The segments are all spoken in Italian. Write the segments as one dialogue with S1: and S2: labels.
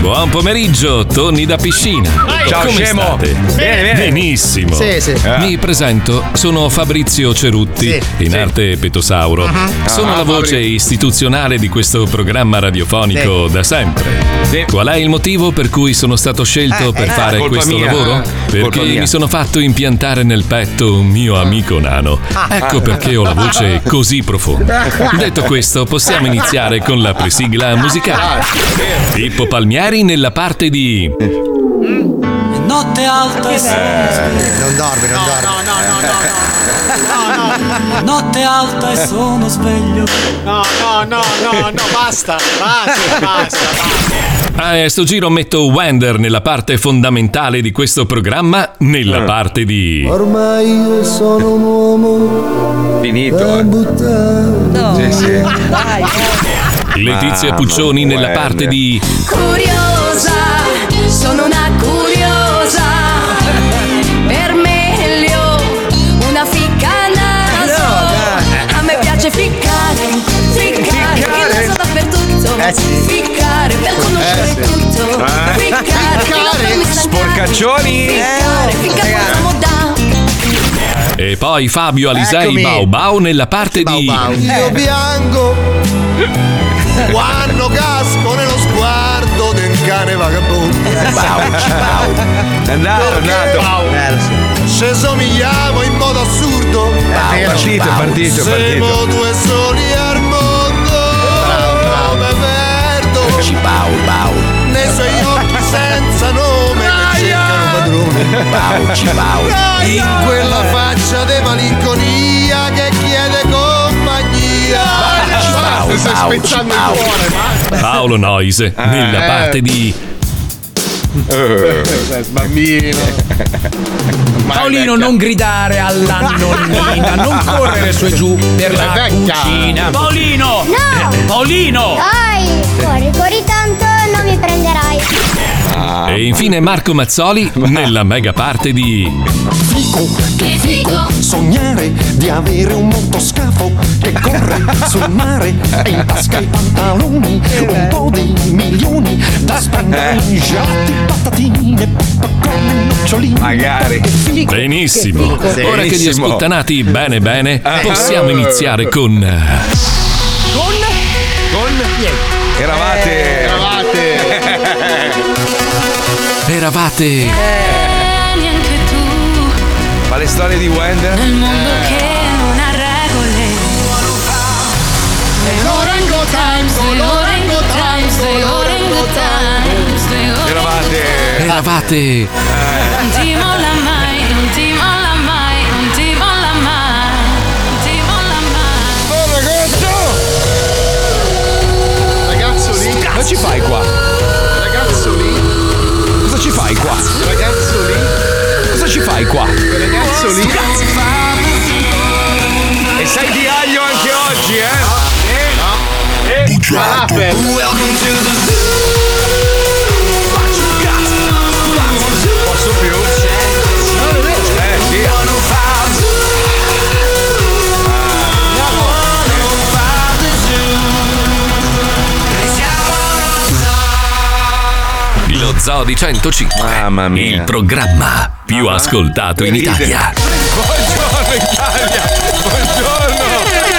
S1: Buon pomeriggio, Tony da piscina.
S2: Ciao,
S1: Come
S2: scemo.
S1: state?
S2: Bene, bene.
S1: Benissimo.
S2: Sì, sì.
S1: Ah. Mi presento, sono Fabrizio Cerutti,
S2: Sì,
S1: in
S2: sì.
S1: arte Petosauro.
S2: Mhm.
S1: Sono
S2: Ah,
S1: la voce
S2: Fabri-
S1: istituzionale di questo programma radiofonico da sempre. Qual è il motivo per cui sono stato scelto
S3: Eh,
S1: per
S3: eh,
S1: fare
S3: colpa
S1: questo
S3: mia.
S1: lavoro? Perché
S3: Colpa mia.
S1: mi sono fatto impiantare nel petto un mio amico nano.
S3: Ah.
S1: Ecco
S3: Ah.
S1: perché ho la voce così profonda. Detto questo, possiamo iniziare con la presigla musicale. Pippo Palmieri nella parte di...
S4: Notte
S2: Eh,
S4: alta
S5: Eh,
S6: Non dormi, non dormi.
S4: No, no, no, no, no. Notte alta e sono sveglio.
S7: No, no, no, no, no, basta, basta, basta.
S1: Ah, e a sto giro metto Wender nella parte fondamentale di questo programma,
S3: Mm.
S1: nella parte di...
S8: Ormai io sono un uomo.
S1: Finito.
S8: No.
S1: Sì, sì.
S8: Dai.
S1: Letizia Puccioni nella parte di...
S9: Curiosa, sono una curiosa. Per meglio, una ficca naso. A me piace ficcare, ficcare,
S10: Ficcare.
S9: che naso dappertutto. Ficcare per conoscere
S10: Eh, sì.
S9: tutto.
S10: Ah.
S9: Ficcare,
S10: Ficcare.
S9: Sporcaccioni. Ficcare, ficcare, uomo da.
S1: E poi Fabio Alisei
S6: Eccomi.
S1: Bau Bau nella parte di...
S6: Io piango quando casco nello sguardo del cane vagabondo.
S3: Bauci, bauci. È andato, è andato.
S6: Se somigliamo in modo assurdo.
S3: è partito, è partito, è
S6: Siamo
S3: partito.
S6: due soli al mondo. Come perdo. Nei suoi occhi senza nome che cercano un padrone.
S3: Bauci, bauci.
S6: In quella faccia de malinconia che chiede compagnia.
S7: Bauci,
S6: Stai
S7: bauci,
S6: spezzando il
S7: bauci.
S6: cuore, ma.
S3: Eh.
S1: Paolo Noise nella
S6: eh.
S1: parte di...
S3: Eh.
S6: Bambino.
S11: Paolino, non gridare alla nonnina, non correre su e giù per la
S12: È vecchia.
S11: cucina. Paolino!
S12: No!
S11: Paolino!
S4: Ah!
S12: Dai, fuori, fuori tanto non mi prenderai.
S1: E infine Marco Mazzoli nella mega parte di...
S13: Fico, che fico! Sognare di avere un motoscafo che corre sul mare e in tasca i pantaloni, un po' di milioni da spendere in gelati, patatine, popcorn, nocciolini.
S3: Magari.
S1: Benissimo. Ora che li ho
S3: Benissimo.
S1: sputtanati bene bene,
S3: Ah.
S1: possiamo iniziare con... eh,
S11: Con?
S3: Con? Eravate.
S6: Eh,
S1: Eravate...
S10: Eh, Neanche tu,
S3: Ma le storie di Wender? Eh,
S10: nel mondo che non ha regole. The Orango Times, The Orango Times, The Orango Times, The Orango
S3: Eh,
S1: Eravate...
S10: Non ti molla mai, non ti molla mai, non ti molla mai, non ti molla mai.
S6: Ragazzo lì.
S3: Cosa ci fai qua?
S6: Ragazzo lì.
S3: Cosa ci fai qua?
S6: Ragazzo lì.
S3: Cosa ci fai qua?
S6: Ragazzo lì.
S3: E sai di aglio anche oggi, eh? Eh? Falafel. Posso più? Eh, sì.
S1: Lo Zoo di 105. Mamma mia. Il programma più
S6: Ah.
S1: ascoltato in
S3: Ride.
S1: Italia.
S3: Buongiorno Italia! Buongiorno!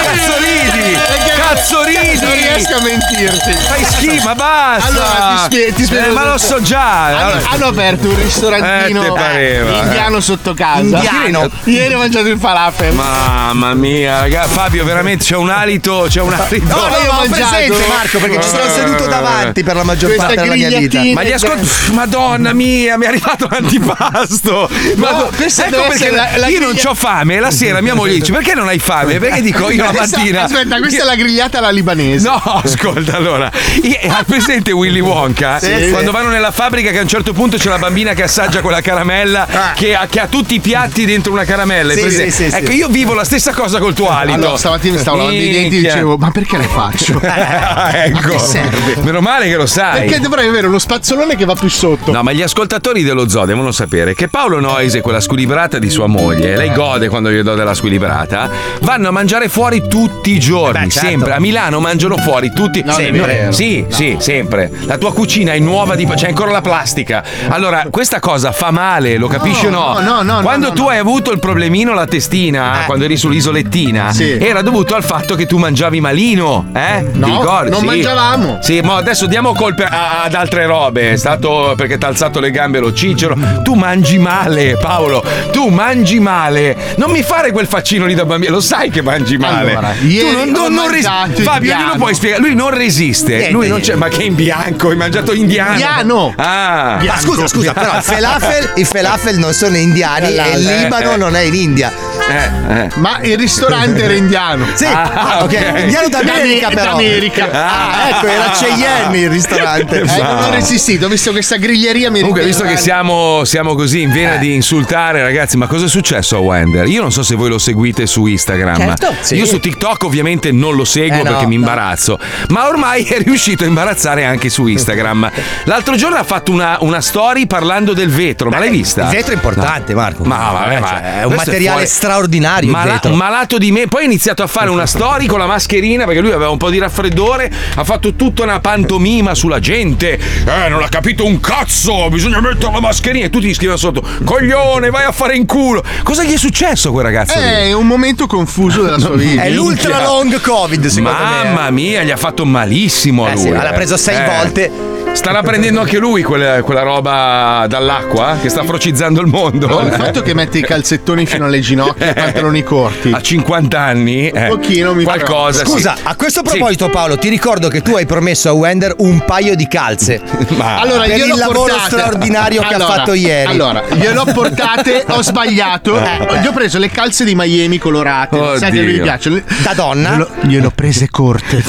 S3: Cazzo ridi! Cazzo ridi!
S6: Non riesco a mentirti.
S3: Fai schifo, ma basta!
S6: Allora, ti spie- ti spiego
S3: Eh, ma lo
S6: tutto.
S3: so già!
S6: Hanno,
S3: Allora-
S6: hanno aperto un ristorantino
S3: Eh, te pareva, eh.
S6: indiano sotto casa.
S3: Indiano?
S6: Ieri no. Ieri ho mangiato il falafel.
S3: Mamma mia, raga, Fabio, veramente c'è un alito, c'è un alito.
S6: No, no, no, ho presente, Marco, perché ci sono seduto davanti per la maggior Questa cioè, parte della mia grigliatina vita.
S3: Ma gli ascolto. Madonna mia, mi è arrivato l'antipasto. Madonna-
S6: questa
S3: ecco
S6: deve
S3: perché
S6: essere la- la
S3: io non
S6: griglia-
S3: ho fame. e La sera mia moglie dice: Perché non hai fame? Perché dico io la
S6: Questa-
S3: mattina.
S6: Esatto, Aspetta, questa è la grigliata alla libanese.
S3: No, ascolta allora. io- Ha presente Willy Wonka?
S6: Sì, sì.
S3: Quando vanno nella fabbrica che a un certo punto c'è la bambina che assaggia quella caramella che, ha, che ha tutti i piatti dentro una caramella. hai
S6: Ah. Sì,
S3: presente?
S6: sì, sì,
S3: ecco,
S6: sì.
S3: io vivo la stessa cosa col tuo alito.
S6: Allora, stamattina mi stavo lavando i denti e
S3: Minchia.
S6: dicevo, ma perché le faccio?
S3: Ah, ecco.
S6: Ma che serve?
S3: Meno male male che lo sai.
S2: Perché dovrei avere uno spazzolone che va più sotto.
S3: No, ma gli ascoltatori dello zoo devono sapere che Paolo Noise e quella squilibrata di sua moglie, lei gode quando io do della squilibrata, vanno a mangiare fuori tutti i giorni,
S5: certo.
S3: sempre. A Milano mangiano fuori tutti.
S5: Non è
S3: Sempre.
S5: vero.
S3: Sì, sì, sempre. La tua cucina è nuova, di... c'è ancora la plastica. Allora, questa cosa fa male, lo capisci o no?
S2: no, no, no,
S3: Quando tu hai avuto il problemino alla testina, quando eri sull'isolettina,
S2: Sì.
S3: era dovuto al fatto che tu mangiavi malino, eh?
S2: No,
S3: Ti ricordi?
S2: non
S3: Sì.
S2: mangiavamo.
S3: Sì, ma adesso diamo colpe a- ad altre robe. È stato perché ti ha alzato le gambe lo cicero. Tu mangi male, Paolo. Tu mangi male. Non mi fare quel faccino lì da bambino. Lo sai che mangi male.
S2: Allora,
S3: Tu
S2: ieri
S3: non,
S2: ho
S3: non, non resi-
S2: mangiato
S3: Fabio,
S2: indiano.
S3: glielo puoi spiegare. Lui non resiste.
S2: Niente,
S3: Lui non c'è. Ma che in bianco? Hai mangiato indiano?
S2: Indiano.
S3: Ah.
S5: Ma scusa, scusa, però il falafel, i falafel non sono indiani e il
S2: Eh,
S5: Libano
S2: eh.
S5: non è in India.
S3: Eh,
S2: Ma il ristorante era indiano.
S5: Sì, ah, ok. Indiano d'America
S2: Eh,
S5: però.
S2: d'America.
S5: Ah, ecco, era Cheyenne il ristorante.
S2: Eh, non ho resistito, ho visto questa griglieria mi
S3: Esatto. Comunque, visto che siamo, siamo così in vena di insultare, ragazzi, ma cosa è successo a Wender? Io non so se voi lo seguite su Instagram.
S5: Certo, sì.
S3: Io su TikTok ovviamente non lo seguo
S5: Eh, no,
S3: perché mi
S5: no.
S3: imbarazzo, ma ormai è riuscito a imbarazzare anche su Instagram. L'altro giorno ha fatto una, una story parlando del vetro, ma l'hai vista?
S5: Il vetro è importante, Marco.
S3: Ma vabbè, ma-
S5: Cioè, è un
S3: Eh, questo
S5: materiale
S3: fuori-
S5: straordinario. il
S3: Mala-
S5: vetro.
S3: malato di me. Poi ha iniziato a fare una story con la mascherina perché lui aveva un po' di raffreddore. Ha fatto tutta una pantomima sulla gente. Eh, non ha capito un cazzo. Bisogna mettere la mascherina. E tutti gli scrivono sotto: Coglione, vai a fare in culo. Cosa gli è successo a quel ragazzo? lì?
S2: Eh, È un momento confuso della sua vita.
S5: Eh, È l'ultra long covid, secondo me.
S3: Mamma mia, gli ha fatto malissimo a
S5: Eh
S3: lui.
S5: sì, l'ha
S3: eh.
S5: preso sei
S3: Eh.
S5: volte.
S3: Starà prendendo anche lui quella, quella roba dall'acqua eh, che sta frocizzando il mondo.
S2: No, il
S3: Eh.
S2: fatto Certo che mette i calzettoni fino alle ginocchia e i pantaloni corti.
S3: A 50 anni? Un
S2: pochino mi
S3: qualcosa. sì.
S5: Scusa, a questo
S3: Sì.
S5: proposito, Paolo, ti ricordo che tu hai promesso a Wender un paio di calze.
S3: Ma
S2: Allora,
S5: per
S2: gliel'ho
S5: il lavoro
S2: portata.
S5: straordinario che ha
S2: Allora,
S5: fatto ieri. Eh,
S2: Allora, gliel'ho portate, ho sbagliato. Eh, Gli ho preso le calze di Miami colorate. Sai che
S5: Oddio.
S2: lui mi piacciono.
S5: Da donna?
S2: Gliel'ho, gliel'ho prese corte.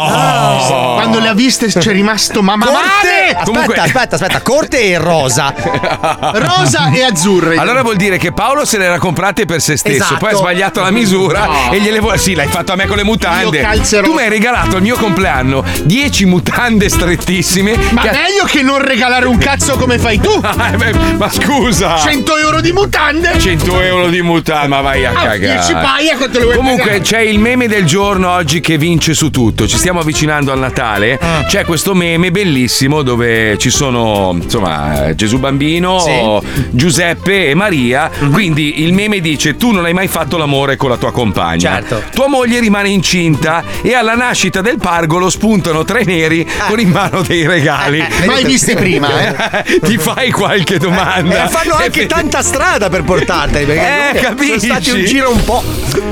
S3: No!
S2: Quando le ha viste c'è rimasto mamma
S5: Corte,
S2: male!
S5: aspetta, aspetta, aspetta, corte e rosa.
S2: Rosa e azzurre.
S3: Allora vuol dire che Paolo se le era comprate per se stesso,
S2: Esatto.
S3: poi ha sbagliato la misura
S2: No.
S3: e gliele vuole. Sì, l'hai fatto a me con le mutande.
S2: Io calze
S3: Tu
S2: rosse.
S3: mi hai regalato al mio compleanno 10 mutande strettissime.
S2: Ma
S3: che-
S2: meglio che non regalare un cazzo come fai tu!
S3: Eh, beh, Ma scusa!
S2: 100 euro di mutande!
S3: 100 euro di mutande, ma vai a
S2: Ah,
S3: cagare.
S2: 10 paia, quanto le vuoi
S3: Comunque
S2: pagare?
S3: c'è il meme del giorno oggi che vince su tutto. Ci stiamo avvicinando al Natale.
S2: Ah.
S3: C'è questo meme bellissimo dove ci sono, insomma, Gesù bambino, Giuseppe e Maria.
S2: Mhm.
S3: Quindi il meme dice: "Tu non hai mai fatto l'amore con la tua compagna.
S2: Certo.
S3: Tua moglie rimane incinta e alla nascita del pargolo spuntano tre neri con in mano dei regali.
S2: Ma hai visti prima,
S3: Ti fai qualche
S5: E
S3: domanda.
S5: Eh, fanno anche tanta strada per portarteli. Perché
S3: Eh,
S5: comunque
S3: capisci?
S5: sono stati un giro un po'.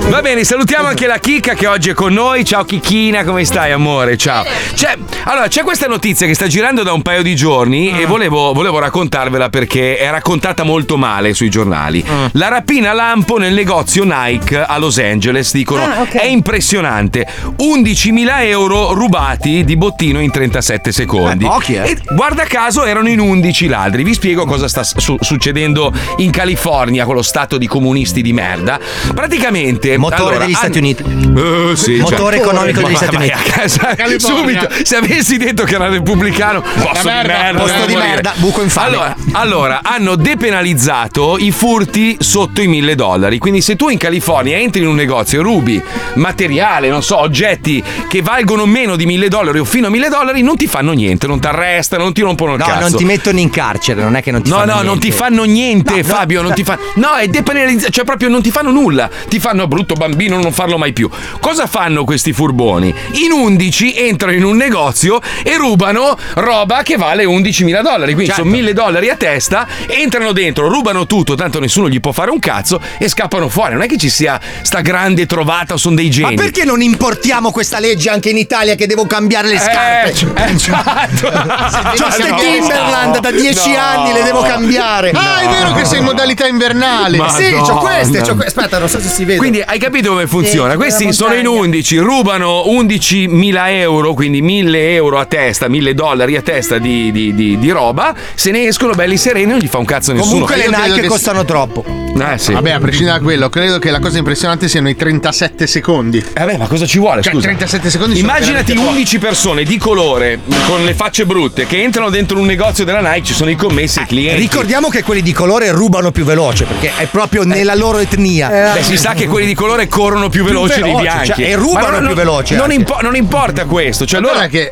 S3: Va bene, salutiamo anche la Chicca che oggi è con noi. Ciao Chicchina, come stai amore? Ciao. C'è- allora, c'è questa notizia che sta girando da un paio di giorni e volevo, volevo raccontarvela perché è raccontata molto male sui giornali. La rapina a lampo nel negozio Nike a Los Angeles, dicono,
S14: Ah, ok.
S3: è impressionante. 11.000 euro rubati di bottino in 37 secondi.
S5: Eh, pochi, eh.
S3: E guarda caso erano in 11 ladri. Vi spiego cosa sta su- succedendo in California con lo stato di comunisti di merda. Praticamente.
S5: Motore degli Stati Uniti.
S3: Eh, sì,
S5: Motore economico degli
S3: Ma-
S5: Stati
S3: ma-
S5: Uniti.
S3: a casa,
S5: California.
S3: subito, se avessi detto che era repubblicano, posto di
S5: merda,
S3: merda.
S5: posto
S3: devo
S5: di
S3: morire.
S5: merda, buco in fame.
S3: Allora, allora, hanno depenalizzato i furti sotto i 1000 dollari. Quindi, se tu in California entri in un negozio e rubi materiale, non so, oggetti che valgono meno di 1000 dollari o fino a 1000 dollari, non ti fanno niente, non ti arrestano, non ti rompono il
S5: No,
S3: cazzo.
S5: non ti mettono in carcere, non è che non ti
S3: No, no,
S5: fanno niente.
S3: non ti fanno niente, Fabio. Non ti fa... No, è depenalizzato, cioè proprio non ti fanno nulla. Ti fanno "Oh, brutto bambino, non farlo mai più. Cosa fanno questi furboni? In 11 entrano in un negozio e rubano roba che vale 11.000 dollari. Quindi
S5: Certo.
S3: sono 1.000 dollari a testa. Entrano dentro, rubano tutto, tanto nessuno gli può fare un cazzo e scappano fuori. Non è che ci sia sta grande trovata, sono dei
S5: Ma
S3: geni.
S5: perché non importiamo questa legge anche in Italia che devo cambiare le scarpe?
S3: Eh, c- eh, certo.
S5: C'ho ste Timberland da 10
S3: No.
S5: anni, le devo cambiare. Ah,
S2: Ah, è vero che sei in modalità invernale.
S5: Sì, c'ho queste, c'ho que- Aspetta, non so se si vede.
S3: Quindi Hai capito come funziona?
S14: Sì,
S3: Questi
S14: quella
S3: sono in
S14: montagna.
S3: 11, rubano 11.000 euro, quindi 1.000 euro a testa, 1.000 dollari a testa di, di- di- di roba. Se ne escono belli sereni, non gli fa un cazzo nessuno.
S2: Comunque le
S3: Io credo
S2: Nike
S3: che-
S2: costano
S5: troppo.
S3: Eh, sì.
S2: Vabbè, a prescindere da quello, credo che la cosa impressionante siano i 37 secondi.
S3: Eh, Vabbè, ma cosa ci vuole?
S2: Cioè,
S3: scusa?
S2: 37 secondi sono
S3: Immaginati
S2: veramente pochi.
S3: 11 persone di colore con le facce brutte che entrano dentro un negozio della Nike, ci sono i commessi e i clienti.
S5: Ricordiamo che quelli di colore rubano più veloce perché è proprio nella loro etnia.
S3: Beh, Eh, si sa che quelli di colore corrono più veloci dei
S5: veloci,
S3: bianchi
S5: cioè, e
S3: Ma
S5: rubano
S3: non-
S5: più
S3: non-
S5: veloci
S3: Non,
S5: anche.
S3: impo- non importa questo. Cioè, loro
S2: Guarda che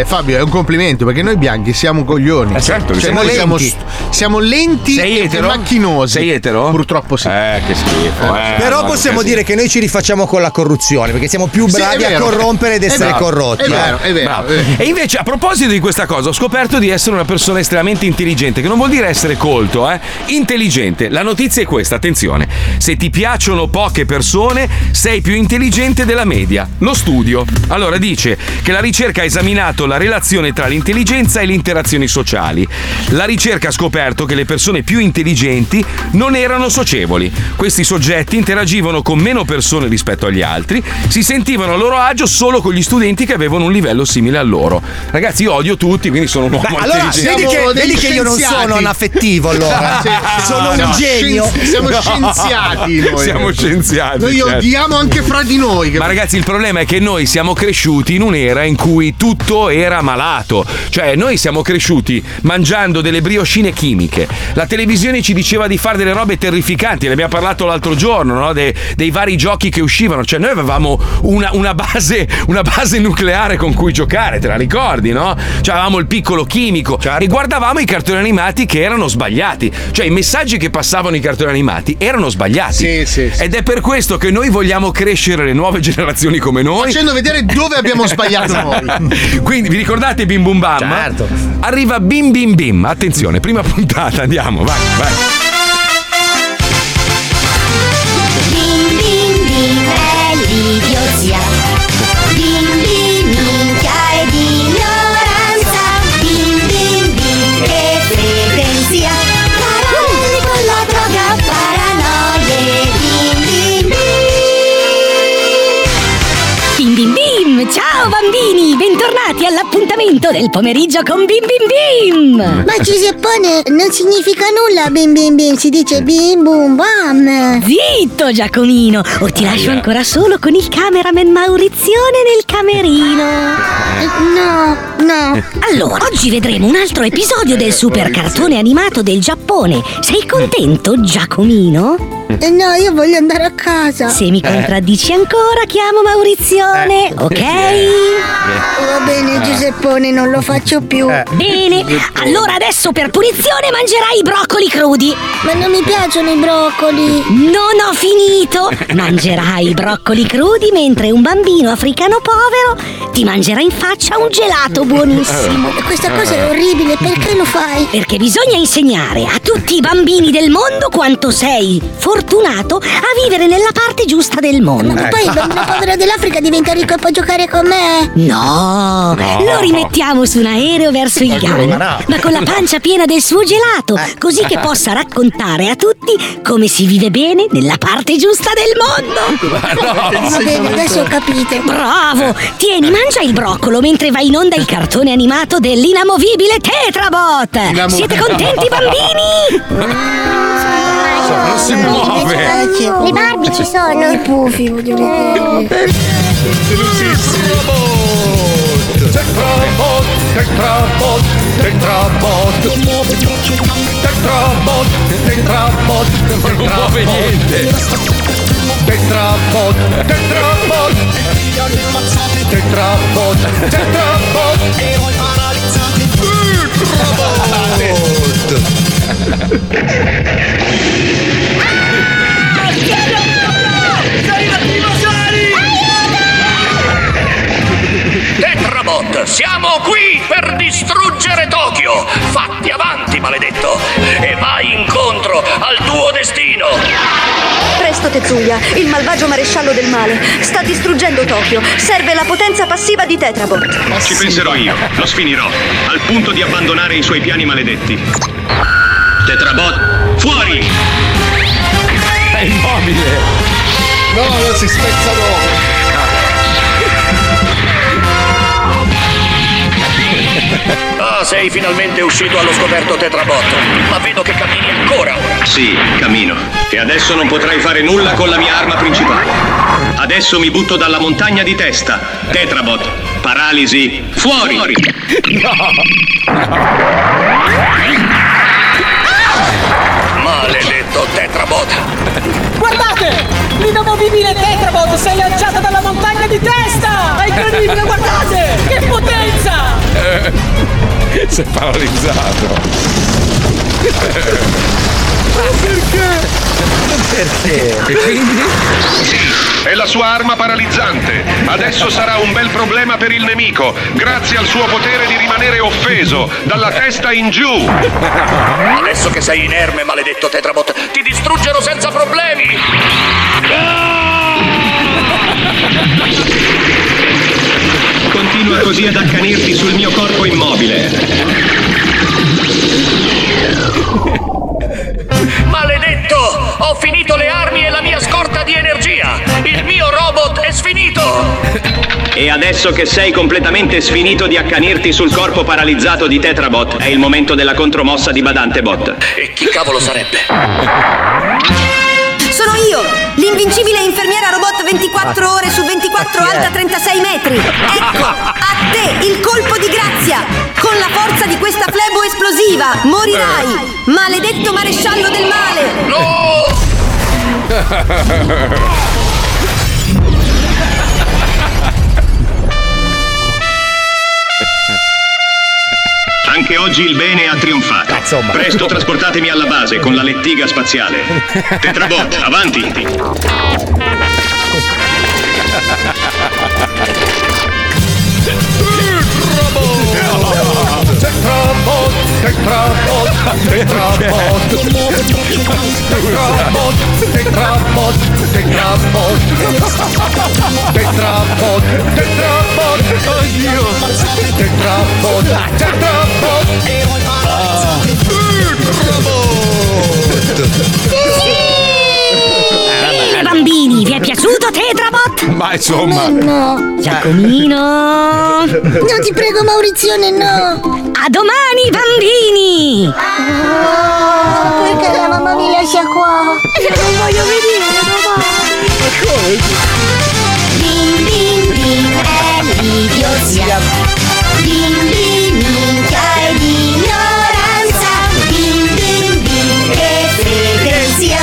S2: eh, Fabio è un complimento perché noi bianchi siamo coglioni.
S3: Eh, certo,
S2: Cioè,
S3: siamo
S2: noi siamo,
S3: lenti.
S2: st- siamo lenti
S3: Sei
S2: e
S3: etero?
S2: macchinosi. Sei
S3: etero?
S2: Purtroppo sì.
S3: Eh, che schifo.
S5: Però possiamo dire che noi ci rifacciamo con la corruzione perché siamo più
S2: Sì, è
S5: bravi a
S2: vero.
S5: corrompere ed
S2: È
S5: essere
S2: vero,
S5: corrotti.
S2: è vero,
S5: eh.
S2: è vero.
S3: Bravo.
S2: eh.
S3: E invece, a proposito di questa cosa, ho scoperto di essere una persona estremamente intelligente, che non vuol dire essere colto, eh? Intelligente. La notizia è questa, attenzione. Se ti piacciono poche persone, sei più intelligente della media. Lo studio. Allora dice che la ricerca ha esaminato la relazione tra l'intelligenza e le interazioni sociali. La ricerca ha scoperto che le persone più intelligenti non erano socievoli. Questi soggetti interagivano con meno persone rispetto agli altri, si sentivano a loro agio solo con gli studenti che avevano un livello simile a loro. Ragazzi, io odio tutti, quindi sono un uomo
S5: Beh, allora,
S3: intelligente.
S5: vedi che,
S2: Siamo dei
S5: vedi che io non
S2: scienziati.
S5: sono anaffettivo allora.
S2: Sì, sì,
S5: sono
S2: no,
S5: un
S2: no.
S5: genio.
S2: Scienzi- siamo scienziati noi.
S3: Ah, Siamo scienziati.
S2: Noi
S3: certo.
S2: odiamo anche fra di noi.
S3: Ma ragazzi, il problema è che noi siamo cresciuti in un'era in cui tutto era malato. Cioè, noi siamo cresciuti mangiando delle brioscine chimiche. La televisione ci diceva di fare delle robe terrificanti, ne abbiamo parlato l'altro giorno, no? De- dei vari giochi che uscivano. Cioè, noi avevamo una, una base, una base nucleare con cui giocare, te la ricordi, no? Cioè, avevamo il piccolo chimico
S2: Certo.
S3: e guardavamo i cartoni animati che erano sbagliati. Cioè, i messaggi che passavano i cartoni animati erano sbagliati. Ed è per questo che noi vogliamo crescere le nuove generazioni come noi. Esatto.
S2: Facendo vedere dove abbiamo sbagliato noi.
S3: Quindi vi ricordate Bim Bum Bam? Certo. Arriva Bim Bim Bim. Attenzione, prima puntata, andiamo, vai, vai.
S12: Bim bim bim è l'idiozia. Bim bim minchia è di ignoranza. Bim bim bim che frequenzia. Caramelle con la droga paranoie. Bim bim bim.
S15: Bim bim bim! Ciao bambini! Bentornati all'appuntamento del pomeriggio con Bim Bim Bim!
S12: Ma Giuseppone non significa nulla bim bim bim, si dice bim bum bam.
S15: Zitto Giacomino! O ti lascio ancora solo con il cameraman Maurizione nel camerino!
S12: No, no.
S15: Allora, oggi vedremo un altro episodio del super cartone animato del Giappone. Sei contento, Giacomino?
S12: Eh no, io voglio andare a casa.
S15: Se
S16: Eh.
S15: mi contraddici ancora, chiamo Maurizione,
S10: Ecco,
S15: ok?
S12: Va
S15: Eh.
S10: Eh.
S12: bene Giuseppone, non lo faccio più.
S15: Bene, allora adesso per punizione mangerai i broccoli crudi.
S12: Ma non mi piacciono i broccoli.
S15: Non ho finito! Mangerai i broccoli crudi mentre un bambino africano povero ti mangerà in faccia un gelato buonissimo.
S12: Eh. Questa cosa è orribile, perché lo fai?
S15: Perché bisogna insegnare a tutti i bambini del mondo quanto sei fortunato a vivere nella parte giusta del mondo.
S12: Ma poi il bambino povero dell'Africa diventa ricco e può giocare con me.
S15: No,
S12: No.
S17: Ah.
S15: lo rimettiamo su un aereo verso il Ghana, ma con la pancia piena del suo gelato, così che possa raccontare a tutti come si vive bene nella parte giusta del mondo.
S12: Va bene, adesso capite.
S15: Bravo! Tieni, mangia il broccolo mentre va in onda il cartone animato dell'inamovibile Tetrabot! Siete contenti, bambini?
S3: Non si
S12: Eh,
S3: muove.
S12: Le Barbie ci sono. I Eh, pufi, voglio dire.
S6: Tetrabot, Tetrabot, Tetrabot Tetrabot, Tetrabot Non muove niente Tetrabot, Tetrabot Tetrabot, Tetrabot Eroi paralizzati
S16: Tetrabot, siamo qui per distruggere Tokyo! Fatti avanti, maledetto! E vai incontro al tuo destino!
S18: Presto Tetsuya, il malvagio maresciallo del male, sta distruggendo Tokyo. Serve la potenza passiva di Tetrabot.
S19: Ci penserò io, lo sfinirò, al punto di abbandonare i suoi piani maledetti. Tetrabot, fuori!
S3: È immobile!
S10: No, no, si spezza dopo.
S13: Ah, sei finalmente uscito allo scoperto Tetrabot. Ma vedo che cammini ancora ora.
S19: Sì, cammino. E adesso non potrai fare nulla con la mia arma principale. Adesso mi butto dalla montagna di testa. Tetrabot, paralisi, fuori!
S13: Maledetto Tetrabot!
S4: Guardate! L'inamovibile Tetrabot si è lanciata dalla montagna di testa! È incredibile, guardate! Che potenza!
S3: Eh, Sei paralizzato.
S5: Perché?
S19: E quindi? È la sua arma paralizzante. Adesso sarà un bel problema per il nemico, grazie al suo potere di rimanere offeso, dalla testa in giù.
S13: Adesso che sei inerme, maledetto Tetrabot, ti distruggerò senza problemi!
S19: Continua così ad accanirti sul mio corpo immobile.
S13: Maledetto! Ho finito le armi e la mia scorta di energia! Il mio robot è sfinito!
S19: E adesso che sei completamente sfinito di accanirti sul corpo paralizzato di Tetrabot, è il momento della contromossa di Badantebot.
S13: E chi cavolo sarebbe?
S20: Sono io, l'invincibile infermiera robot 24 ore su 24 alta 36 metri. Ecco, a te il colpo di grazia. Con la forza di questa flebo esplosiva morirai, maledetto maresciallo del male.
S19: Anche oggi il bene ha trionfato. Presto trasportatemi alla base con la lettiga spaziale. Tetrabot, avanti!
S10: Tetrabot, Tetrabot, Tetrabot, Tetrabot, Tetrabot, Tetrabot, Tetrabot, Tetrabot, oddio, Tetrabot, Tetrabot,
S15: Eh,
S16: Bene bambini, vi è piaciuto Tetrabot?
S3: Ma insomma. Cioè.
S16: No. Giacomino.
S15: No, ti prego, Maurizione, no.
S16: A domani, bambini.
S15: Ah, perché la mamma mi lascia qua?
S16: Eh,
S15: Non voglio venire domani. Bim bim bim è l'idiosia. Bim bim minchia è l'ignoranza. Bim bim bim è freguesia.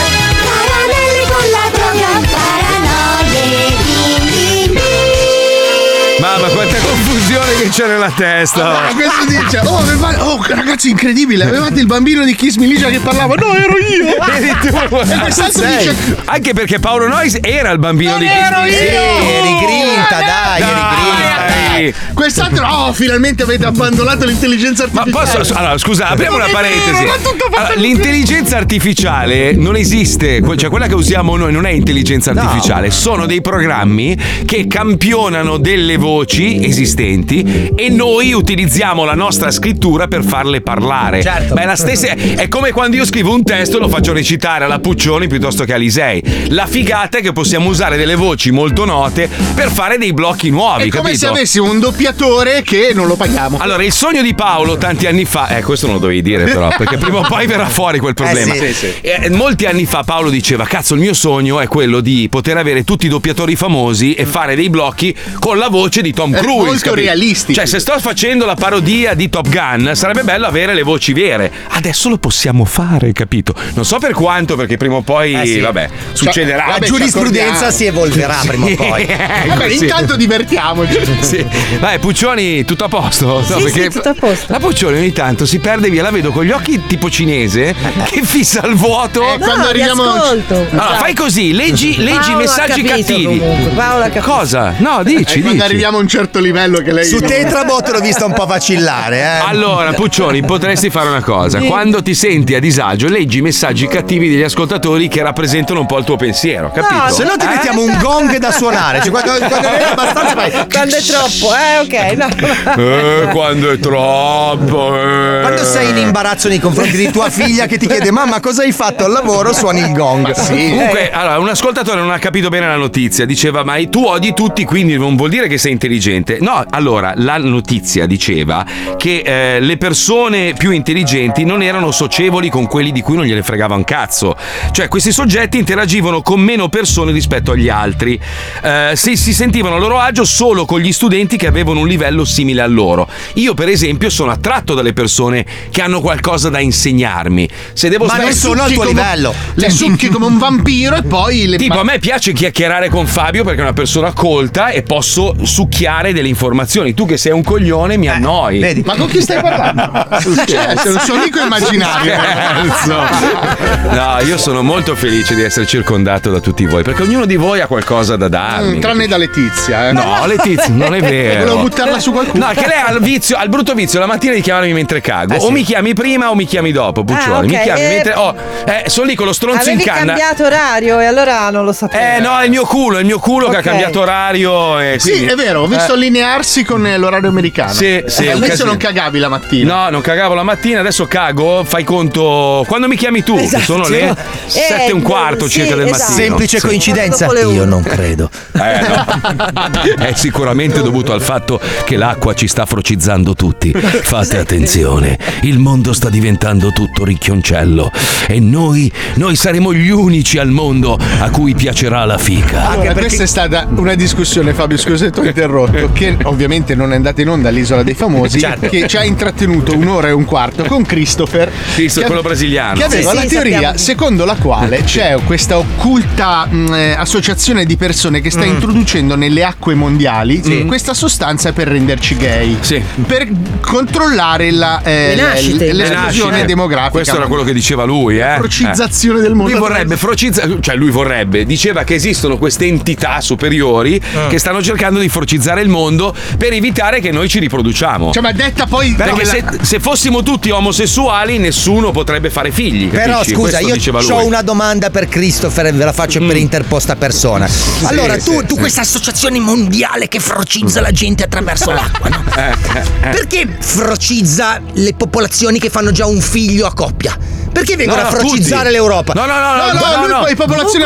S15: Caramelle con la droga, paranoie. Bim bim bim.
S3: Mamma, Ah, quanta confusione che c'è nella testa.
S2: Ah, questo dice, oh, aveva- oh, ragazzi, incredibile, avevate il bambino di Kiss Milicia che parlava, no, ero io.
S3: Eri tu.
S2: E quest'altro dice,
S3: Anche perché Paolo Nois era il bambino di
S2: ero io!
S3: eri
S2: grinta,
S3: dai, eri grinta.
S2: quest'altro, oh, finalmente avete abbandonato l'intelligenza
S3: Ma
S2: artificiale.
S3: posso. Allora, scusa, apriamo
S2: Non
S3: una
S2: è
S3: parentesi.
S2: vero, ma tutto
S3: Allora,
S2: fatto-
S3: l'intelligenza artificiale non esiste, que- cioè quella che usiamo noi non è intelligenza artificiale, sono dei programmi che campionano delle voci esistenti e noi utilizziamo la nostra scrittura per farle parlare.
S5: Certo.
S3: Ma è la stessa. È come quando io scrivo un testo e lo faccio recitare alla Puccioni piuttosto che a Lisei. La figata è che possiamo usare delle voci molto note per fare dei blocchi nuovi,
S2: È come
S3: capito?
S2: se avessimo un doppiatore che non lo paghiamo.
S3: Allora, il sogno di Paolo tanti anni fa, eh, questo non lo dovevi dire però, perché prima o poi verrà fuori quel problema.
S2: sì, sì, sì.
S3: Eh, molti anni fa Paolo diceva: Cazzo, il mio sogno è quello di poter avere tutti i doppiatori famosi e fare dei blocchi con la voce di Tom
S2: Eh,
S3: Cruise.
S2: molto realistici.
S3: Cioè, se sto facendo la parodia di Top Gun, sarebbe bello avere le voci vere. Adesso lo possiamo fare, capito? Non so per quanto, perché prima o poi,
S5: Eh, sì.
S3: vabbè,
S5: Cioè,
S3: succederà.
S5: la giurisprudenza si evolverà prima o poi.
S3: Ecco,
S2: Vabbè, intanto divertiamoci.
S3: Sì. Vai, Puccioni, tutto a posto?
S2: Sì, sì, tutto
S3: a posto. La Puccioni ogni tanto si perde via, la vedo con gli occhi tipo cinese che fissa il vuoto.
S2: Eh, quando No, ti arriviamo- ascolto.
S3: Allora, fai così, leggi,
S2: Paolo
S3: leggi i
S2: ha
S3: messaggi
S2: capito
S3: cattivi.
S2: comunque, Paolo ha capito.
S3: Cosa? No, dici,
S2: Eh, quando
S3: dici.
S2: arriviamo a un certo livello che lei
S5: Su Tetrabot l'ho vista un po' vacillare, eh.
S3: Allora, Puccioni, potresti fare una cosa.
S5: Sì.
S3: Quando ti senti a disagio, leggi i messaggi cattivi degli ascoltatori che rappresentano un po' il tuo pensiero, capito?
S2: Eh.
S5: cioè, se no ti mettiamo un gong da suonare. Cioè, quando, quando ne è abbastanza fai-
S4: Quando è troppo.
S21: troppo, eh, ok. No.
S3: Eh, quando è troppo. eh.
S5: Quando sei in imbarazzo nei confronti di tua figlia che ti chiede mamma cosa hai fatto al lavoro suoni il gong. Eh.
S3: Comunque, allora, un ascoltatore non ha capito bene la notizia. Diceva, ma tu odi tutti, quindi non vuol dire che sei intelligente. No, allora, la notizia diceva che eh, le persone più intelligenti non erano socievoli con quelli di cui non gliene fregava un cazzo. Cioè, questi soggetti interagivano con meno persone rispetto agli altri. Eh, se si sentivano a loro agio solo con gli studenti che avevano un livello simile a loro. Io, per esempio, sono attratto dalle persone che hanno qualcosa da insegnarmi. Se devo
S2: Ma
S3: stare
S2: non sono al
S3: succhi
S2: tuo
S3: come-
S2: livello.
S3: Cioè,
S2: Le succhi come un vampiro e poi le
S3: Tipo, a me piace chiacchierare con Fabio perché è una persona colta e posso succhiare delle informazioni. Tu che sei un coglione mi annoi.
S2: Eh, vedi. Ma con chi stai parlando?
S3: Sul scherzo.
S2: Cioè, un suo amico immaginario.
S3: Sul scherzo. No, io sono molto felice di essere circondato da tutti voi perché ognuno di voi ha qualcosa da darmi.
S2: Mm, Tranne da Letizia. eh.
S3: No, Letizia, non è vero.
S2: Volevo buttarla su qualcuno.
S3: No, che lei ha il, vizio, ha il brutto vizio la mattina di chiamarmi mentre cago.
S2: Eh,
S3: o
S2: sì.
S3: mi chiami prima o mi chiami dopo, Puccioni.
S21: Ah, ok,
S3: Mi chiami
S21: eh,
S3: mentre. Oh, eh, sono lì con lo stronzo
S21: Avevi
S3: in canna.
S21: cambiato orario e allora non lo sapevo.
S3: Eh no, è il mio culo, è il mio culo
S21: Ok.
S3: che ha cambiato orario. E
S2: Sì,
S3: quindi-
S2: è vero, ho visto
S3: Eh,
S2: allinearsi con eh, l'orario americano.
S3: Sì, sì, è
S2: Eh,
S3: un
S2: Adesso
S3: casino.
S2: non cagavi la mattina.
S3: No, non cagavo la mattina, adesso cago. Fai conto quando mi chiami tu, che
S2: Esatto.
S3: uh, sono le
S2: Eh,
S3: 7 e un quarto
S2: sì,
S3: circa del
S2: esatto.
S3: mattino.
S5: Semplice
S3: Sì.
S5: coincidenza? Io non credo.
S3: Eh, no. È sicuramente dovuto al fatto che l'acqua ci sta frocizzando tutti. Fate attenzione, il mondo sta diventando tutto ricchioncello e noi, noi saremo gli unici al mondo a cui piacerà la fica.
S2: Allora, questa è stata una discussione, Fabio, scusa se ti ho interrotto, che ovviamente non è andata in onda all'Isola dei Famosi,
S3: Certo.
S2: che ci ha intrattenuto un'ora e un quarto con Christopher.
S3: Cristo,
S2: che-
S3: quello brasiliano.
S2: Che aveva
S3: Sì,
S2: la
S3: sì,
S2: teoria
S3: sappiamo.
S2: secondo la quale c'è questa occulta mh, eh, associazione di persone che sta
S3: Mm.
S2: introducendo nelle acque mondiali
S3: Sì.
S2: questa sostanza per renderci gay,
S3: Sì.
S2: per controllare la, eh, l-
S21: Eh,
S2: l'esplosione demografica.
S3: Questo era quello che diceva lui, eh.
S2: Frocizzazione del mondo.
S3: Lui vorrebbe frocizza- cioè lui vorrebbe, diceva che esistono queste entità superiori
S2: Ah.
S3: che stanno cercando di frocizzare il mondo per evitare che noi ci riproduciamo.
S2: Cioè, ma detta poi
S3: perché se,
S2: la-
S3: se fossimo tutti omosessuali nessuno potrebbe fare figli.
S5: Però
S3: capisci?
S5: scusa,
S3: Questo diceva
S5: io
S3: lui. Mm.
S5: ho una domanda per Christopher e ve la faccio per interposta persona. Allora,
S3: sì,
S5: tu, tu
S3: sì.
S5: questa associazione mondiale che frocizza la gente attraverso l'acqua, no?
S3: Eh,
S5: Perché frocizza le popolazioni che fanno già un figlio a coppia? Perché vengono
S3: No,
S5: a
S3: no,
S5: frocizzare
S3: tutti.
S5: l'Europa?
S3: No, no, no, no, no, no, no. Comunque-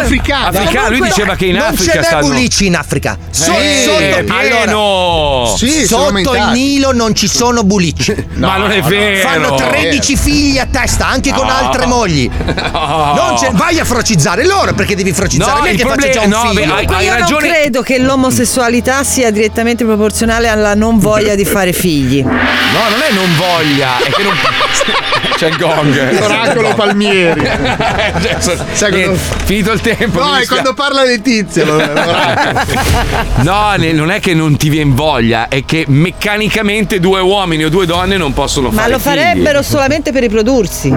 S3: Africana, lui diceva che in Africa
S5: Non c'è
S3: stanno-
S5: bullici in Africa. So-
S3: Eh,
S5: sotto,
S3: pieno.
S5: allora,
S3: Sì, sono
S5: sotto il
S3: aumentati.
S5: Nilo non ci sono bullici.
S3: Ma non è vero.
S5: Fanno 13 figli a testa, anche con
S3: eh. No.
S5: altre mogli.
S3: No.
S5: Non c'è- vai a frocizzare loro perché devi frocizzare
S3: No,
S5: me
S3: il
S5: che faccio
S3: problema-
S5: già un
S3: no,
S5: figlio.
S3: beh, hai-
S21: Comunque
S3: hai
S21: io
S3: ragione.
S21: non credo che l'omosessualità sia direttamente proporzionale alla non voglia di fare figli.
S3: No, non è non voglia, è che non. C'è il gong.
S2: Oracolo Palmieri.
S3: Cioè, sono-
S2: Sai cosa-
S3: eh, Finito il tempo.
S2: No,
S3: mi
S2: è
S3: dispiace.
S2: quando parla Letizia.
S3: No, ne- non è che non ti viene voglia, è che meccanicamente due uomini o due donne non possono
S21: Ma
S3: fare
S21: lo
S3: figli.
S21: farebbero solamente per riprodursi.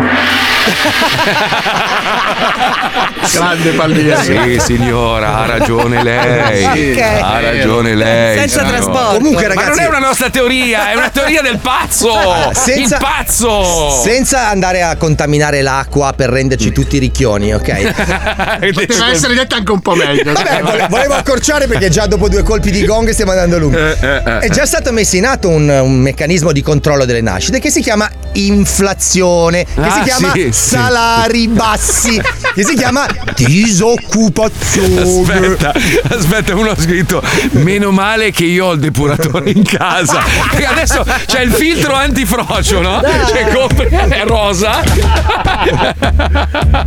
S2: Grande
S3: Sì, signora, ha ragione lei.
S21: Ok.
S3: Ha ragione lei.
S21: Senza
S3: signora.
S21: trasporto. Comunque,
S3: Ma non
S5: ragazzi-
S3: è una nostra teoria, è una teoria del pazzo.
S5: Senza-
S3: Il pazzo.
S5: Senza andare a contaminare l'acqua per renderci tutti ricchioni, ok?
S2: Poteva essere detta anche un po' meglio.
S5: Vabbè, vole- volevo accorciare perché già dopo due colpi di gong stiamo andando lungo.
S3: Eh,
S5: È già stato messo in atto un, un meccanismo di controllo delle nascite che si chiama inflazione, che
S13: Ah,
S5: si chiama
S13: sì, sì.
S5: salari bassi, che si chiama
S3: eh.
S5: disoccupazione.
S3: Aspetta, aspetta, uno ha scritto: Meno male che io ho il depuratore in casa. Perché adesso c'è il filtro antifrocio, no? Cioè, compri, è rosa.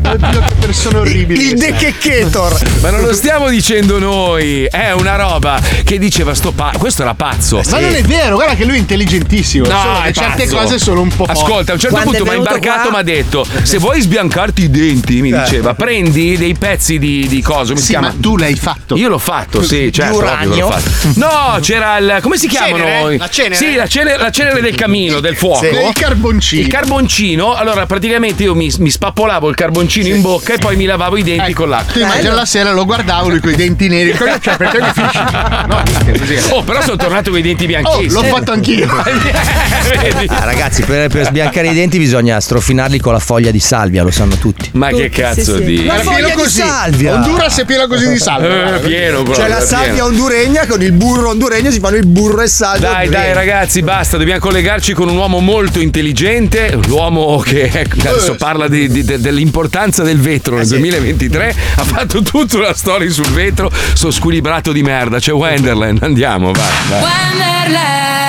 S2: Oddio, che persona orribile.
S5: Il dechechetor.
S3: Ma non lo stiamo dicendo noi, è una roba che diceva sto pazzo. Questo era pazzo.
S2: Ma non è vero, guarda che lui è intelligentissimo.
S3: Eh, No,
S2: solo che
S3: è
S2: certe
S3: pazzo.
S2: cose sono un po'. forti.
S3: Ascolta, a un certo
S2: Quando
S3: punto mi
S2: è
S3: ha
S2: venuto
S3: imbarcato,
S2: qua-
S3: mi ha detto: Se vuoi sbiancarti i denti, mi
S2: Eh.
S3: diceva, prendi dei pezzi di, di coso. Mi si
S2: Sì,
S3: chiama.
S2: ma tu l'hai fatto.
S3: Io l'ho fatto, sì,
S2: Di
S3: certo.
S2: uranio?
S3: ovvio, l'ho fatto. No, c'era il. Come si chiamano?
S2: Cenere? La cenere?
S3: Sì, la cenere, la cenere del camino, del fuoco.
S2: Sì. Del carboncino.
S3: Il carboncino, allora praticamente io mi, mi spappolavo il carboncino in bocca e poi mi lavavo i denti
S2: Ecco.
S3: con l'acqua.
S2: Tu immagina la sera lo guardavo lui con i denti neri. Cosa c'è? cioè, Perché mi finisci? No, minchia, così.
S3: Oh, però sono tornato con i denti
S2: Oh,
S3: bianchissimi.
S2: l'ho fatto anch'io.
S3: Eh, Vedi?
S5: Ah, ragazzi, per, per sbiancare i denti bisogna strofinarli con la foglia foglia di salvia, lo sanno tutti.
S3: Ma che cazzo di.
S5: La foglia di salvia.
S2: Honduras è piena così di salvia.
S3: Eh, pieno proprio.
S5: C'è la
S3: pieno.
S5: salvia honduregna con il burro honduregno, si fanno il burro e salvia.
S3: Dai, dai,
S5: honduregno.
S3: ragazzi, basta. Dobbiamo collegarci con un uomo molto intelligente. L'uomo che ecco, adesso parla di- di- de- dell'importanza del vetro nel 2023. Ha fatto tutta una storia sul vetro. Sto squilibrato di merda. C'è Wenderland. Andiamo, vai. vai.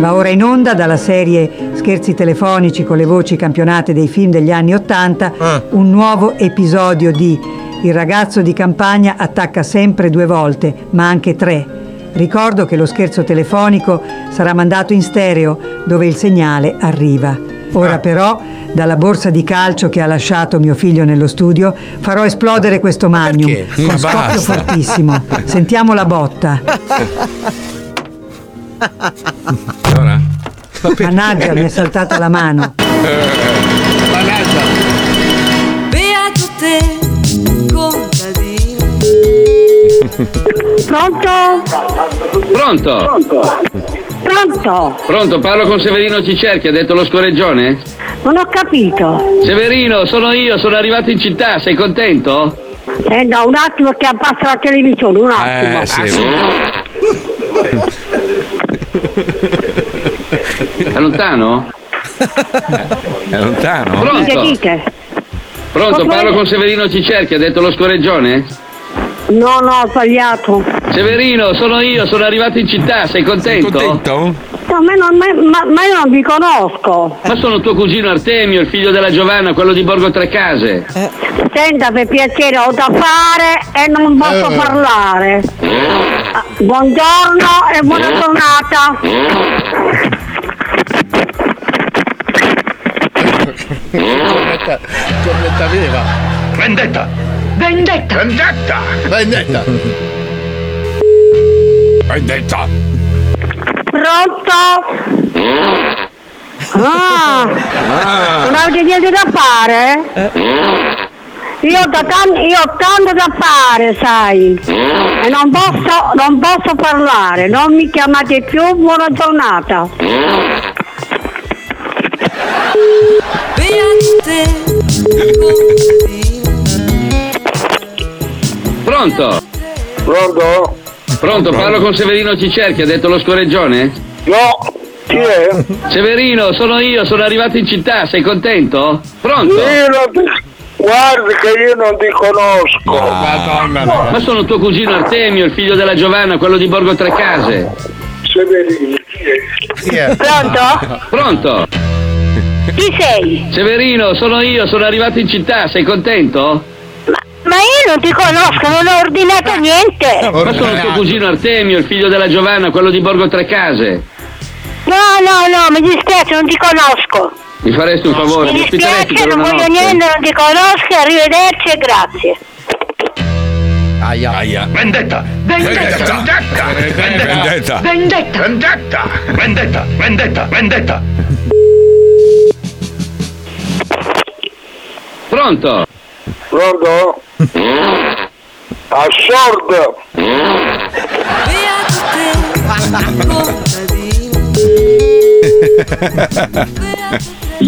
S17: Va ora in onda dalla serie Scherzi telefonici con le voci campionate dei film degli anni Ottanta un nuovo episodio di Il ragazzo di campagna attacca sempre due volte, ma anche tre. Ricordo che lo scherzo telefonico sarà mandato in stereo dove il segnale arriva. Ora però, dalla borsa di calcio che ha lasciato mio figlio nello studio, farò esplodere questo magnum
S22: Ma
S17: con scoppio
S22: basta.
S17: fortissimo. Sentiamo la botta.
S3: Allora.
S17: Mannaggia, mi è saltata la mano.
S10: Beato te, contadino.
S23: Pronto?
S24: Pronto?
S23: Pronto?
S24: Pronto, parlo con Severino Cicerchi, ha detto lo scoreggione?
S23: Non ho capito.
S24: Severino, sono io, sono arrivato in città, sei contento?
S23: Eh no, un attimo che abbassa la televisione, un attimo.
S24: Eh, sì. È lontano?
S3: È lontano?
S23: Dite,
S24: Eh, Pronto?
S23: dite.
S24: Pronto, parlo con Severino Cicerchi, ha detto lo scoreggione?
S23: No, no, ho sbagliato.
S24: Severino, sono io, sono arrivato in città, sei contento?
S23: No, ma, non- ma- ma- ma io non vi conosco.
S24: Ma sono tuo cugino Artemio, il figlio della Giovanna, quello di Borgo Trecase.
S4: Eh.
S23: Senta, per piacere, ho da fare e non posso
S24: Eh.
S23: parlare. Ah, Buongiorno e buona giornata.
S2: Tormenta viva. Vendetta.
S23: Vendetta.
S2: Vendetta. Vendetta.
S3: Vendetta.
S23: Pronto? Ah, non avete niente da fare?
S10: Eh.
S23: Io ho, da tan- io ho tanto da fare, sai. E non posso, non posso parlare, non mi chiamate più, buona giornata.
S24: Pronto?
S4: Pronto?
S24: Pronto, parlo con Severino Cicerchi, ha detto lo scoreggione?
S4: No, chi è?
S24: Severino, sono io, sono arrivato in città, sei contento? Pronto?
S4: Io non ti- Guardi che io non ti conosco.
S24: Ma sono tuo cugino Artemio, il figlio della Giovanna, quello di Borgo Trecase.
S4: Severino, chi è?
S23: Pronto?
S24: Pronto?
S23: Chi sei?
S24: Severino, sono io, sono arrivato in città, sei contento?
S23: Ma io non ti conosco, non ho
S16: Eh.
S23: ordinato niente.
S24: Ma sono tuo cugino Artemio, il figlio della Giovanna, quello di Borgo Trecase.
S23: No, no, no, mi dispiace, non ti conosco.
S24: Mi faresti un favore, mi
S23: Mi
S24: ospiteresti
S23: dispiace,
S24: per
S23: non
S24: una
S23: voglio niente,
S24: notte?
S23: non ti conosco, arrivederci e grazie.
S5: Aia.
S13: Vendetta.
S23: Vendetta. Vendetta.
S13: Vendetta. Vendetta. Vendetta. Vendetta. Vendetta.
S24: Pronto?
S4: Pronto? Assordo.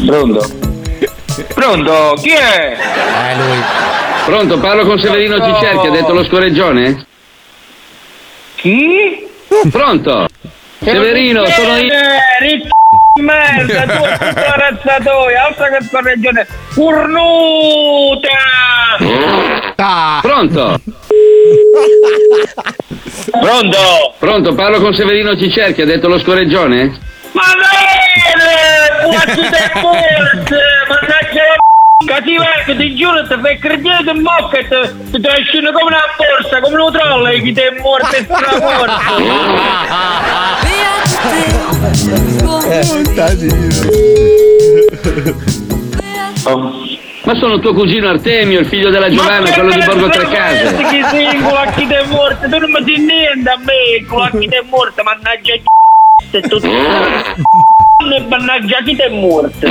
S24: Pronto? Pronto? Chi è?
S5: Eh, lui.
S24: Pronto, parlo con Severino
S4: Pronto?
S24: Cicerchi, ha detto lo scoreggione?
S4: Chi?
S24: Pronto? Severino, sono io.
S4: Ricco di merda, tu tutta razzatoia, altra che correggione. Cornuta!
S24: Pronto?
S4: Pronto?
S24: Pronto, parlo con Severino Cicerchi, ha detto lo scoreggione?
S4: Ma bene! Quasi del morte! Mannaggia la p***a, ti vengo, ti giuro, ti fai credere in bocca e ti- ti trascino come una borsa, come un troll che ti è morto e
S24: Ma sono tuo cugino Artemio, il figlio della Giovanna, quello di Borgo Trecase.
S4: Ma chi singolo, a chi ti è morto, tu non mi sei niente a me, con a chi ti è morto, mannaggia c***o, e tutto. E mannaggia chi ti è morto.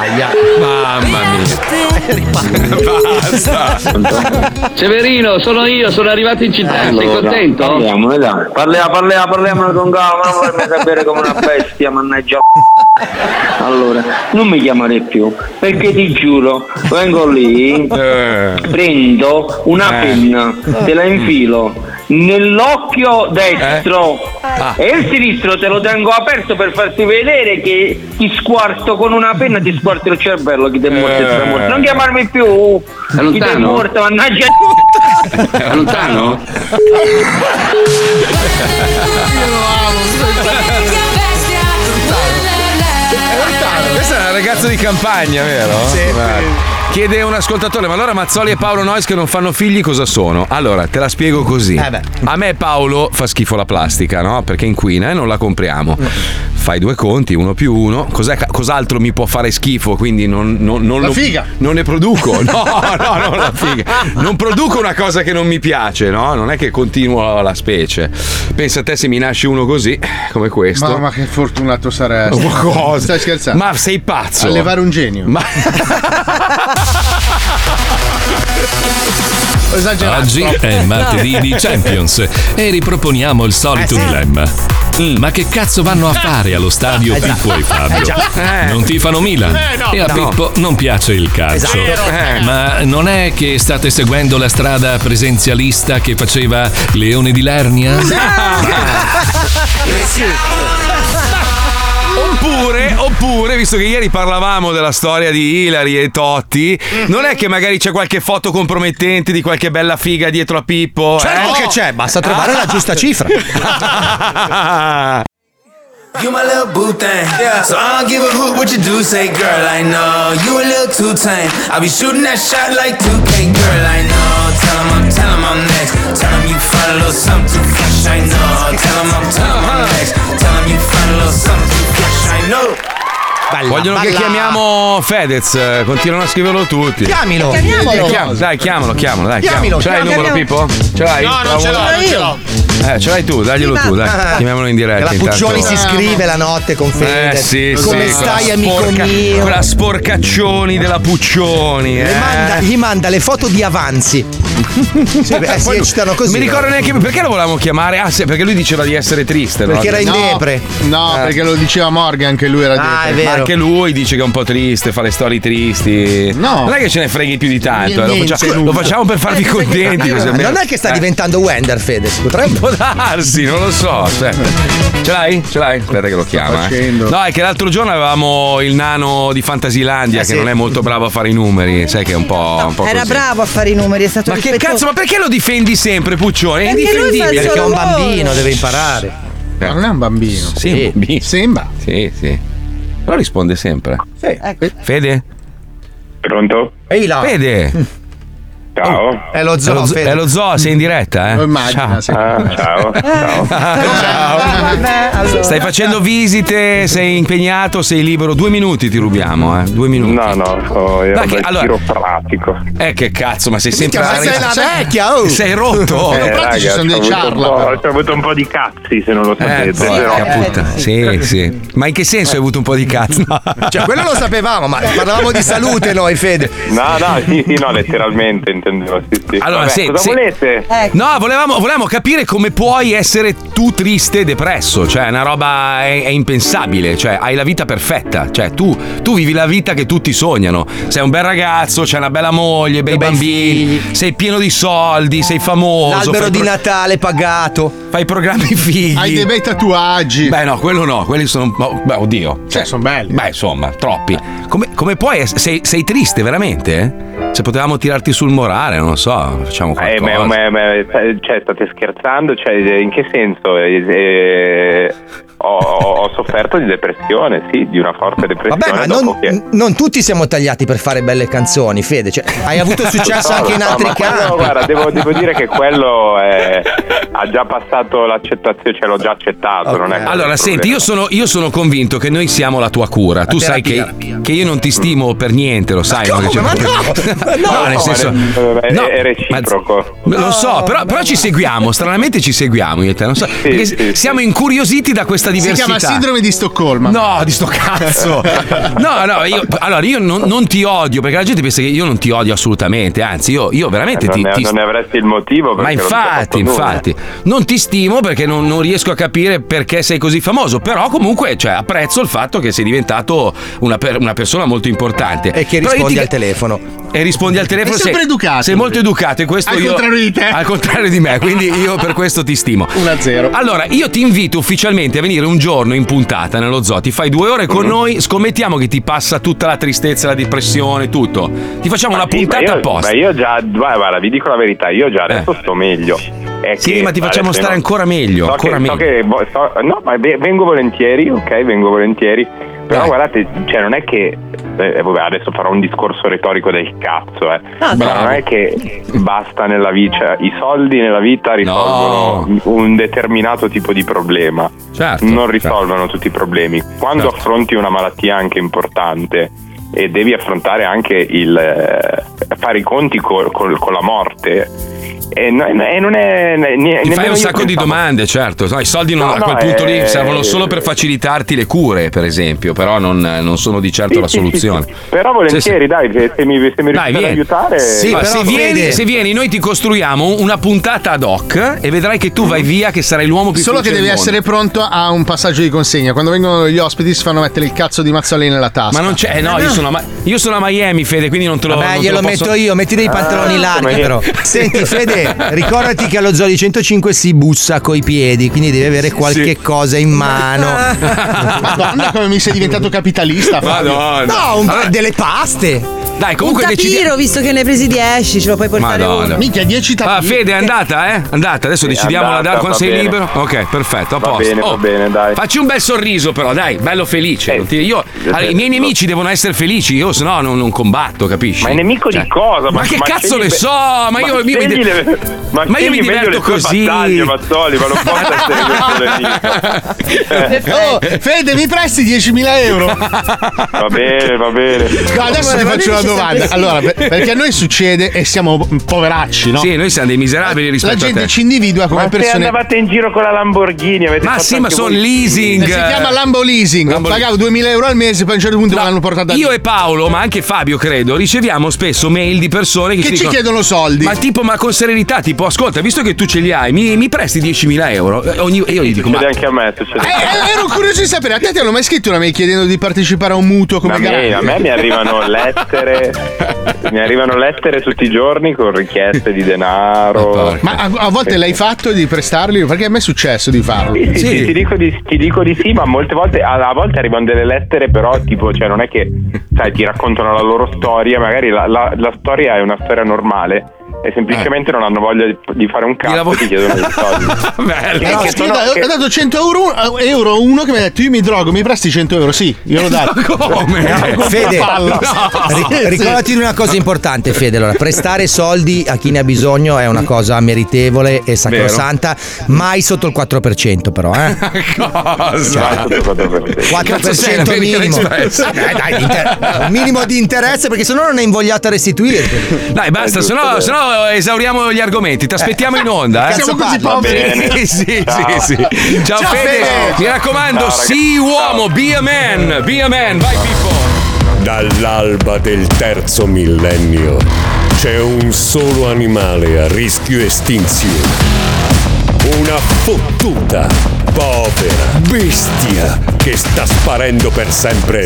S3: Aia. Mamma mia. Basta.
S24: Severino, sono io, sono arrivato in città, sei contento?
S4: Parliamo, dai. Parliamo, parliamo, parliamo con calma, non vorrei sapere come una bestia, mannaggia. Allora, non mi chiamare più, perché ti giuro, vengo lì,
S3: Eh.
S4: prendo una
S6: Eh.
S4: penna, te la infilo nell'occhio destro e il sinistro te lo tengo aperto per farti vedere che ti squarto con una penna, ti squarto il cervello, chi ti è morto, chi ti è morto. Non chiamarmi più, chi ti è
S24: lontano?
S4: morto, mannaggia.
S24: È lontano?
S3: Questa è una ragazza di campagna, vero?
S6: Sì.
S3: Guarda. Chiede un ascoltatore, ma allora Mazzoli e Paolo Nois che non fanno figli cosa sono? Allora, te la spiego così.
S6: Eh
S3: A me Paolo fa schifo la plastica, no? Perché inquina e non la compriamo. Fai due conti, uno più uno. Cos'è ca- cos'altro mi può fare schifo? Quindi non, non- non
S6: La
S3: lo-
S6: figa.
S3: Non ne produco. No, no, non la figa. Non produco una cosa che non mi piace, no? Non è che continuo la specie. Pensa a te se mi nasce uno così, come questo.
S2: Mamma che fortunato saresti.
S3: Ma cosa?
S2: Stai scherzando?
S3: Ma sei pazzo.
S2: Allevare un genio.
S3: Ma
S2: esagerato.
S1: Oggi è martedì di Champions e riproponiamo il solito
S6: Eh sì.
S1: dilemma. Mm, Ma che cazzo vanno a fare allo stadio
S6: Eh già.
S1: Pippo e
S6: Eh
S1: Fabio?
S6: già.
S1: Non tifano Milan
S6: Eh no.
S1: e a
S6: No.
S1: Pippo non piace il calcio. Eh.
S6: Esatto. Vero.
S1: Ma non è che state seguendo la strada presenzialista che faceva Leone di Lernia?
S3: Oppure, oppure, visto che ieri parlavamo della storia di Ilari e Totti,
S5: Mhm.
S3: non è che magari c'è qualche foto compromettente di qualche bella figa dietro a Pippo?
S5: Certo
S3: eh?
S5: che c'è, basta trovare
S3: Ah.
S5: la giusta cifra.
S7: You my little boo thing. So I don't give a hoot what you do, say girl, I know. You a little too tame. I be shooting that shot like 2K, girl, I know. Tell 'em I'm, tell 'em I'm next. Tell 'em you find a little something too fresh, I know. Tell 'em I'm, tell 'em I'm next. Tell 'em you find a little something too fresh, I know.
S3: Vogliono che
S7: balla.
S3: chiamiamo Fedez, eh, continuano a scriverlo tutti.
S7: Chiamilo. Chiamalo.
S3: Eh, chiam- dai, chiamalo, chiamalo, dai.
S6: Chiamilo,
S3: chiamalo. Ce l'hai il
S6: chiamalo.
S3: numero, Pippo? Ce l'hai?
S6: No, non ce l'ho, non ce l'ho.
S3: Eh, ce l'hai tu, daglielo
S5: Sì,
S3: tu,
S5: ma-
S3: dai. Chiamiamolo in
S5: Che
S3: diretta.
S5: la Puccioni si
S3: intanto.
S5: scrive la notte con Fede.
S3: Eh sì,
S5: Come
S3: sì,
S5: stai,
S3: quella
S5: amico
S3: sporca-
S5: mio?
S3: Quella sporcaccioni della Puccioni.
S5: Le
S3: eh.
S5: manda- gli manda le foto di avanzi. Sì, beh, si
S3: Poi
S5: eccitano così.
S3: Mi ricordo neanche perché lo volevamo chiamare. Ah, sì, perché lui diceva di essere triste. no? No,
S2: No,
S3: Eh.
S2: perché lo diceva Morgan che lui era
S3: Ma
S5: Ah,
S2: depre.
S3: Anche lui dice che è un po' triste, fa le storie tristi.
S2: No.
S3: Non è che ce ne freghi più di tanto. eh, lo,
S5: Niente, Eh,
S3: facciamo,
S5: nulla.
S3: lo facciamo per farvi contenti. mi sembra.
S5: Non è che sta
S3: Eh,
S5: diventando Wender, Fede. Potrebbe.
S3: Può darsi, non lo so. aspetta. Ce l'hai? Ce l'hai? Aspetta che lo chiama. eh.
S5: facendo?
S3: No, è che l'altro giorno avevamo il nano di Fantasilandia
S5: Eh,
S3: che
S5: sì.
S3: non è molto bravo a fare i numeri. Sai che è un po'. un po'
S21: Era
S3: così.
S21: bravo a fare i numeri, è stato
S3: Ma che
S21: rispettoso.
S3: cazzo, ma perché lo difendi sempre, Puccione? È
S21: Perché lui fa il
S3: indifendibile.
S21: suo Perché è un lavoro. bambino, deve
S3: imparare.
S2: Ma non è un bambino.
S3: Sì, è un bambino.
S2: Sembra.
S3: Sì, sì. Però risponde sempre.
S21: Ecco.
S3: Fede? Pronto?
S5: Ehi là.
S3: Fede. Ciao.
S5: È lo zoo,
S3: È lo,
S5: Fede.
S3: è lo zoo, sei in diretta, eh?
S5: Lo immagino, sì. Ah,
S3: ciao.
S21: Vabbè, allora.
S3: Stai facendo visite, sei impegnato, sei libero. Due minuti ti rubiamo, eh? Due minuti. No, oh, no,
S8: ero
S3: che,
S8: bel
S3: allora, pratico. Eh, che cazzo, ma sei sempre. Cioè,
S8: ma sei la
S5: vecchia,
S3: Sei rotto.
S8: Eh, raga, c'ho avuto un po'- C'ho avuto un po' di cazzi se non lo sapete,
S3: Eh,
S8: però.
S3: porca puttana. Sì, sì. Ma in che senso hai avuto un po' di cazzo? No.
S5: Cioè, quello lo sapevamo, ma parlavamo di salute noi, Fede.
S8: No, no, sì, sì, no, letteralmente intendevo. Sì, sì.
S3: Allora,
S8: Vabbè,
S3: se-
S8: cosa
S3: se-
S8: volete?
S3: No, volevamo, volevamo capire come puoi essere tu triste e depresso. Cioè, è una roba è, è impensabile. Cioè, hai la vita perfetta. Cioè, tu, tu vivi la vita che tutti sognano. Sei un bel ragazzo, c'hai una bella moglie, bei bambini, sei pieno di soldi, sei famoso.
S5: L'albero
S3: fai
S5: di
S3: pro-
S5: Natale pagato.
S3: Fai programmi fighi.
S2: Hai dei bei tatuaggi.
S3: Beh, no, quello no, quelli sono. oh, Beh, oddio. Cioè, sono belli. Beh, insomma, troppi. Come, come puoi essere. Sei, sei triste, veramente? Se potevamo tirarti sul morale, non lo so, facciamo qualcosa.
S8: Eh, ma, ma- ma- cioè, state scherzando? Cioè, in che senso? Eh, eh, ho, ho- ho sofferto di depressione, sì, di una forte depressione.
S5: Vabbè, ma
S8: dopo
S5: non,
S8: che-
S5: non tutti siamo tagliati per fare belle canzoni, Fede. Cioè, hai avuto successo
S8: Lo so,
S5: anche
S8: lo
S5: in
S8: so,
S5: altri
S8: ma quello,
S5: campi.
S8: Guarda, devo, devo dire che quello è- ha già passato l'accettazione, cioè l'ho già accettato. non
S2: Eh,
S8: è quello
S3: Allora,
S8: il
S3: senti, io sono, io sono convinto che noi siamo la tua cura. tu sai che, che io
S8: Mm.
S3: non ti stimo per niente, lo sai. no? Cioè,
S8: problema.
S3: no, nel senso.
S8: eh, è, è-
S3: no,
S8: è reciproco.
S3: Lo so, però, però ci seguiamo, stranamente ci seguiamo io e te, non so, perché siamo incuriositi da questa vasta diversità.
S2: Si chiama sindrome di Stoccolma.
S3: No, di sto cazzo. No, no, io, allora io non, non ti odio perché la gente pensa che io non ti odio assolutamente, anzi io, io veramente
S8: Eh, non,
S3: ti,
S8: ne,
S3: ti-
S8: non ne avresti il motivo.
S3: Ma
S8: perché non ti ho fatto
S3: infatti,
S8: nulla.
S3: infatti, non ti stimo perché non, non riesco a capire perché sei così famoso, però comunque cioè, apprezzo il fatto che sei diventato una, per- una persona molto importante.
S5: E che
S3: Però io
S5: rispondi
S3: ti-
S5: al telefono.
S3: E rispondi al telefono.
S5: È sempre
S3: sei,
S5: educato.
S3: Sei molto educato e questo
S5: Al
S3: io-
S5: contrario di te.
S3: Al contrario di me, quindi io per questo ti stimo.
S2: 1-0.
S3: Allora, io ti invito ufficialmente a venire un giorno in puntata nello zoo. Ti fai due ore
S8: Mm.
S3: con noi, scommettiamo che ti passa tutta la tristezza, la depressione, tutto. Ti facciamo una
S8: Sì, ma
S3: puntata
S8: io-
S3: apposta. Eh.
S8: Ma io già, guarda, guarda, vi dico la verità, io già adesso sto meglio. È
S3: Sì,
S8: che
S3: ma ti facciamo
S8: adesso
S3: stare
S8: non-
S3: ancora meglio,
S8: so
S3: ancora
S8: che, so
S3: meglio.
S8: che vo- so- no, ma ve- vengo volentieri, ok, vengo volentieri. Però guardate, cioè non è che eh, vabbè, adesso farò un discorso retorico del cazzo, eh.
S11: Ah,
S8: Però
S11: bravo.
S8: non è che basta nella vita, cioè, i soldi nella vita risolvono un determinato tipo di problema.
S3: Certo,
S8: non risolvono tutti i problemi. Quando affronti una malattia anche importante e devi affrontare anche il eh, fare i conti col- col- con la morte e, no- e non è ne- ne-
S3: Ti fai
S8: nemmeno
S3: un
S8: io
S3: sacco di
S8: pensavo-
S3: domande, certo. No, I soldi non-
S8: No,
S3: a
S8: no,
S3: quel punto
S8: eh,
S3: lì servono solo per facilitarti le cure, per esempio, però non, non sono di certo
S8: Sì,
S3: la
S8: sì,
S3: soluzione.
S8: sì, sì. Però volentieri, dai, se, se mi, se mi
S3: Dai,
S8: riuscite ad
S3: vieni.
S8: aiutare. eh,
S3: Ma se, vieni, se vieni, noi ti costruiamo una puntata ad hoc e vedrai che tu vai via, che sarai l'uomo più
S2: Mm. Solo che
S3: felice del
S2: devi
S3: mondo.
S2: essere pronto a un passaggio di consegna. Quando vengono gli ospiti si fanno mettere il cazzo di mazzolini nella tasca.
S3: Ma non c'è, eh, no,
S2: Eh,
S3: Io, sono a, Ma- io sono a Miami, Fede, quindi non te lo
S2: Vabbè,
S3: non te
S5: glielo
S3: lo posso-
S5: metto io, metti
S8: Ah,
S5: dei pantaloni larghi però. Senti Fede, ricordati che allo zoo di 105 si bussa coi piedi, quindi devi avere qualche cosa in
S3: Ah,
S5: mano.
S2: Madonna, come mi sei diventato capitalista. Fabio.
S5: No, un- delle paste.
S3: Dai,
S21: un tapiro, visto che ne hai presi 10, ce lo puoi portare
S3: Madonna.
S21: uno.
S3: Minchia,
S2: 10
S3: Ah, Fede, è andata, eh? Andata, adesso
S8: Sì, è
S3: decidiamo la
S8: andata,
S3: data quando
S8: va
S3: sei
S8: bene.
S3: libero. Ok, perfetto, a
S8: Va
S3: posto. Oh,
S8: bene, va bene, dai. Eh,
S3: Facci un bel sorriso, però, dai, bello felice. Non ti- io- allora, I miei nemici devono essere felici, io se no non, non combatto, capisci?
S8: Ma è nemico
S3: Cioè,
S8: di cosa?
S3: Ma, che cazzo
S8: scegli
S3: ne
S8: be-
S3: so? Ma io, io mi,
S8: scegli
S3: di-
S8: le- ma
S3: ma io mi
S8: scegli meglio
S3: diverto
S8: le tue
S3: così.
S8: battaglie, Mazzoli, ma non posso essere questo
S3: Eh,
S8: nemico.
S2: Oh, Fede, mi presti 10.000 euro?
S8: Va bene, va bene.
S2: No, adesso ti faccio una domanda. Allora, per- perché a noi succede e siamo poveracci, no?
S3: Sì, noi siamo dei miserabili rispetto
S2: La gente
S3: a te.
S2: ci individua come
S8: Ma se
S2: persone.
S8: andavate in giro con la Lamborghini, avete
S3: Ma
S8: fatto
S3: sì, ma
S8: anche
S3: sono
S8: voi-
S3: leasing.
S2: Eh, Si chiama Lambo Leasing.
S3: Lambo-
S2: Pagavo 2000 euro al mese, poi a un certo punto me l'hanno portata
S3: Io e Paolo, ma anche Fabio, credo, riceviamo spesso mail di persone che,
S2: Che ci
S3: dicono-
S2: chiedono soldi.
S3: Ma tipo, ma con serenità, tipo, ascolta, visto che tu ce li hai, mi, mi presti 10.000 euro? E ogni- e io gli dico, ma.
S8: Succede anche a me, succede anche a me.
S2: Eh, ero curioso di sapere, a te ti hanno mai scritto una mail chiedendo di partecipare a un mutuo come
S8: a, me,
S2: garante?
S8: a me mi arrivano lettere mi arrivano lettere tutti i giorni con richieste di denaro
S2: Ma a, a volte l'hai fatto di prestarli? Perché a me è successo di farlo. Eh,
S8: Sì, sì, sì, Ti, dico di, ti dico di sì, ma molte volte a, a volte arrivano delle lettere, però tipo, cioè, non è che sai, ti raccontano la loro storia, magari la, la- la storia è una storia normale e semplicemente non hanno voglia di, Eh. di fare un cazzo e ti chiedono dei soldi.
S2: Eh,
S8: No,
S2: che
S8: sono-
S2: scusa, ho-
S8: che-
S2: ho dato 100 euro, eh, euro a uno che mi ha detto io mi drogo, mi presti 100 euro? Sì, io lo dai.
S5: Eh, Fede, ri- ricordati di una cosa importante, Fede. Allora, prestare soldi a chi ne ha bisogno è una cosa meritevole e sacrosanta, mai sotto il 4%, però, eh.
S3: Cosa? Cazzo sei la
S5: 4%
S3: American
S5: minimo. Eh,
S3: Express?
S5: Dai, dai, di inter- un minimo di interesse perché sennò non è invogliato a restituire.
S3: Dai, basta, sennò, sennò esauriamo gli argomenti. Ti aspettiamo in onda. Eh.
S5: Cazzo Siamo così parla. poveri.
S3: Va bene. sì, sì,
S5: Ciao.
S3: sì. Ciao,
S5: Ciao,
S3: Fede.
S5: Fede.
S3: Mi raccomando,
S16: Ciao, ragazzi.
S3: sii uomo, be a man, be a man. Vai, Pippo.
S16: Dall'alba del terzo millennio c'è un solo animale a rischio estinzione. Una fottuta, povera bestia che sta sparendo per sempre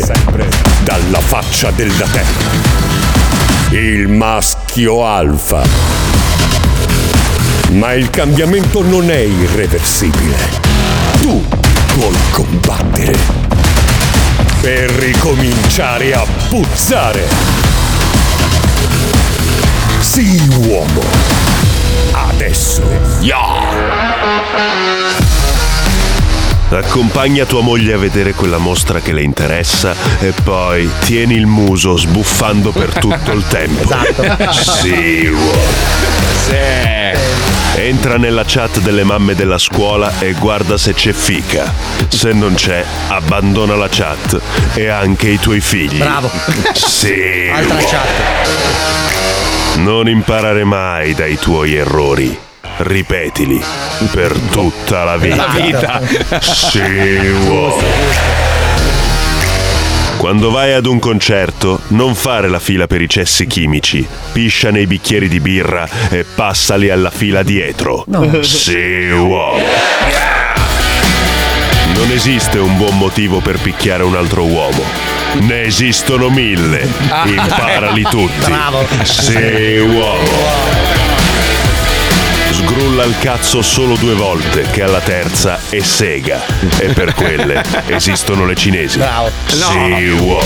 S16: dalla faccia della terra. Il maschio alfa. Ma il cambiamento non è irreversibile. Tu vuoi combattere per ricominciare a puzzare. Sii uomo. Adesso.
S18: Accompagna tua moglie a vedere quella mostra che le interessa e poi tieni il muso sbuffando per tutto il tempo.
S16: Esatto.
S18: Sì, uomo. Entra nella chat delle mamme della scuola e guarda se c'è fica. Se non c'è, abbandona la chat e anche i tuoi figli.
S5: Bravo.
S18: Sì.
S5: Altra
S18: uomo.
S5: chat.
S18: Non imparare mai dai tuoi errori. ripetili per tutta la vita.
S16: La vita.
S18: Sì, uomo. Quando vai ad un concerto, non fare la fila per i cessi chimici. Piscia nei bicchieri di birra e passali alla fila dietro.
S16: No.
S18: Sì, uomo. Non esiste un buon motivo per picchiare un altro uomo. Ne esistono mille. Imparali tutti.
S16: Ah. Bravo.
S18: Sì, uomo. Sgrulla il cazzo solo due volte, che alla terza è sega. E per quelle esistono le cinesi.
S16: Bravo.
S18: Sì, uomo.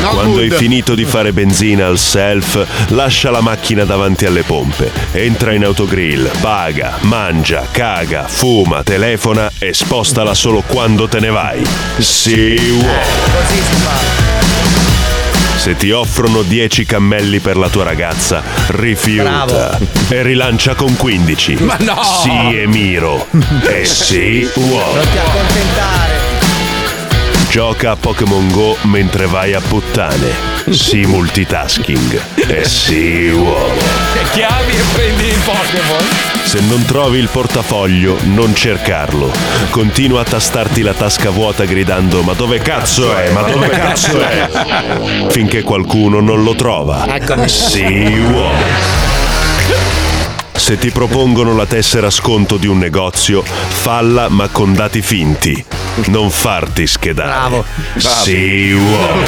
S16: No
S18: Quando
S16: good.
S18: hai finito di fare benzina al self, lascia la macchina davanti alle pompe. Entra in autogrill, paga, mangia, caga, fuma, telefona e spostala solo quando te ne vai. Sì, uomo. Se ti offrono 10 cammelli per la tua ragazza, rifiuta
S16: Bravo.
S18: e rilancia con 15.
S16: Ma no!
S18: Sì, Emiro. e sì, uomo.
S5: Non ti accontentare.
S18: Gioca a Pokémon Go mentre vai a puttane. Sì, multitasking. E sì, uomo.
S3: Chiavi e prendi il Pokémon.
S18: Se non trovi il portafoglio, non cercarlo. Continua a tastarti la tasca vuota gridando ma dove cazzo è? Ma dove cazzo è? Finché qualcuno non lo trova.
S16: Eccomi.
S18: Sì, uomo. Se ti propongono la tessera sconto di un negozio, falla ma con dati finti. Non farti schedare. Bravo. Sì, uomo.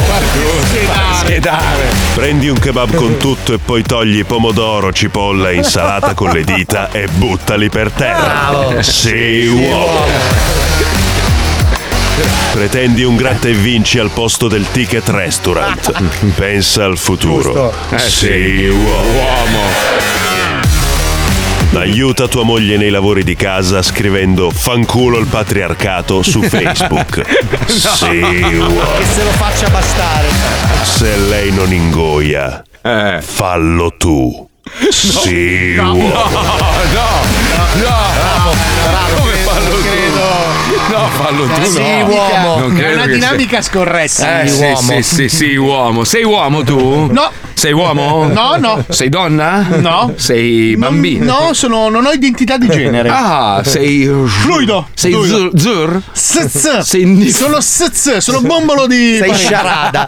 S18: Prendi un kebab con tutto e poi togli pomodoro, cipolla e insalata con le dita e buttali per terra.
S16: Bravo.
S18: Sì, uomo. Pretendi un gratta e vinci al posto del ticket restaurant. Pensa al futuro.
S16: Eh,
S18: Sì, uomo. Aiuta tua moglie nei lavori di casa scrivendo fanculo il patriarcato su Facebook. Sì, uomo.
S5: Che se lo faccia bastare.
S18: Se lei non ingoia, fallo tu. Sì,
S3: Eh. No, no,
S18: uomo.
S3: no, no. Come fallo tu? No, fallo tu.
S2: Sì,
S3: no.
S2: uomo.
S3: Non
S2: È
S3: credo
S2: una
S3: che
S2: dinamica
S3: sia-
S2: scorretta.
S3: Eh,
S2: Sì,
S3: sì,
S2: uomo.
S3: Sì, sì, sì, uomo. Sei uomo tu?
S2: No.
S3: Sei uomo?
S2: No, no.
S3: Sei donna?
S2: No.
S3: Sei bambino?
S2: No, sono, non ho identità di genere.
S3: Ah, sei.
S2: Fluido.
S3: Sei
S2: Fluido.
S3: zur- zur?
S2: Sz.
S3: Sei-
S2: Sono sz, sono bombolo di.
S1: Sei sciarada.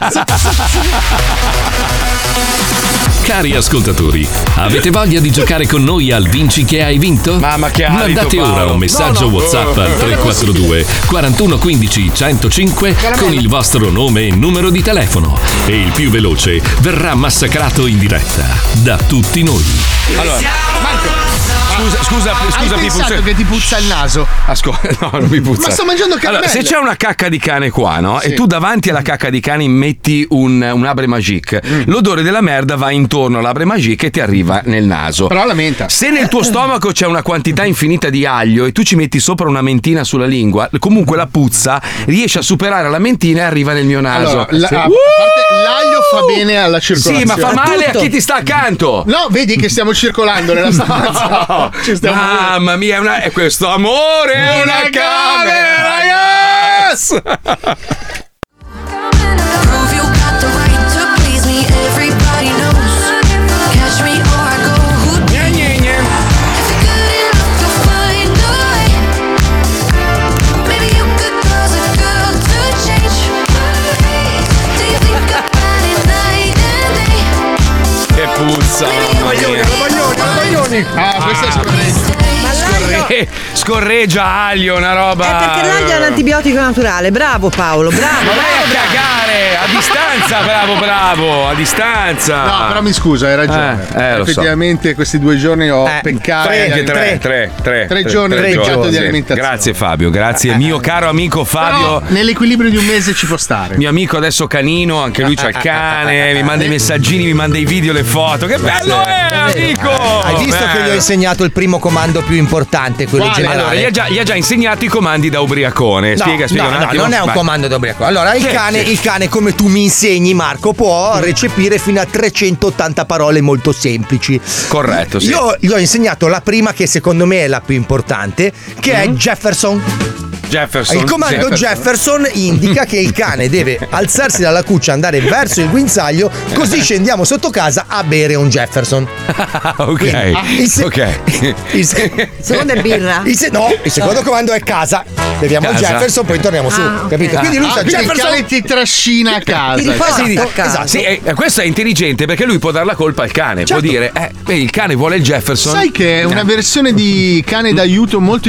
S1: Cari ascoltatori, avete voglia di giocare con noi al Vinci che hai vinto? Mamma che
S3: hai
S1: Mandate
S3: vinto,
S1: ora
S3: Paolo.
S1: un messaggio
S3: No, no.
S1: WhatsApp al 342 4115 105 con il vostro nome e numero di telefono e il più veloce verrà massacrato in diretta da tutti noi.
S3: Allora, scusa, scusa, scusa,
S2: Ah, Hai pensato
S3: Pippo, se-
S2: che ti puzza il naso.
S3: Ascolta, no, non mi puzza.
S2: Ma sto mangiando
S3: Allora,
S2: caramelle.
S3: se c'è una cacca di cane qua, no?
S2: Sì.
S3: E tu davanti alla cacca di cane metti un, un abre magique,
S2: Mm.
S3: l'odore della merda va intorno all'abre magique e ti arriva nel naso.
S2: Però la menta.
S3: Se nel tuo stomaco c'è una quantità infinita di aglio e tu ci metti sopra una mentina sulla lingua, comunque la puzza riesce a superare la mentina e arriva nel mio naso.
S2: Allora, la-
S3: Sì.
S2: a
S3: Uh!
S2: parte l'aglio fa bene alla circolazione.
S3: Sì, ma fa male a
S2: Tutto.
S3: chi ti sta accanto.
S2: No, vedi che stiamo circolando nella stanza.
S3: No.
S2: Ci stiamo-
S3: Mamma mia, è una- è questo amore è una camera, ragazzi! Che puzza, mamma mia.
S2: Ah, questa è
S3: Scorre- Scorreggia aglio, una roba.
S21: Eh, Perché l'aglio è un antibiotico naturale. Bravo Paolo, bravo.
S3: Ah. Ma vai a cagare a distanza, bravo, bravo, a distanza.
S2: No, però mi scusa, hai ragione.
S3: Ah. Eh, eh, lo so. Eh,
S2: Effettivamente questi due giorni ho peccato.
S5: eh,
S3: Tre,
S2: di
S3: anche tre,
S2: alimentazione.
S3: tre, tre,
S2: Tre giorni ho
S3: tre
S2: peccato di
S3: sì.
S2: alimentazione.
S3: Grazie Fabio, grazie.
S5: Eh.
S3: Mio caro amico Fabio,
S2: Però nell'equilibrio di un mese ci può stare.
S3: mio amico adesso canino, anche lui c'ha il cane, mi manda i messaggini, mi manda i video, le foto. Che bello è, amico!
S5: Hai visto che gli ho
S3: Bello.
S5: insegnato il primo comando più importante, quello generale?
S3: Allora, gli ha, già, gli ha già insegnato i comandi da ubriacone.
S5: No,
S3: spiega, spiega
S5: no,
S3: un
S5: no,
S3: attimo.
S5: non è un
S3: Vai.
S5: comando da ubriaco. Allora, il
S3: Sì,
S5: cane,
S3: sì. Mm.
S5: il cane, come tu mi insegni, Marco, può recepire fino a 380 parole molto semplici.
S3: Corretto, sì.
S5: Io gli ho insegnato la prima, che secondo me è la più importante, che è Jefferson.
S3: Mm. Jefferson.
S5: Il comando Jefferson indica che il cane deve alzarsi dalla cuccia, andare verso il guinzaglio, così scendiamo sotto casa a bere un Jefferson.
S3: ok.
S5: Quindi, il se-
S3: ok.
S5: Il se-
S3: Secondo
S21: è birra.
S5: Il se- no, il secondo
S21: No.
S5: comando è casa. Beviamo il
S3: Casa.
S5: Jefferson, poi torniamo su.
S2: Ah, ok.
S5: Capito? Quindi lui
S2: Ah,
S3: Cioè,
S5: sa
S2: quindi il
S5: Jefferson.
S2: cane ti trascina a casa.
S3: Esatto, esatto. Sì, eh, questo è intelligente perché lui può dare la colpa al cane. Può dire, eh, beh, il cane vuole il Jefferson. Eh.
S2: Sai che è una versione di cane d'aiuto molto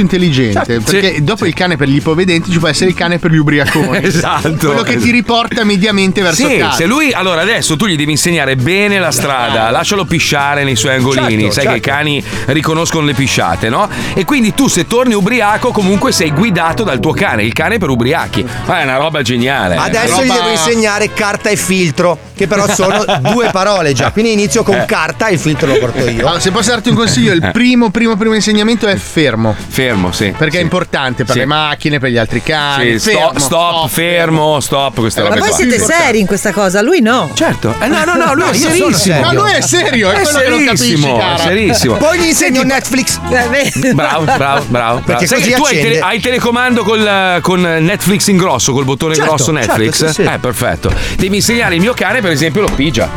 S3: Sì,
S2: intelligente. Perché dopo il cane per gli ipovedenti ci può essere il cane per gli ubriaconi.
S3: Esatto.
S2: Quello che ti riporta mediamente verso
S3: Sì,
S2: casa.
S3: se lui allora adesso tu gli devi insegnare bene la strada, lascialo pisciare nei suoi angolini,
S2: Certo,
S3: sai
S2: certo.
S3: che i cani riconoscono le pisciate, no? E quindi tu se torni ubriaco comunque sei guidato dal tuo cane, il cane per ubriachi. Ma è una roba geniale.
S5: Adesso gli devo insegnare carta e filtro, che però sono due parole già. Quindi inizio con
S2: Eh.
S5: carta e il filtro lo porto io.
S2: Allora, se posso darti un consiglio, il primo, primo, primo insegnamento è fermo.
S3: Fermo, sì.
S2: Perché è importante per
S3: Sì.
S2: le macchine, per gli altri cani.
S3: Sì, stop,
S2: fermo.
S3: stop, fermo, stop, queste
S21: Eh, Ma
S3: robe
S21: voi
S3: qua.
S21: siete seri in questa cosa, lui no.
S3: Certo. Eh, no, no, no, lui è
S21: io sono
S3: serissimo.
S21: serio.
S3: No, lui è serio, è È quello che non capisci, serissimo, cara. è serissimo. Poi
S5: gli insegno Netflix.
S3: Bravo, bravo, bravo.
S5: Perché
S3: Sai
S5: così
S3: che tu hai,
S5: accende.
S3: tele- hai il telecomando col- con Netflix in grosso, col bottone
S5: Certo,
S3: grosso
S5: certo,
S3: Netflix?
S5: sì, sì.
S3: Eh, perfetto. Devi insegnare il mio cane, per esempio, lo pigia.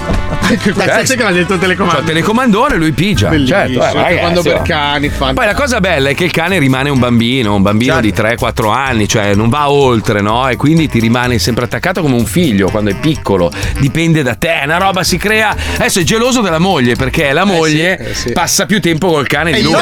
S6: Ecco,
S2: Pensate che l'ha detto il telecomando.
S3: Cioè, il telecomandone lui pigia.
S2: Bellissimo,
S3: Certo, eh,
S6: cioè,
S3: ragazzi,
S2: quando per
S3: oh.
S2: cani fanno. Certo.
S3: Poi la cosa bella è che il cane rimane un bambino, un bambino di 3-4 anni, cioè non va oltre, no? E quindi ti rimane sempre attaccato come un figlio quando è piccolo. Dipende da te, è una roba si crea. Adesso è geloso della moglie perché
S2: Eh
S3: la moglie passa più tempo col cane di
S5: E
S3: lui.
S5: no,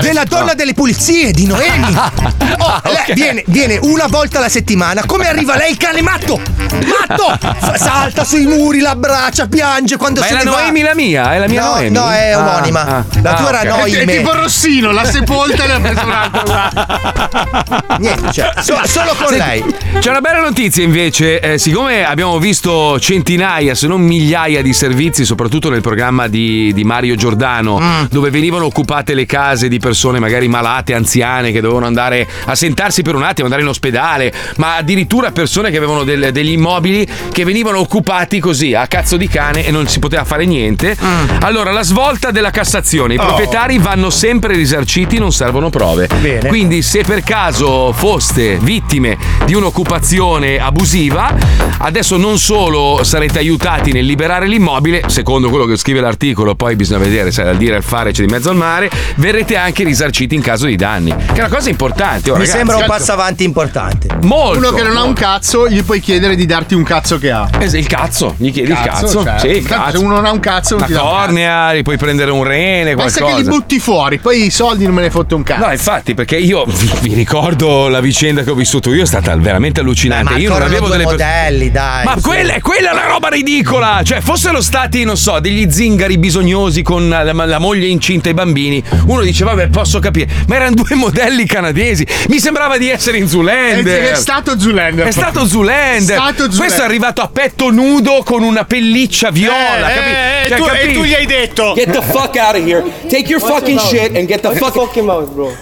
S5: Della donna
S3: No.
S5: delle pulizie di Noemi. Oh, lei
S3: ok.
S5: viene, viene una volta alla settimana. Come arriva lei, il cane matto? Matto! Fa- salta sui muri, la braccia, piange quando
S3: Ma
S5: se
S3: è la
S5: ne va.
S3: Noemi la mia? È la mia
S5: no,
S3: Noemi?
S5: No, è
S3: Ah,
S5: omonima.
S3: ah.
S5: la
S3: Ah,
S5: tua
S3: ok.
S5: era
S2: È
S5: Noime.
S2: tipo Rossino, la sepolta e la preso un altro
S5: Niente, cioè, so- solo con
S3: Senti,
S5: lei.
S3: C'è una bella notizia invece, eh, siccome abbiamo visto centinaia, se non migliaia di servizi, soprattutto nel programma di, di Mario Giordano,
S5: Mm.
S3: dove venivano occupate le case di persone magari malate, anziane, che dovevano andare a sentarsi per un attimo, andare in ospedale, ma addirittura persone che avevano del- degli immobili che venivano occupati così a cazzo di cane e non si poteva fare niente.
S5: Mm.
S3: Allora, la svolta della Cassazione, i
S9: Oh.
S3: proprietari vanno sempre risarciti, non servono prove.
S9: Bene.
S3: Quindi quindi se per caso foste vittime di un'occupazione abusiva, adesso non solo sarete aiutati nel liberare l'immobile, secondo quello che scrive l'articolo, poi bisogna vedere se dal dire al fare c'è di mezzo al mare, verrete anche risarciti in caso di danni. Che è una cosa importante. oh,
S5: Mi
S3: ragazzi.
S5: sembra un passo avanti importante.
S3: Molto.
S2: Uno che non ha un
S3: molto.
S2: cazzo, gli puoi chiedere di darti un cazzo che ha.
S3: Es- Il cazzo, gli chiedi il cazzo.
S2: cioè,
S3: Sì, il
S2: tanto
S3: cazzo.
S2: Se uno non ha un cazzo, non
S3: Una
S2: ti dà un cazzo.
S3: cornea, gli puoi prendere un rene, qualcosa.
S2: Pensa che li butti fuori, poi i soldi non me ne fotte un cazzo.
S3: No, infatti, perché io vi, vi ricordo la vicenda che ho vissuto io, è stata veramente allucinante.
S5: Ma
S3: io non
S5: corrono
S3: avevo
S5: due
S3: delle per-
S5: modelli, dai.
S3: Ma
S5: su.
S3: quella, quella è la roba ridicola! Cioè, fossero stati, non so, degli zingari bisognosi con la, la moglie incinta e i bambini, uno dice, vabbè, posso capire, ma erano due modelli canadesi. Mi sembrava di essere in
S11: Eh,
S3: Zoolander.
S2: È stato Zoolander.
S3: È stato Zoolander.
S2: È stato Zoolander.
S3: Questo è arrivato a petto nudo con una pelliccia viola.
S11: Eh,
S3: capi-
S11: eh,
S3: cioè,
S11: tu-
S3: capi-
S11: e tu gli hai detto
S3: Get the fuck
S11: out of here Take your fucking shit and get the fuck- bro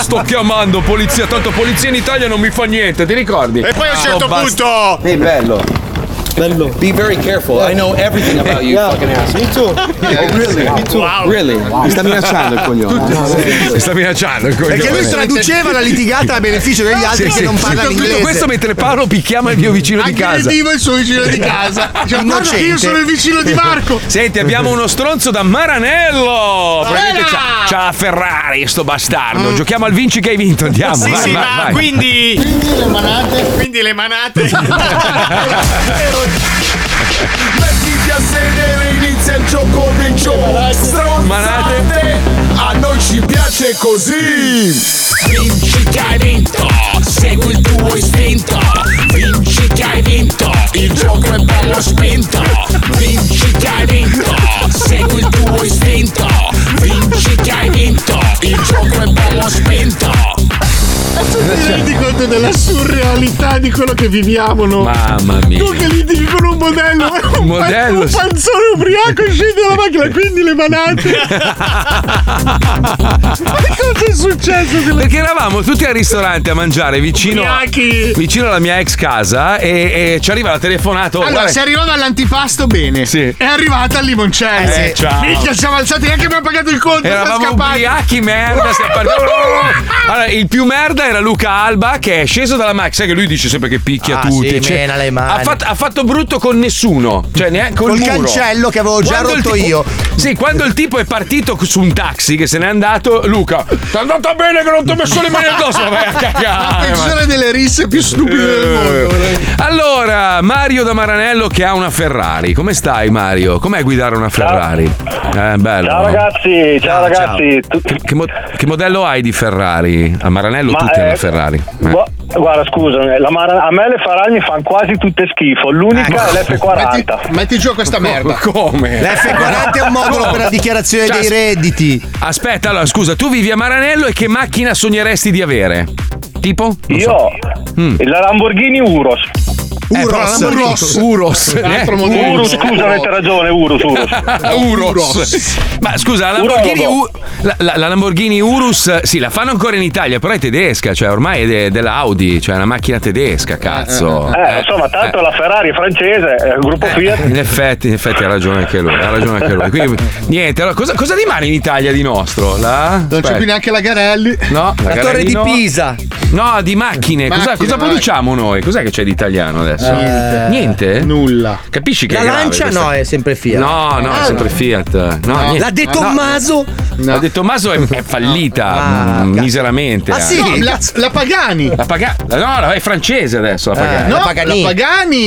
S3: Sto chiamando polizia, tanto polizia in Italia non mi fa niente, ti ricordi?
S11: E
S5: Ah,
S11: poi a un
S3: Sto
S11: certo
S3: bast-
S11: punto Ehi bello Bello Be very careful I know everything about you fucking ass Me too Really Really Mi sta minacciando il coglione
S3: Mi sta minacciando il coglione.
S11: Perché lui
S5: traduceva la litigata a beneficio degli altri che non parlano
S3: Tutto
S5: inglese.
S3: questo mentre Paolo picchiama il mio vicino di casa.
S2: Aggredivo il suo vicino di casa. Cioè, guarda che io sono il vicino di Marco.
S3: Senti, abbiamo uno stronzo da Maranello. Probabilmente
S2: Bella!
S3: c'ha, c'ha la Ferrari, sto
S2: Mm.
S3: bastardo. Giochiamo al vinci che hai vinto. Andiamo.
S11: Sì,
S3: vai,
S11: sì,
S3: vai,
S11: ma
S3: eh, vai.
S11: quindi.
S2: Quindi le manate.
S11: Quindi le manate.
S6: Mettiti a sedere, inizia il gioco dei giochi. Stronzate, a noi ci piace così. Vinci che hai vinto, segui il tuo istinto. Vinci che hai vinto, il gioco è bello spinto. Vinci che hai vinto, segui il tuo istinto. Vinci che hai vinto, il gioco è bello spinto.
S2: Tu ti rendi conto della surrealità di quello che viviamo noi?
S3: Mamma mia.
S2: Tu che litichi con un modello,
S16: eh?
S2: un,
S3: modello,
S2: pan- un
S3: sì.
S2: panzone ubriaco e scende dalla macchina, quindi le manate. Ma che cosa è successo? che le-
S3: Perché eravamo tutti al ristorante a mangiare vicino,
S2: Ubriachi.
S3: vicino alla mia ex casa e, e ci arriva la telefonata. oh,
S2: Allora,
S3: guarda-
S2: se arrivava all'antipasto, bene.
S3: Sì.
S2: È arrivata al limoncello.
S3: Eh, sì. ciao.
S2: Minchia, siamo alzati neanche abbiamo pagato il conto.
S3: Eravamo
S2: siamo scappati.
S3: Oh, ubriachi, merda. stiamo parlando- Allora, il più merda era Luca Alba che è sceso dalla macchina, sai che lui dice sempre che picchia
S5: Ah,
S3: tutti.
S5: sì,
S3: cioè,
S5: mena le mani.
S3: Ha, fatto, ha fatto brutto con nessuno, cioè neanche col
S5: Col
S3: muro.
S5: cancello che avevo già
S3: Quando il
S5: rotto
S3: tipo-
S5: io.
S3: Sì, quando il tipo è partito su un taxi che se n'è andato, Luca, ti è andata bene che non ti ho messo le mani addosso, ma vai a
S2: La
S3: cagare.
S2: peggiore delle risse più stupide del mondo.
S3: Allora, Mario da Maranello che ha una Ferrari. Come stai, Mario? Com'è guidare una Ferrari? Eh, bello.
S9: Ciao
S3: no?
S9: ragazzi, ciao, ragazzi.
S3: Che, che mo- che modello hai di Ferrari? A Maranello
S9: Ma,
S3: tutti hanno
S9: eh,
S3: la Ferrari. Eh.
S9: Gua- Guarda, scusa, la Mara- a me le Faragli mi fanno quasi tutte schifo. L'unica è l'F40.
S2: Metti, metti giù questa merda.
S3: Come?
S5: L'F40 è un modulo per la dichiarazione
S3: Eh. Cioè,
S5: dei
S3: as-
S5: redditi.
S3: Aspetta, allora scusa, tu vivi a Maranello e che macchina sogneresti di avere? Tipo? Mm. Io
S9: la Lamborghini Uros.
S3: Uros, Uros, Uros,
S9: Un altro
S3: eh?
S9: modello. Urus, scusa, avete ragione, Urus, Urus.
S3: Uros. Ma Ah, scusa, la Lamborghini, U- la- la- la Lamborghini Urus, sì, la fanno ancora in Italia, però è tedesca, cioè ormai è de- dell'Audi, cioè è una macchina tedesca, cazzo.
S9: Eh, insomma, tanto la Ferrari è francese, è il
S3: Eh.
S9: gruppo Fiat.
S3: In effetti, in effetti ha ragione anche lui, ha ragione anche lui. Quindi, niente, allora cosa, cosa rimane in Italia di nostro? La...
S2: Non c'è più neanche la Garelli.
S3: No,
S2: La
S3: gara
S2: torre
S3: lì
S2: di
S3: no.
S2: Pisa.
S3: No, di macchine. Cosa- cosa
S2: Macchine, macchine.
S3: produciamo noi? Cos'è che c'è di italiano adesso?
S5: Eh,
S3: Niente?
S2: Nulla.
S3: Capisci che
S5: La
S3: è grave
S5: lancia
S3: questa-
S5: no, è sempre Fiat.
S3: No, no,
S5: Ah,
S3: è sempre Fiat. No,
S5: No.
S3: niente.
S5: L'ha detto
S3: No.
S5: Maso.
S3: L'ha detto Maso è, è fallita mm, miseramente.
S2: Ah, sì,
S3: anche.
S2: la, la Pagani.
S3: La Paga- no, no, è francese adesso. La Pagani.
S2: no, Eh, la Pagani,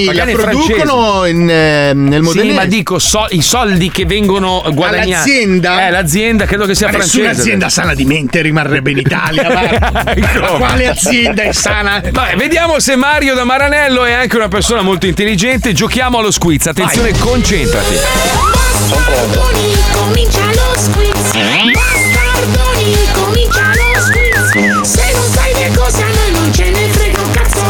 S2: la
S3: Pagani è
S2: producono in, eh, nel
S3: francese. Sì,
S2: modello.
S3: ma dico so- i soldi che vengono guadagnati.
S2: All'azienda?
S3: Eh, l'azienda credo che sia
S2: Ma
S3: francese.
S2: nessuna azienda sana di mente rimarrebbe in Italia. guarda.
S3: Come?
S2: Quale azienda è sana?
S3: Eh, Vabbè, vediamo se Mario da Maranello è anche una persona molto intelligente. Giochiamo allo squiz. Attenzione, concentrati.
S10: Comincia lo squiz. Bastardoni, comincia lo squiz. Se non sai che cosa noi non ce ne frega un cazzo.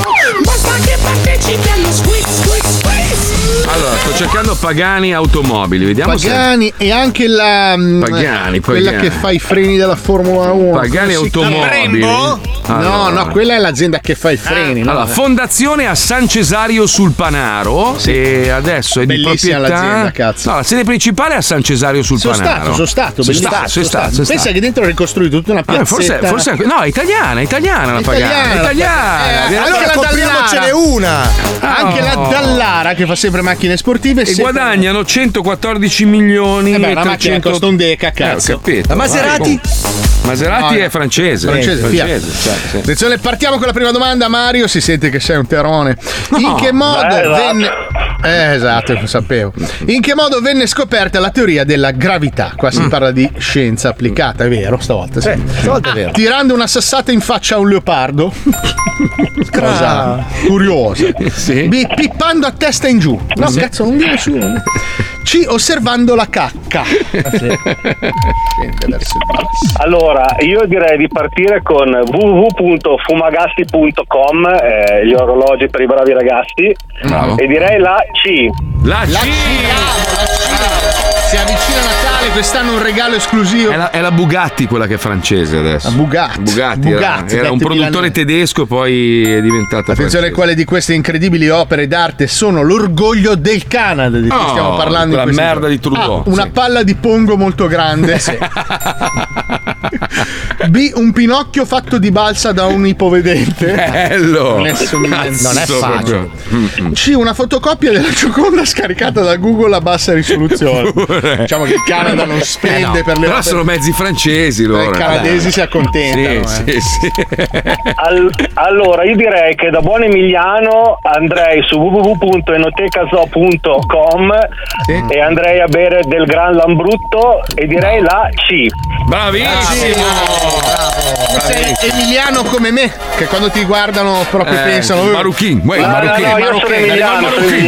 S10: Basta che partecipi allo squiz, squiz, squiz.
S3: Allora, sto cercando Pagani Automobili. Vediamo se.
S2: Pagani e anche la. mm,
S3: Pagani,
S2: quella
S3: Pagani.
S2: che fa i freni della Formula 1.
S3: Pagani
S2: Come si
S3: Automobili.
S2: chiama? No,
S3: Allora.
S2: no, quella è l'azienda che fa i freni. no? Eh.
S3: Allora, fondazione a San Cesario sul Panaro. E adesso è
S2: Bellissima
S3: di proprietà.
S2: l'azienda, cazzo.
S3: No, la sede principale è a San Cesario sul
S2: Sono stato,
S3: Panaro.
S2: sono stato,
S3: Sono
S2: bellissimo.
S3: stato, sono stato, sono
S2: Pensa
S3: stato.
S2: che dentro ho ricostruito tutta una
S3: Eh, forse,
S2: piazzetta.
S3: forse anche- no, è italiana, è italiana la Pagani.
S2: Italiana,
S3: è Italiana.
S2: Eh,
S3: Allora,
S2: anche la
S5: compriamocene
S2: Dallara.
S5: una.
S2: Anche
S3: Oh.
S2: la Dallara che fa sempre macchine sportive.
S3: E
S2: sempre-
S3: guadagnano 114 milioni.
S2: Eh beh, la
S3: 300
S2: macchina costa un deca, cazzo.
S3: Eh, ho capito.
S2: La Maserati?
S3: Vai. Maserati
S2: No, no.
S3: è francese.
S2: Francese,
S3: cioè, sì.
S2: Attenzione, partiamo con la prima domanda, Mario. Si sente che sei un terone. In che modo
S9: Eh, esatto.
S2: venne. Eh, esatto, lo sapevo. In che modo venne scoperta la teoria della gravità? Qua si parla di scienza applicata, è vero, stavolta sì.
S5: stavolta è vero.
S2: Tirando una sassata in faccia a un leopardo. Cosa curiosa. B. Pippando a testa in giù. No,
S9: Sì.
S2: cazzo, non viene su. C. Osservando la cacca.
S9: Allora, io direi di partire con www.fumagassi.com, eh, gli orologi per i bravi ragazzi.
S3: Bravo.
S9: E direi la C.
S3: La
S2: La C. Si avvicina Natale, quest'anno un regalo esclusivo.
S3: È la, è la Bugatti quella che è francese adesso.
S2: La Bugatti.
S3: Bugatti, era-
S2: Bugatti,
S3: era, un
S2: dette
S3: produttore
S2: milanese.
S3: tedesco, poi è diventata
S2: Attenzione,
S3: francese.
S2: quale di queste incredibili opere d'arte sono l'orgoglio del Canada di cui
S3: Oh,
S2: stiamo parlando?
S3: quella
S2: in questi
S3: merda
S2: giorni.
S3: di Trudeau,
S2: A, una palla di pongo molto grande. B. Un Pinocchio fatto di balsa da un ipovedente.
S3: Bello!
S2: Non è somiglianza.
S3: Cazzo,
S2: Non è facile.
S3: proprio. Mm, mm.
S2: C. Una fotocopia della Gioconda scaricata da Google a bassa risoluzione. diciamo che il Canada non spende
S3: Eh no,
S2: per le
S3: Però
S2: opere-
S3: sono mezzi francesi loro.
S2: I canadesi si accontentano.
S3: Sì,
S2: eh.
S3: sì, sì.
S9: Al- allora, io direi che da buon emiliano andrei su www.enotecaso.com e andrei a bere del gran lambrutto e direi la C.
S3: Bravissimo!
S2: Sei emiliano come me, che quando ti guardano proprio
S3: Eh,
S2: pensano. "Oh,
S3: Maruchin, uè,
S2: ma-
S3: Maruchin.
S2: no,
S3: Maruchin, arriva il Maruchin.
S2: Ma
S3: Arriva il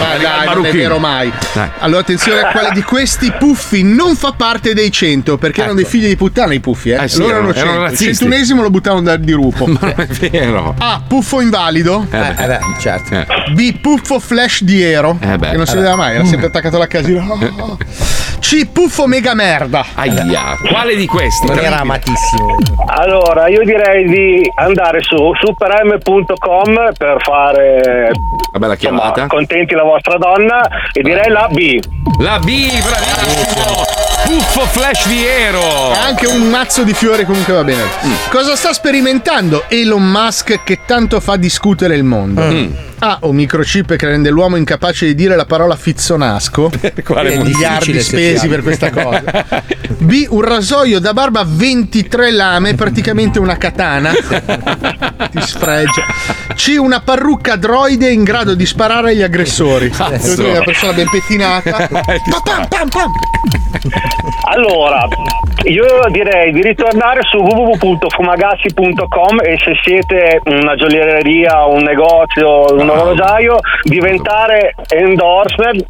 S2: dai, non è
S3: Maruchin.
S2: vero mai.
S3: Dai.
S2: Allora, attenzione a quale di questi puffi non fa parte dei 100, perché erano dei figli di puttana i puffi, eh.
S3: Ecco. Eh sì,
S2: Loro
S3: erano-
S2: erano 100.
S3: erano razzisti.
S2: Il centunesimo lo buttavano dal dirupo.
S3: Non è vero.
S2: A. Ah, Puffo invalido.
S3: Eh, beh, certo.
S2: B. Puffo flash di Ero.
S3: Eh beh.
S2: che non si
S3: Eh
S2: vedeva
S3: beh.
S2: mai, era sempre attaccato alla casina. Oh. C. Puffo mega merda.
S3: Aia, quale di questi?
S9: Era
S5: amatissimo.
S9: Allora, io direi di andare su superm.com per fare
S3: Una bella chiamata.
S9: contenti la vostra donna e direi la B.
S3: La B, bravissimo! Puffo Flash di Ero.
S2: E Anche un mazzo di fiori comunque va bene.
S3: Mm.
S2: Cosa sta sperimentando Elon Musk che tanto fa discutere il mondo?
S3: Mm.
S2: A. Un microchip che rende l'uomo incapace di dire la parola fizzonasco. Per
S3: quale motivo?
S2: miliardi
S3: Difficile,
S2: spesi per questa
S3: effettivamente.
S2: cosa. B. Un rasoio da barba a 23 lame, praticamente una katana.
S3: Eh.
S2: Ti sfregia. C. Una parrucca droide in grado di sparare agli aggressori. Devo dire, Una persona ben pettinata. Pa, pam, pam, pam.
S9: Allora, io direi di ritornare su www.fumagazzi.com e se siete una gioielleria, un negozio, un orologiaio, diventare endorsement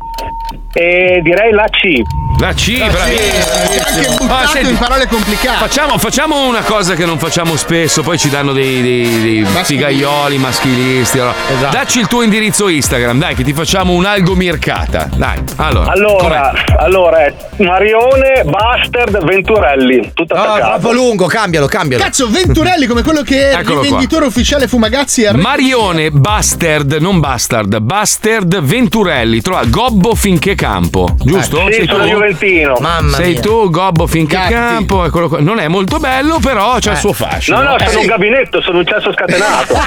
S9: e direi la C.
S3: La C, bravissimo.
S2: Buttato
S3: Ah, senti.
S2: in parole complicate.
S3: Facciamo, facciamo una cosa che non facciamo spesso, poi ci danno dei, dei- dei figaioli maschilisti. allora.
S9: Esatto.
S3: Dacci il tuo indirizzo Instagram, dai, che ti facciamo un'algomircata. Dai, allora.
S9: Allora, allora è Marione Bastard Venturelli. Tutto attaccato.
S5: troppo lungo, cambialo, cambialo.
S2: Cazzo, Venturelli come quello che è
S3: Eccolo
S2: il
S3: qua.
S2: venditore ufficiale Fumagazzi a
S3: Marione Bastard, non Bastard, Bastard Venturelli, trova Gobbo finché campo, giusto?
S9: Sì, sono Juventino. Mamma
S3: Sei
S9: mia.
S3: tu, Gobbo finché campo, eccolo qua. Non è molto bello, però c'ha il suo fascino.
S9: No, no, sono
S3: Eh,
S9: un
S3: sì.
S9: gabinetto, sono un cesso scatenato.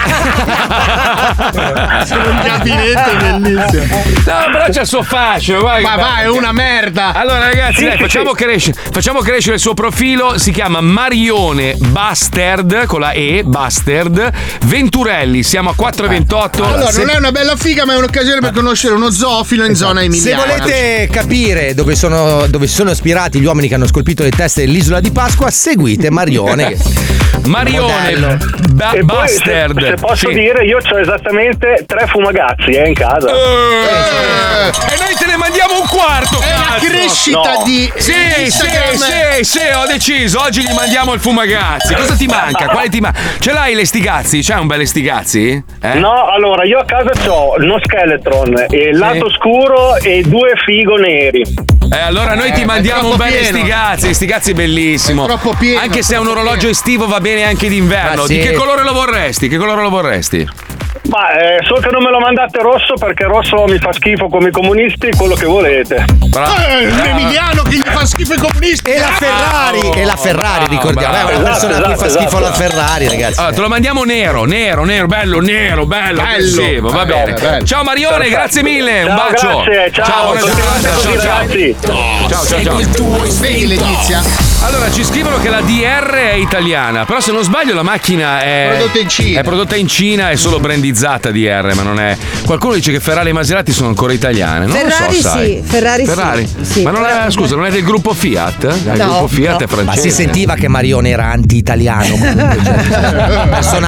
S2: Sono un gabinetto bellissimo.
S3: No, però c'è il suo fascino. Vai,
S2: Ma va, è una merda.
S3: Allora, ragazzi, dai, facciamo, crescere, facciamo crescere il suo profilo. Si chiama Marione Bastard con la E, Bastard Venturelli. Siamo a 4,28.
S2: Allora,
S3: Se- Ah. Esatto.
S2: non è una bella figa, ma è un'occasione per conoscere uno zoofilo in zona
S5: Se
S2: emiliana.
S5: volete capire dove sono, dove si sono ispirati gli uomini che hanno scolpito le teste dell'isola di Pasqua, seguite Marione. che-
S3: Marione ba-
S9: E poi, se-
S3: Bastard.
S9: Se, posso
S3: Sì.
S9: dire, io ho esattamente tre fumagazzi eh, in casa.
S6: Eh.
S3: E noi te ne mandiamo un quarto. È
S2: la crescita
S9: No.
S2: di
S3: Sì,
S2: di
S3: sì,
S2: Instagram.
S3: sì, sì, ho deciso. Oggi gli mandiamo il fumagazzi. Cosa ti manca? Quale ti manca? Ce l'hai le stigazzi? C'hai un bel estigazzi? Eh?
S9: No, allora io a casa ho uno scheletron, eh, lato scuro e due figo neri.
S3: Eh, allora noi ti
S9: Eh,
S3: mandiamo
S9: è
S3: un
S9: troppo
S3: bel
S9: pieno.
S3: stigazzi. Stigazzi bellissimo.
S9: È troppo pieno,
S3: Anche se è un
S9: troppo
S3: orologio
S9: pieno.
S3: estivo va bene anche d'inverno.
S9: Ma
S3: Di
S9: sì.
S3: che colore lo vorresti? Che colore lo vorresti?
S9: Ma eh, so che non me lo mandate rosso perché rosso mi fa schifo come i comunisti, quello che volete.
S2: Eh, un emiliano che gli fa schifo i comunisti. Ah! E la
S5: Ferrari, e la Ferrari, ricordiamo.
S3: bravo.
S5: Eh, una
S3: Esatto,
S5: persona a cui fa
S3: esatto,
S5: schifo
S3: esatto.
S5: la Ferrari, ragazzi.
S3: Allora, te lo mandiamo nero, nero, nero, bello, nero, bello,
S5: Bello.
S3: aggressivo, va
S5: Bello,
S3: bene.
S5: bello.
S3: Ciao Marione,
S5: Perfetto.
S3: grazie mille, un
S5: Ciao,
S3: bacio.
S5: grazie, ciao,
S3: buona
S5: continuate
S3: giornata,
S5: così, ragazzi.
S3: ciao, ciao,
S2: Segui
S3: ciao.
S2: il tuo svegli Letizia.
S3: Allora, ci scrivono che la DR è italiana, però se non sbaglio la macchina è
S2: Prodotta in Cina.
S3: È prodotta in Cina, è solo brandizzata DR, ma non è. Qualcuno dice che Ferrari e Maserati sono ancora italiane, non
S21: Ferrari
S3: lo so, sai.
S21: sì, Ferrari sì. Sì,
S3: Ma non è, scusa, non è del gruppo Fiat? il
S5: No,
S3: gruppo Fiat
S5: no.
S3: è francese.
S5: Ma si sentiva che Marione era anti-italiano. comunque, cioè, una persona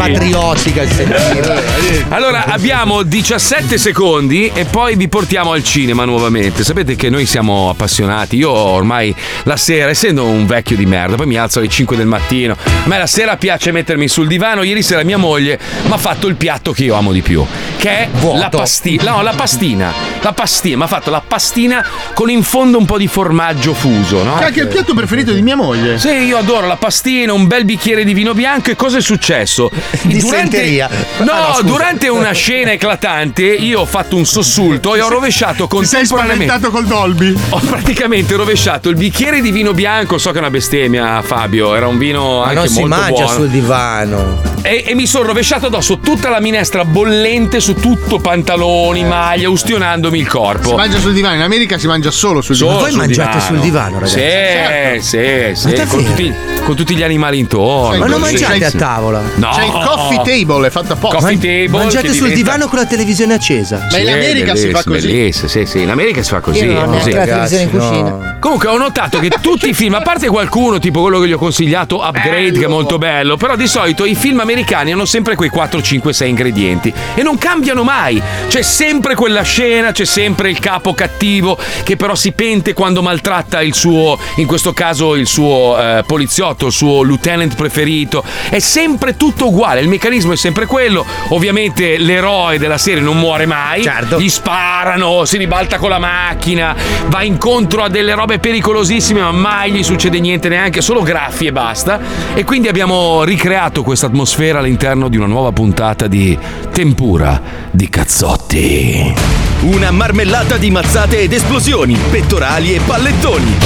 S5: antipatriottica. il senso.
S3: Allora, abbiamo 17 secondi e poi vi portiamo al cinema nuovamente. Sapete che noi siamo appassionati. Io ormai la sera, essendo un vecchio di merda, poi mi alzo alle 5 del mattino. A me la sera piace mettermi sul divano. Ieri sera mia moglie mi ha fatto il piatto che io amo di più, che è la pastina. No, la pastina. La pastina, mi ha fatto la pastina con in fondo un po' di formaggio fuso, no?
S2: C'è anche il piatto preferito di mia moglie.
S3: Sì, io adoro la pastina, un bel bicchiere di vino bianco e cosa è successo?
S5: Dissenteria.
S3: No,
S5: Ah, no, scusa.
S3: durante una scena eclatante io ho fatto un sussulto e ho rovesciato contemporaneamente.
S2: Spaventato col Dolby.
S3: Ho praticamente rovesciato il bicchiere di vino bianco, so che è una bestemmia Fabio, era un vino
S5: Ma
S3: anche
S5: non si
S3: molto
S5: mangia
S3: buono.
S5: sul divano.
S3: E, e mi sono rovesciato addosso tutta la minestra bollente su tutto,
S5: Eh.
S3: pantaloni, maglia, ustionandomi il
S2: Si
S3: corpo.
S2: mangia sul divano, in America si mangia solo sul
S3: Solo
S2: divano. Certo.
S3: sul Sì, sì, sì,
S2: Ma
S3: con tutti, con tutti gli animali intorno.
S2: Ma non mangiate
S3: Sì,
S2: a
S3: sì.
S5: tavola?
S3: No.
S2: C'è il coffee table, è fatto apposta.
S3: Coffee table
S5: Mangiate
S3: che
S5: sul
S3: diventa-
S5: divano con la televisione accesa.
S3: Sì, bellissimo, bellissimo, sì, sì, in America si fa così. eh,
S5: Io non ho
S3: così.
S5: neanche la televisione in cucina. No.
S3: Comunque ho notato che tutti i film, a parte qualcuno, tipo quello che gli ho consigliato, Upgrade, che è molto bello, però di solito i film americani hanno sempre quei 4, 5, 6 ingredienti e non cambiano mai. C'è sempre quella scena, c'è sempre il capo cattivo che però si pente quando maltratta il suo, in questo caso il suo eh, poliziotto, il suo lieutenant preferito. È sempre tutto uguale, il meccanismo è sempre quello. Ovviamente l'eroe della serie non muore mai, gli sparano, si ribalta con la macchina, va incontro a delle robe pericolosissime, ma mai gli succede niente neanche, solo graffi e basta. E quindi abbiamo ricreato questa atmosfera all'interno di una nuova puntata di Tempura di Cazzotti.
S12: Una marmellata di mazzate ed esplosioni, pettorali e pallettoni.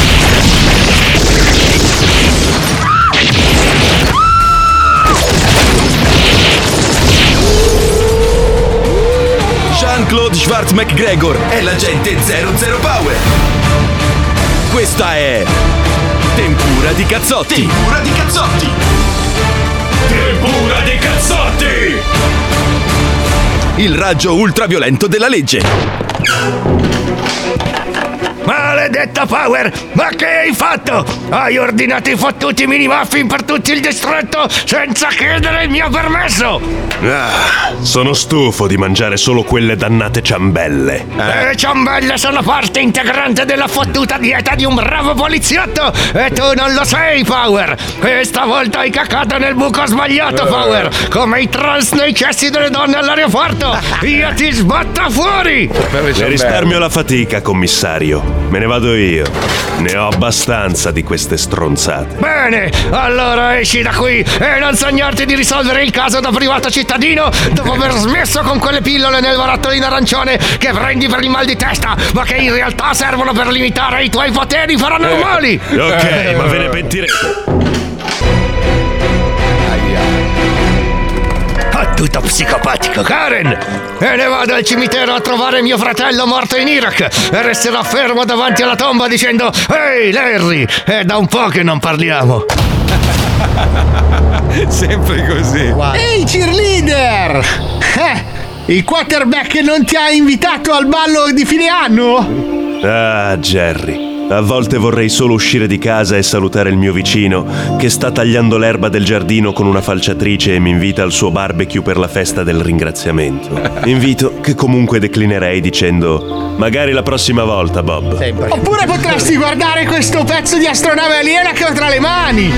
S12: Jean-Claude Schwartz McGregor è l'agente 00 Power. Questa è Tempura di cazzotti. Tempura di cazzotti. Tempura di cazzotti. Il raggio ultraviolento della legge.
S13: Maledetta Power, ma che hai fatto? Hai ordinato i fottuti mini muffin per tutto il distretto senza chiedere il mio permesso!
S18: Ah, sono stufo di mangiare solo quelle dannate
S3: Eh,
S18: ciambelle. Eh,
S13: Le ciambelle Eh, sono parte integrante della fottuta dieta di un bravo poliziotto e tu non lo sei, Power! Questa volta hai cacato nel buco sbagliato, Power! Come i trans nei cessi delle donne all'aeroporto! Io ti sbatto fuori!
S18: Le risparmio la fatica, commissario. Me ne vado io. Ne ho abbastanza di queste stronzate.
S13: Bene, allora esci da qui e non sognarti di risolvere il caso da privato cittadino dopo aver smesso con quelle pillole nel barattolino arancione che prendi per il mal di testa, ma che in realtà servono per limitare i tuoi poteri Eh. paranormali.
S18: Eh, Ok, ma ve ne pentirete.
S13: Tutto psicopatico, Karen! E ne vado al cimitero a trovare mio fratello morto in Iraq e resterò fermo davanti alla tomba dicendo Ehi Larry, è da un po' che non parliamo.
S3: Sempre così.
S2: Ehi cheerleader! Eh, il quarterback non ti ha invitato al ballo di fine anno?
S18: Ah, Jerry. A volte vorrei solo uscire di casa e salutare il mio vicino che sta tagliando l'erba del giardino con una falciatrice e mi invita al suo barbecue per la festa del ringraziamento. Invito che comunque declinerei dicendo magari la prossima volta, Bob.
S2: Oppure potresti guardare questo pezzo di astronave aliena che ho tra le mani!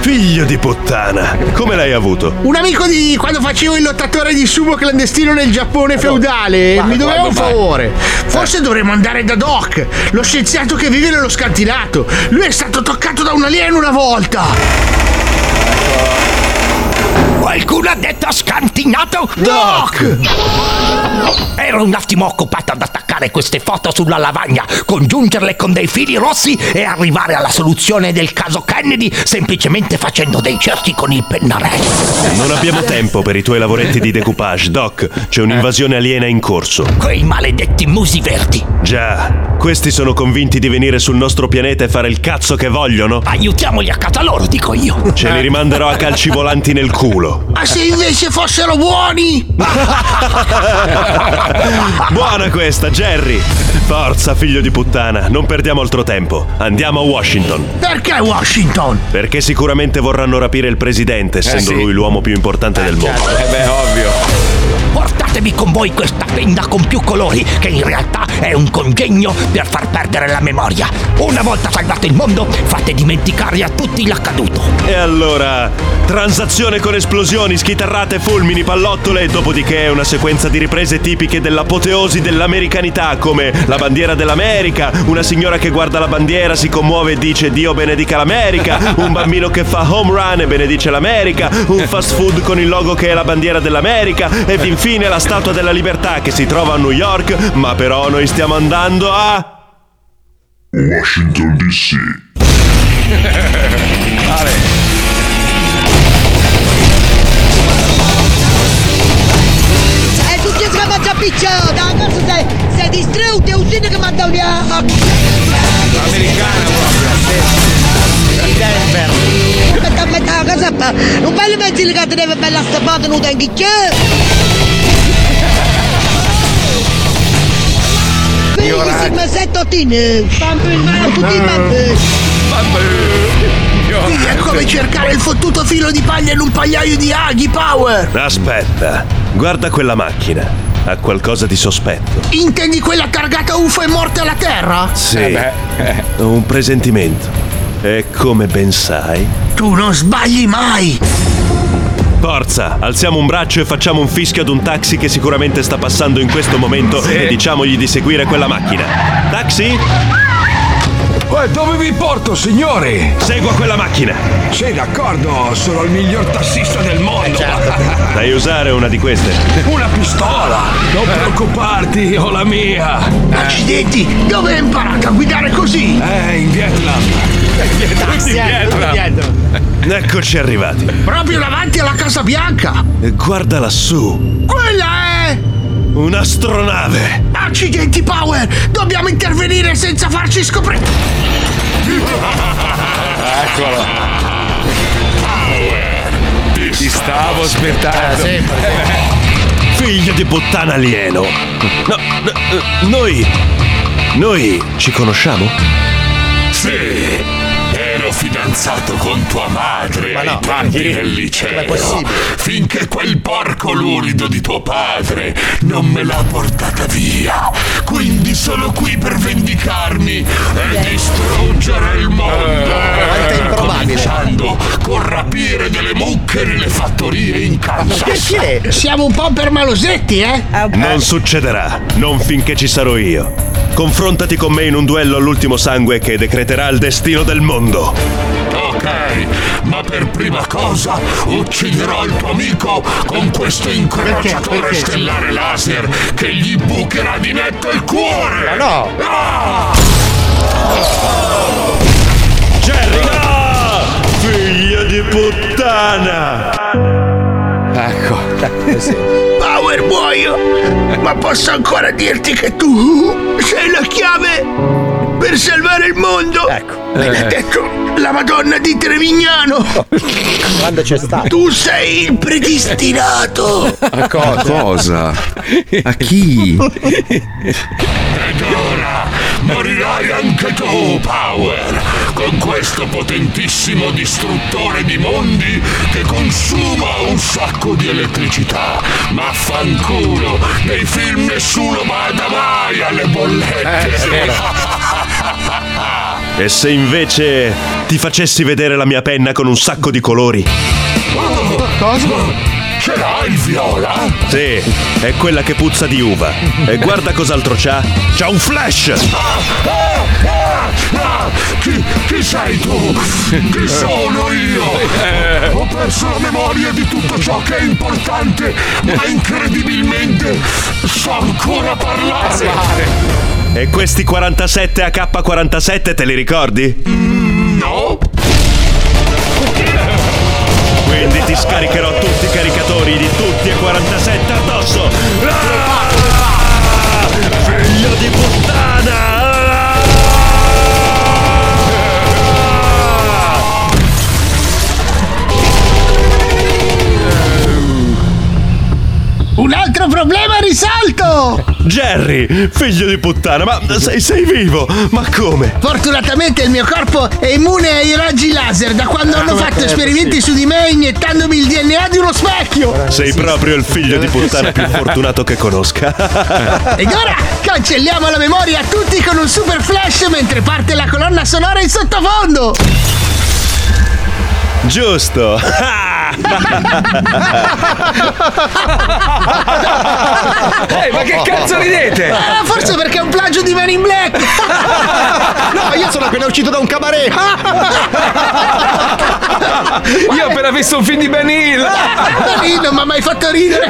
S18: Figlio di puttana, come l'hai avuto?
S2: Un amico di quando facevo il lottatore di sumo clandestino nel Giappone feudale mi doveva un favore.
S13: Eh.
S2: Forse dovremmo andare da Doc, lo scienziato che vive nello scantinato. Lui è stato toccato da un alieno una volta.
S13: Qualcuno ha detto scantinato? Doc! Ero un attimo occupato ad attaccare queste foto sulla lavagna, congiungerle con dei fili rossi e arrivare alla soluzione del caso Kennedy semplicemente facendo dei cerchi con il pennarello.
S18: Non abbiamo tempo per i tuoi lavoretti di decoupage, Doc. C'è un'invasione aliena in corso.
S13: Quei maledetti musi verdi.
S18: Già, questi sono convinti di venire sul nostro pianeta e fare il cazzo che vogliono.
S13: Aiutiamoli a casa loro, dico io.
S18: Ce li rimanderò a calci volanti nel culo.
S2: Ma se invece fossero buoni!
S18: Buona questa, Jerry! Forza, figlio di puttana, non perdiamo altro tempo. Andiamo a Washington.
S2: Perché Washington?
S18: Perché sicuramente vorranno rapire il presidente, essendo
S3: Eh sì.
S18: lui l'uomo più importante del mondo.
S3: Eh beh, ovvio.
S13: Portatevi con voi questa penna con più colori, che in realtà è un congegno per far perdere la memoria. Una volta salvato il mondo, fate dimenticare a tutti l'accaduto.
S18: E allora, transazione con esplosioni, schitarrate, fulmini, pallottole e dopodiché una sequenza di riprese tipiche dell'apoteosi dell'americanità come la bandiera dell'America, una signora che guarda la bandiera, si commuove e dice Dio benedica l'America, un bambino che fa home run e benedice l'America, un fast food con il logo che è la bandiera dell'America ed infine la Statua della Libertà che si trova a New York, ma però noi stiamo andando a...
S12: Washington DC.
S15: E tutti si mangia picciato, da cazzo sei, sei distrutto, è un sino che manda un
S3: Americana
S15: Denver. Aspetta, aspetta, cosa fa? Un bello mezzo che deve bella stampata, non tengo che. Benissimo, mazzetto tine. Bambù, tutti i bambù.
S2: Sì, Eh. è come cercare il fottuto filo di paglia in un pagliaio di aghi, Power!
S18: Aspetta, guarda quella macchina. Ha qualcosa di sospetto.
S2: Intendi quella targata UFO è morta alla Terra?
S18: Sì.
S6: Eh
S18: Ho un presentimento. E come ben sai.
S2: Tu non sbagli mai!
S18: Forza, alziamo un braccio e facciamo un fischio ad un taxi che sicuramente sta passando in questo momento
S3: Sì.
S18: e diciamogli di seguire quella macchina. Taxi?
S12: Uè, dove vi porto, signore?
S18: Segua quella macchina.
S12: Sei d'accordo, sono il miglior tassista del mondo.
S18: Sai usare una di queste?
S6: Una pistola! Non preoccuparti, ho la mia! Accidenti, dove hai imparato a guidare così? Eh, in Vietnam.
S18: Dietro, Eccoci arrivati.
S6: Proprio davanti alla Casa Bianca!
S18: E guarda lassù,
S6: Quella è!
S18: un'astronave.
S6: Accidenti, Power! Dobbiamo intervenire senza farci scoprire!
S3: Eccolo. Ti stavo aspettando.
S18: Figlio di puttana alieno. No, no, eh, noi. Noi ci conosciamo?
S16: Sì, ero fidanzato con tua madre ai tempi del liceo. Finché quel porco lurido di tuo padre non me l'ha portata via. Quindi sono qui per vendicarmi e distruggere il mondo. Eh, Cominciando con rapire delle mucche nelle fattorie in Kansas.
S18: Siamo un po' per malosetti, eh?
S6: Ah.
S18: Non succederà, non finché ci sarò io. Confrontati con me in un duello all'ultimo sangue che decreterà il destino del mondo.
S16: Ok, ma per prima cosa ucciderò il tuo amico con questo incrociatore stellare laser che gli bucherà di netto il cuore! Ah. Ma no!
S18: Jerry, Figlio di puttana!
S3: Ecco.
S6: Eh Power muoio! Ma posso ancora dirti che tu sei la chiave per salvare il mondo! Ecco. Me l'ha
S10: Eh.
S6: detto la Madonna di Trevignano! Quando c'è stato? Tu sei il predestinato!
S3: A co- cosa? A chi?
S16: Morirai anche tu, Power, con questo potentissimo distruttore di mondi che consuma un sacco di elettricità. Ma fanculo, nei film nessuno bada mai alle
S10: Eh,
S16: bollette.
S18: E se invece ti facessi vedere la mia penna con un sacco di colori?
S16: Cosa? Oh, Ce l'hai il viola?
S18: Sì, è quella che puzza di uva. E guarda cos'altro c'ha? C'ha un flash!
S16: Ah, chi, chi sei tu? Chi sono
S3: Eh.
S16: io? Ho perso la memoria di tutto ciò che è importante, ma incredibilmente so ancora parlare.
S18: E questi 47 AK-47 te li ricordi?
S16: No?
S18: Quindi ti scaricherò tutti i caricatori di tutti e 47 addosso! Ah! Figlio di puttana!
S2: Un altro problema risolto!
S18: Jerry, figlio di puttana, ma sei, sei vivo? Ma come?
S2: Fortunatamente il mio corpo è immune ai raggi laser da quando hanno
S18: come
S2: fatto
S18: è
S2: esperimenti
S18: possibile?
S2: su di me iniettandomi il DNA di uno specchio!
S18: Sei proprio il figlio di puttana più fortunato che conosca.
S2: Ed ora cancelliamo la memoria a tutti con un super flash mentre parte la colonna sonora in sottofondo!
S18: Giusto.
S6: Eh,
S3: Ehi, ma che cazzo
S14: Eh,
S3: ridete?
S2: Ah, forse perché è un plagio di Man in Black!
S14: No, io sono appena uscito da un cabaret.
S3: Io ho appena visto un film di Benil!
S2: Benil non mi ha mai fatto ridere!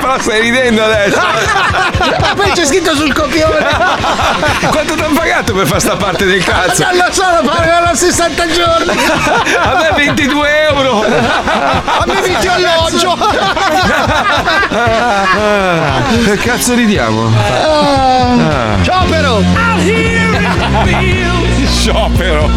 S3: Però stai ridendo adesso!
S2: Ma poi c'è scritto sul copione!
S3: Quanto ti hanno pagato per fare sta parte del cazzo?
S2: Non lo so, lo pagano 60 giorni!
S3: A me 22 euro!
S14: A me mi ti alloggio.
S3: Ah, Che cazzo ridiamo?
S10: Ah.
S14: Sciopero!
S3: Sciopero!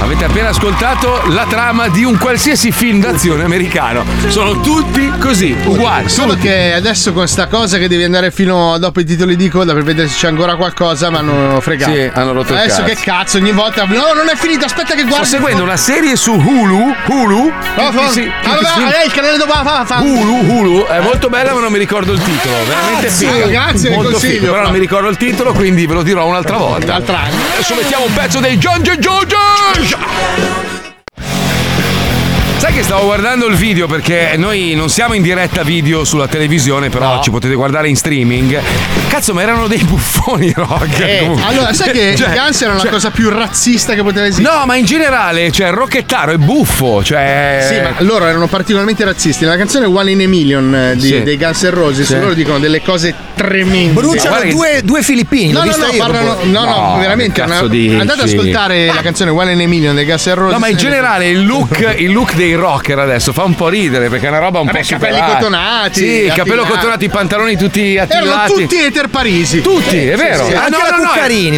S3: Avete appena ascoltato la trama di un qualsiasi film d'azione americano. Sono tutti così, uguali.
S2: Solo che adesso con sta cosa che devi andare fino dopo i titoli di coda per vedere se c'è ancora qualcosa, ma hanno fregato.
S3: Sì, hanno rotto il
S2: Adesso
S3: cazzo.
S2: che cazzo, ogni volta. No, non è finito, aspetta che
S3: Sto
S2: guardi.
S3: seguendo una serie su Hulu. Hulu?
S2: No, fa- allora, lei il canale dove fa? fa-
S3: Hulu, Hulu è molto bella, ma non mi ricordo il titolo. Veramente
S2: Grazie,
S3: figa.
S2: Ah, grazie del
S3: molto
S2: consiglio.
S3: figa, però non mi ricordo il titolo, quindi ve lo dirò un'altra volta.
S2: Un'altra
S3: Adesso mettiamo un pezzo dei John John John. John. Sai che stavo guardando il video perché noi non siamo in diretta video sulla televisione, però ci potete guardare in streaming. Cazzo, ma erano dei buffoni rock.
S2: Eh,
S3: comunque.
S2: allora, sai che
S3: Cioè,
S2: Gans era la
S3: cioè-
S2: cosa più razzista che poteva esistere?
S3: No, ma in generale, cioè, rocchettaro è buffo, cioè...
S2: Sì, ma loro erano particolarmente razzisti. La canzone One in a Million eh, di-
S3: Sì.
S2: dei Guns N' Roses,
S3: Sì.
S2: loro dicono delle cose tremende.
S5: Bruciano Ma guarda che- due- due filippini,
S2: No,
S5: l'ho
S2: no,
S5: visto
S2: no,
S5: io
S2: parlano,
S5: proprio.
S2: no, no,
S5: No,
S2: veramente.
S5: che
S2: una-
S5: cazzo dici?
S2: Andate ad ascoltare la canzone One in a Million dei Guns N' Roses.
S3: No, ma in generale il look, il look dei rocker adesso fa un po' ridere perché è una roba un
S2: Vabbè,
S3: po'
S2: capelli
S3: superata.
S2: cotonati,
S3: Sì,
S2: attillati.
S3: capello cotonato, i pantaloni tutti attillati.
S2: Erano tutti eter parisi.
S3: Tutti, è vero. Ah, no, no, no,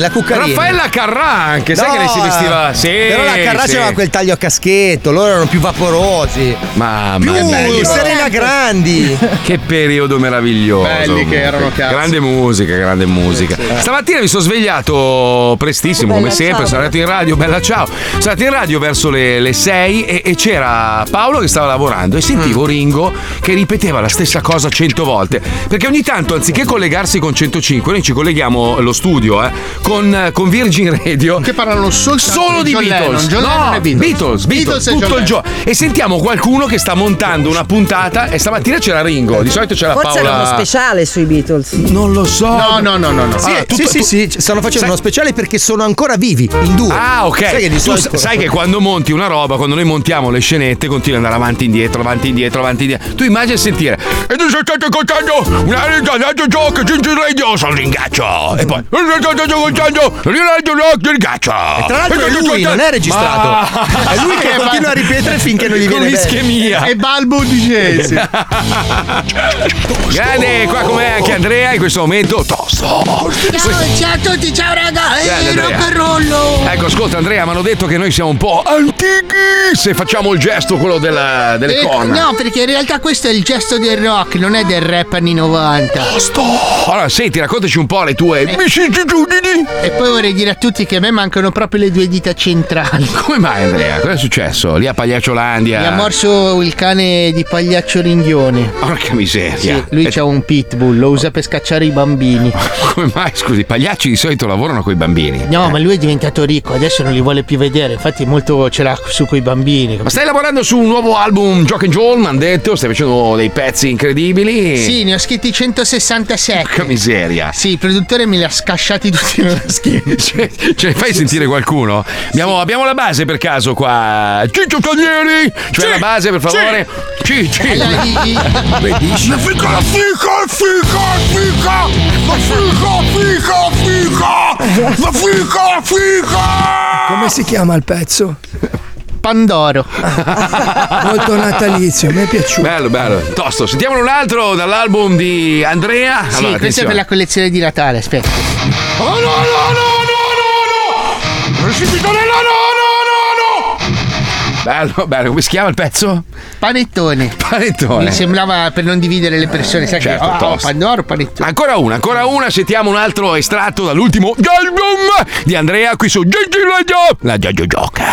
S5: la Cuccarini.
S3: Raffaella Carrà anche, sai che lei si vestiva. Sì,
S5: Però la Carrà
S3: sì.
S5: c'aveva quel taglio a caschetto, loro erano più vaporosi.
S3: Mamma
S5: più
S3: mia.
S5: Serena Grandi.
S3: Che periodo meraviglioso.
S5: Belli che erano, cazzo.
S3: Grande musica, grande musica. Stamattina mi sono svegliato prestissimo, come sempre. Sono andato in radio, bella ciao. Sono andato in radio verso le, le 6 e, e c'era Paolo che stava lavorando e sentivo Ringo che ripeteva la stessa cosa 100 volte. Perché ogni tanto, anziché collegarsi con 105, noi ci colleghiamo lo studio eh, con, con Virgin Radio. Che
S2: parlano
S3: solo di
S2: John
S3: Beatles.
S2: Lennon, John
S3: no,
S2: Lennon e Beatles.
S3: Beatles, Beatles,
S2: Beatles e
S3: tutto
S2: John
S3: il giorno. E sentiamo qualcuno che sta montando una puntata e stamattina c'era Ringo, di solito c'era
S21: Forse
S3: Paola.
S21: era uno speciale sui Beatles.
S3: Non lo so.
S2: No, no, no, no. no.
S5: Sì,
S3: Ah,
S2: Allora,
S5: sì, sì, sì, stanno facendo uno speciale perché sono ancora vivi, in due.
S3: Ah, ok.
S5: Sai che di
S3: Tu
S5: solito-
S3: sa- sai che quando monti una roba, quando noi montiamo le scenette, continua ad andare avanti e indietro, avanti e indietro, avanti e indietro. Tu immagini sentire. E tu state ascoltando una rete di gioco, Ginger Radio, sono ringaccio. E poi. E tu state ascoltando Radio Rock, ringaccio. E
S5: Tra l'altro è lui, non è registrato.
S3: Ma-
S5: È lui che continua a ripetere finché non gli
S3: Con
S5: viene bene.
S3: l'ischemia.
S2: E Balbo DJ. sì.
S3: Grande, qua com'è anche Andrea in questo momento. Tosto.
S10: Ciao, ciao a tutti, ciao
S2: Eh,
S10: raga!
S3: Grande,
S10: Ehi,
S3: Andrea.
S10: rock and rollo!
S3: Ecco, ascolta Andrea, mi hanno detto che noi siamo un po' antichi se facciamo il gesto quello della, delle
S2: Eh,
S3: corna.
S2: no, perché in realtà questo è il gesto del rock, non è del rap anni 90.
S3: Allora, senti, raccontaci un po' le tue vicissitudini.
S2: E poi vorrei dire a tutti che a me mancano proprio le due dita centrali.
S3: Come mai Andrea? Cosa è successo? Lì a Pagliacciolandia.
S2: Mi ha morso il cane di pagliaccio ringhione.
S3: Porca miseria.
S2: Sì,
S5: Eh.
S2: lui c'ha un pitbull, lo usa per scacciare i bambini.
S3: Come mai? Scusi, i pagliacci di solito lavorano con i bambini.
S2: No, ma lui è diventato ricco, adesso non li vuole più vedere, infatti molto ce l'ha su coi bambini.
S3: Ma stai lavorando su un nuovo album Jock and Joel, mi hanno detto, stai facendo dei pezzi incredibili.
S2: Sì, ne ho scritti 167.
S3: Porca miseria.
S2: Sì, il produttore me li ha scasciati tutti nella schiena.
S3: Ce ne fai sentire qualcuno? Abbiamo, abbiamo la base per caso qua. Ciccio Caglieri! Cioè la base, per favore. Sì, sì.
S10: Allora, i- i-
S3: Benissimo.
S10: Ma fica la fica, fica, fica! Ma fica, fica, fica! Ma fica, fica!
S19: Come si chiama il pezzo?
S2: Pandoro.
S19: Molto natalizio, mi è piaciuto.
S3: Bello, bello. Tosto, sentiamolo un altro dall'album di Andrea.
S2: Sì,
S3: Ah, Allora,
S2: questa è
S3: attenzione.
S2: per la collezione di Natale, aspetta.
S10: Oh no, no, no, no, no! Precipito nella no, no, no, no!
S3: Bello, bello. Come si chiama il pezzo?
S2: Panettone.
S3: Panettone.
S2: Mi sembrava per non dividere le persone, sai
S3: Certo,
S2: che oh,
S3: tosto.
S2: Pandoro, panettone.
S3: Ancora una, ancora una. Sentiamo un altro estratto dall'ultimo album di Andrea qui su Gigi la Gio. La Gio gioca.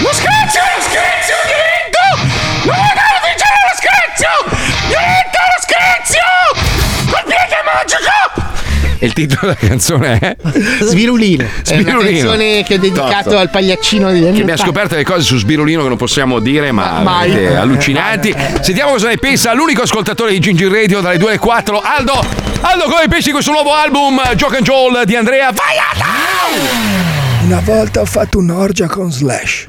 S10: Lo scherzo, lo scherzo, diritto! Non mi dare vincere lo scherzo! Diritto lo scherzo! Col piede magico!
S3: E il titolo della canzone è
S2: Svirulino. È una
S3: Sbirulino.
S2: canzone che ho dedicato
S3: Tosto.
S2: al pagliaccino degli anni
S3: Che abbiamo
S2: 80.
S3: scoperto delle cose su Sbirulino che non possiamo dire, ma
S2: Mai.
S3: veramente allucinanti. Sentiamo cosa ne pensa l'unico ascoltatore di Gingin Radio dalle 2 alle 4, Aldo. Aldo, come ne pensi di questo nuovo album Joke and Joel di Andrea? Vai
S19: Una volta ho fatto un'orgia con Slash.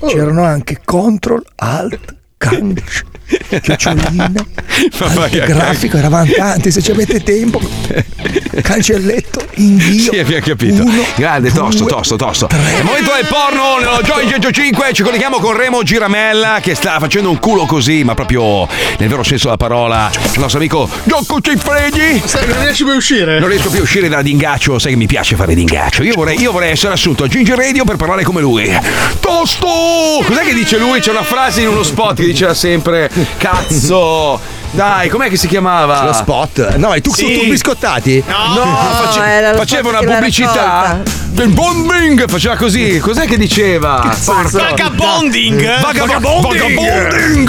S6: Oh.
S19: C'erano anche Control, Alt, Canch, Chiocciolina,
S10: vai,
S19: Alt
S10: vai.
S19: Grafico, eravamo tanti, se ci avete tempo, cancelletto, invio.
S3: Sì, abbiamo capito. Grande, tosto, tosto, tosto. È il momento del porno, nello Joy 105 ci colleghiamo con Remo Giramella che sta facendo un culo così, ma proprio nel vero senso della parola, il nostro amico Gioco Cifredi.
S2: Non riesci più a uscire?
S3: Non riesco più a uscire da dingaccio, sai che mi piace fare dingaccio. Io vorrei, io vorrei essere assunto a Ginger Radio per parlare come lui. Tosto! Cos'è che dice lui? C'è una frase in uno spot che diceva sempre: Cazzo!
S6: Dai, com'è che si chiamava?
S3: Lo spot. No, i tu
S6: Sì.
S3: tu biscottati?
S6: No, face-
S3: era lo
S6: faceva
S3: spot
S6: una
S3: della
S6: pubblicità. Del bombing! Faceva così. Cos'è che diceva? Porca-
S10: Vagabonding!
S6: Eh, Vagabonding!
S10: Vagabonding!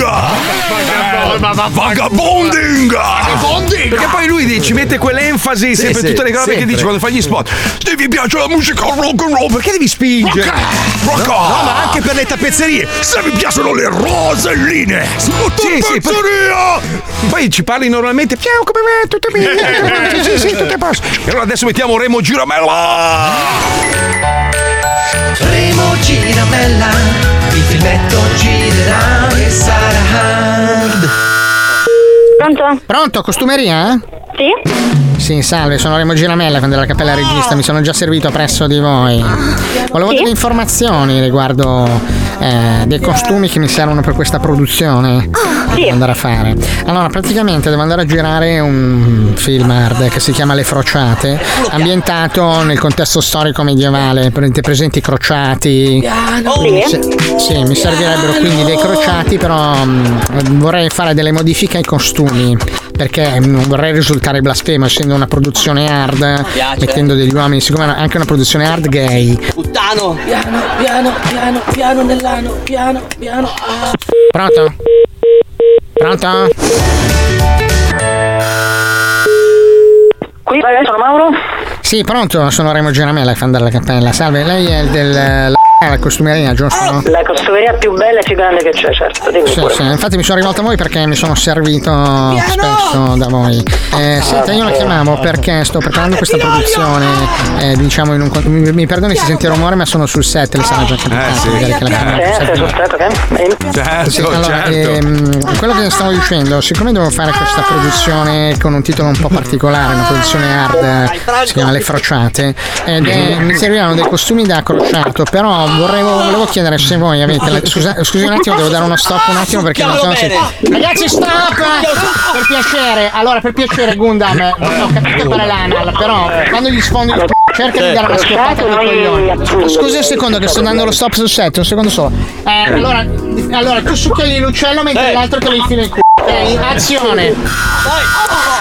S6: Vagabonding!
S10: Eh, Vagabonding!
S6: Perché poi lui di- ci mette quell'enfasi
S10: Sì,
S6: sempre
S10: sì,
S6: tutte le cose che
S10: sempre.
S6: dice quando fa gli spot. Se vi piace la musica rock and roll, perché devi spingere?
S10: Rock
S6: No,
S10: on!
S6: no, ma anche per le tappezzerie.
S10: Se vi piacciono le roselline!
S6: Sì, sì, poi, poi ci parli normalmente. Ciao, come va? Tutto bene? Tutto bene? Sì, sì, tutto a posto. E allora adesso mettiamo Remo Giramella.
S5: Primo Giramella, il filmetto girerà e sarà hard.
S25: Pronto? Pronto,
S2: eh?
S25: costumeria? Sì. Sì, salve, sono Remo Giramella con della Cappella Regista, mi sono già servito presso di voi. Volevo delle informazioni riguardo eh, dei costumi che mi servono per questa produzione che devo andare a fare. Allora, praticamente devo andare a girare un film hard che si chiama Le Crociate, ambientato nel contesto storico medievale, presente presenti i crociati.
S5: Sì.
S25: Sì, sì, mi servirebbero quindi dei crociati, però mh, vorrei fare delle modifiche ai costumi. Perché non vorrei risultare blasfemo, essendo una produzione hard,
S5: piace.
S25: mettendo degli uomini, siccome è anche una produzione hard gay.
S5: Puttano! Piano, piano, piano, piano nell'ano, piano, piano.
S25: Pronto? Pronto?
S16: Qui, ragazzi, sono Mauro.
S25: Sì, pronto, sono Remo Giramella, fan della cappella. Salve, lei è del la, la costumerina, giusto?
S16: La costumeria più bella e più grande che c'è, certo. Dimmi
S25: Sì,
S16: pure.
S25: sì, infatti mi sono rivolto a voi perché mi sono servito spesso da voi.
S16: Ah,
S25: Eh, senta, io la chiamavo perché sto preparando questa produzione, eh, diciamo in un con- mi, mi perdoni se sente rumore, ma sono sul set, le sarà già capitato
S16: Eh, sì.
S25: magari Certo, che la chiamano sul
S16: Sì,
S25: set.
S16: sei sostrato, ok?
S25: Sì, allora, ehm, quello che stavo dicendo, siccome devo fare questa produzione con un titolo un po' particolare, una produzione hard, eh, si chiama Le Frociate, ed è- mi servivano dei costumi da crociato, però vorrei, volevo chiedere se voi avete... la- scusa, scusi un attimo, devo dare uno stop un attimo perché non so se... Ragazzi, stop! Per piacere, allora per piacere, Gundam, eh, non ho capito qual è l'anal, però quando gli sfondi il c***o, cerca di dare una schiaffata di coglioni. Scusi un secondo che sto dando lo stop sul set, un secondo solo. Eh, allora, allora tu succhiali l'uccello mentre l'altro te lo infila in culo. Ok, azione!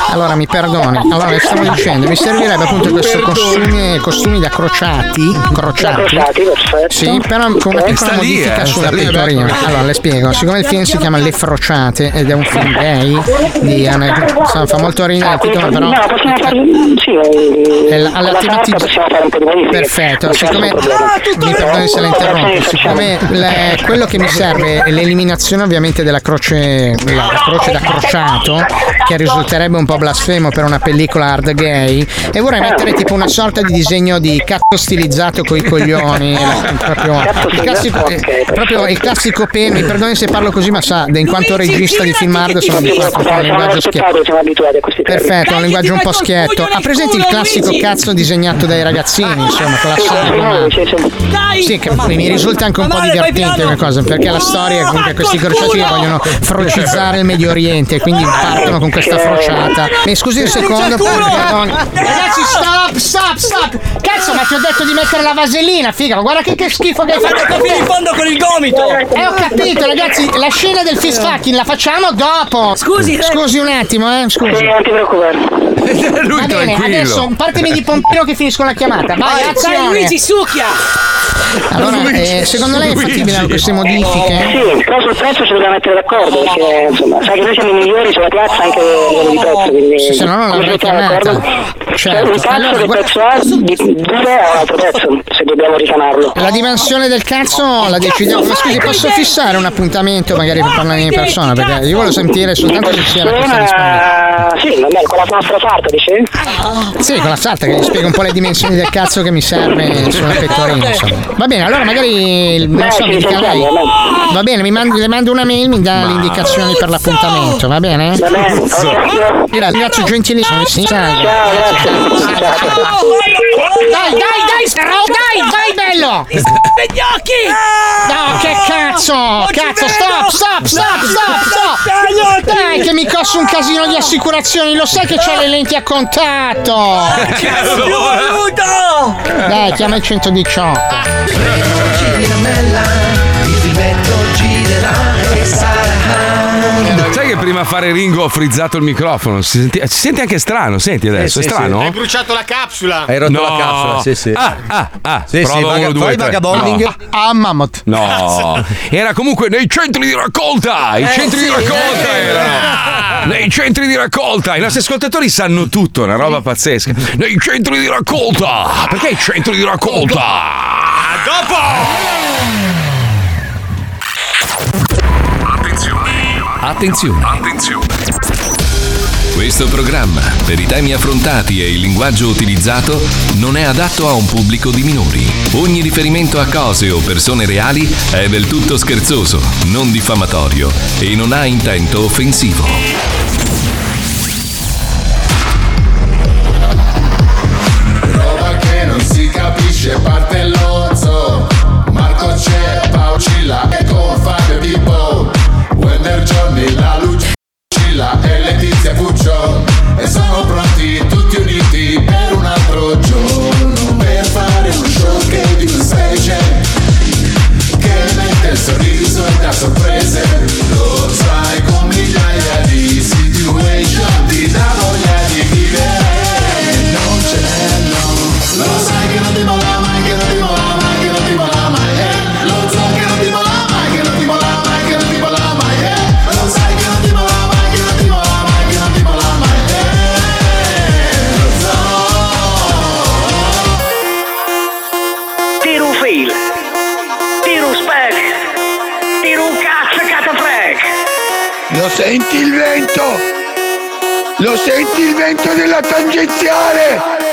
S25: Allora mi perdoni, allora che stavo dicendo, mi servirebbe appunto questo costume, costumi da crociati, crociati,
S16: crociati, perfetto.
S25: Sì, però con una
S16: Ok.
S25: piccola
S16: Sta lì,
S25: modifica
S16: eh,
S25: sulla
S16: sta lì,
S25: pettorina.
S16: eh.
S25: Allora le spiego, siccome il film si chiama Le Frociate ed è un film gay, di Anna- insomma, fa molto ridere il titolo però...
S16: Ah, No, possiamo fare. Sì, eh,
S25: Eh,
S16: con la
S25: all'attività-
S16: carta possiamo fare un po' di modifiche.
S25: Perfetto,
S16: Non c'è
S25: siccome
S16: nessun problema.
S25: mi perdoni se la interrompo, siccome le- quello che mi serve è l'eliminazione ovviamente della croce, la, la croce da crociato, che risulterebbe un po' blasfemo per una pellicola hard gay, e vorrei mettere tipo una sorta di disegno di cazzo stilizzato coi coglioni, la- proprio,
S16: Cazzo
S25: il classico,
S16: stilizzato, ok,
S25: eh, proprio il classico pene, mi perdoni se parlo così, ma sa, in quanto regista di film hard sono abituato a fare un linguaggio schietto.
S16: Siamo abituati a questi termini.
S25: Perfetto, un linguaggio un po' schietto. Ha presente il classico cazzo disegnato dai ragazzini, insomma, con la sagoma. Sì, che poi mi risulta anche un po' divertente come cosa, perché la storia è comunque questi crociati che vogliono frocizzare il Medio Oriente, quindi partono con questa frociata. Mi scusi un secondo, perdoni. Ragazzi, stop, stop, stop! Cazzo, ma ti ho detto di mettere la vasellina, figa, ma guarda che, che schifo che hai fatto!
S5: Faccio capire in fondo con il gomito.
S25: Eh, ho capito, ragazzi, la scena del fist
S16: Eh.
S25: fucking la facciamo dopo! Scusi, scusi un attimo, eh, scusi.
S16: Non ti preoccupare.
S25: Va bene, adesso partimi di pompino che finisco la chiamata. Vai,
S5: Vai,
S25: azione.
S5: dai, Luigi, succhia!
S25: Allora, eh, secondo lei è fattibile queste modifiche?
S16: Sì, però sul prezzo ci dobbiamo mettere d'accordo perché insomma, sai che noi siamo i migliori sulla piazza anche a livello di prezzo, quindi
S25: Se no non
S16: come
S25: l'avrei
S16: siamo d'accordo?
S25: chiamata. Certo.
S16: Cioè, un cazzo
S25: Allora,
S16: di
S25: guarda-
S16: prezzo A di due a un altro prezzo, se dobbiamo ricamarlo.
S25: La dimensione del cazzo la decidiamo. Ma scusi, posso fissare un appuntamento magari per parlare in persona? Perché io voglio sentire soltanto se c'è la questa risposta.
S16: Ah, sì, va bene, con la nostra sarta, dici?
S25: Sì, con la salta che gli spiego un po' le dimensioni del cazzo che mi serve sulla pettorina. Insomma. Va bene, allora magari non so, mi dica lei. Va bene, mi mandi- le mando una mail, mi dà le indicazioni per l'appuntamento, va bene?
S16: Va bene, ok.
S25: Gra- Grazie gentilissimo, sì, salve.
S5: Dai, dai, dai, sparò, dai, dai, bello! gli occhi!
S25: No, che cazzo! Cazzo, stop, stop, stop, stop, stop! Dai, che mi costa un casino di assicurazioni, lo sai che c'ho le lenti a contatto! Dai, chiama il 118.
S5: Giramella, il filmetto girerà e sarà
S6: Sai che
S3: prima a fare Ringo ho frizzato il microfono. Si senti, si sente anche strano, senti adesso,
S6: Eh,
S3: è
S4: Sì, sì,
S3: strano?
S4: sì.
S6: Ecco.
S4: Hai bruciato la capsula.
S3: No. Ah, ah, ah. prova uno, due, tre. No.
S2: Ah, Mammoth.
S3: No, era comunque nei centri di raccolta. I
S2: Eh,
S3: centri
S2: sì,
S3: di raccolta
S2: eh.
S3: erano. Nei centri di raccolta. I nostri ascoltatori sanno tutto, una roba pazzesca. Nei centri di raccolta. Perché i centri di raccolta?
S16: A dopo!
S1: Attenzione. Questo programma, per i temi affrontati e il linguaggio utilizzato, non è adatto a un pubblico di minori. Ogni riferimento a cose o persone reali è del tutto scherzoso, non diffamatorio e non ha intento offensivo.
S6: Roba che non si capisce, parte l'onzo. Marco c'è, Paucilla e con Fabio Pippo. Wender Johnny, la Lucilla e Letizia Puccio. E sono pronti tutti uniti per un altro giorno. Per fare un show che è di una specie. Che mette il sorriso e dà sorprese. Lo sai con migliaia di situation. Ti dà voglia di vivere. Non c'è lo sai che non ti molla mai, che non ti molla mai, che non ti molla mai, eh. Lo sai che non ti molla mai, che non ti molla mai, che non ti molla mai, eh. Lo sai che non ti molla mai, che non ti molla mai, che non ti molla mai, eh. Lo
S17: Tiro un fil, tiro un spec, tiro un cazzo catafrec.
S23: Lo senti il vento? Lo senti il vento della tangenziale?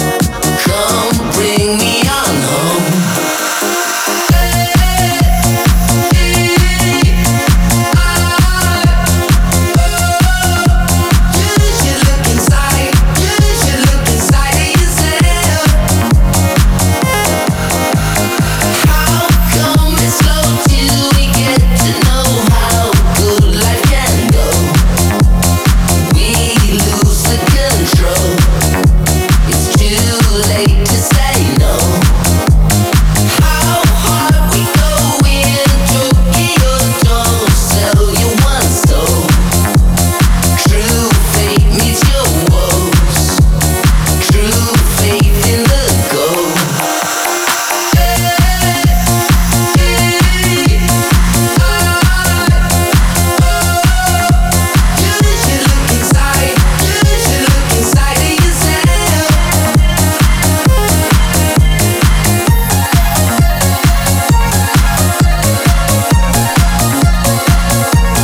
S10: Come bring me on home.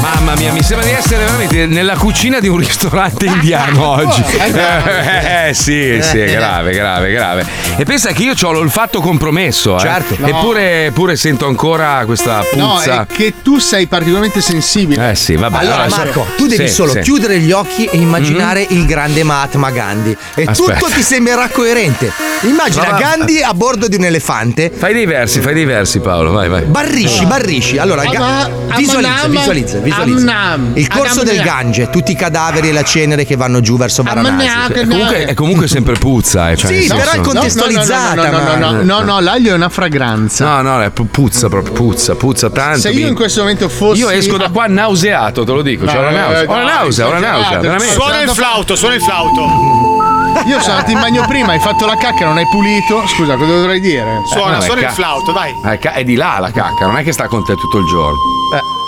S3: Mamma mia, mi sembra di essere veramente nella cucina di un ristorante indiano oggi. Eh, eh, sì, sì, è grave, grave, grave. E pensa che io ho l'olfatto compromesso, eh.
S2: Certo. No.
S3: Eppure eppure sento ancora questa
S2: No,
S3: puzza.
S2: è che tu sei particolarmente sensibile.
S3: Eh sì, vabbè.
S5: Allora, Marco, tu devi
S3: Sì,
S5: solo
S3: sì. Mhm.
S5: chiudere gli occhi e immaginare il grande Mahatma Gandhi. E
S3: Aspetta.
S5: tutto ti sembrerà coerente. Immagina
S3: Ma va-
S5: Gandhi a bordo di un elefante.
S3: Fai dei versi, fai dei versi, Paolo, vai, vai.
S5: Barrisci, barrisci. Allora, ga-
S2: Ama-
S5: visualizza,
S2: amanam-
S5: visualizza, visualizza.
S2: amnam-
S5: Il corso
S2: agamnea.
S5: del Gange, tutti i cadaveri e la cenere che vanno giù verso
S2: Amanea,
S5: Varanasi.
S2: che- Comunque-
S3: È comunque sempre puzza, eh. Cioè
S5: Sì,
S3: nel senso-
S5: però è
S2: No, no, no, no, no, no, no, no, no, l'aglio è una fragranza.
S3: Ah, No, no, è pu- puzza proprio, puzza, puzza tanto.
S2: Se io
S3: mi-
S2: in questo momento fossi.
S3: Io esco da qua nauseato, te lo dico. C'ho
S2: No,
S3: la nausea.
S2: eh,
S3: Ho la
S2: no,
S3: nausea, ho la nausea,
S2: esagerate.
S3: veramente.
S4: Suona il flauto, suona il flauto.
S2: Io sono andato in bagno prima, hai fatto la cacca, non hai pulito. Scusa, cosa dovrei dire?
S4: Suona, suona il flauto, dai.
S3: Eh, ca- È di là la cacca, non è che sta con te tutto il giorno.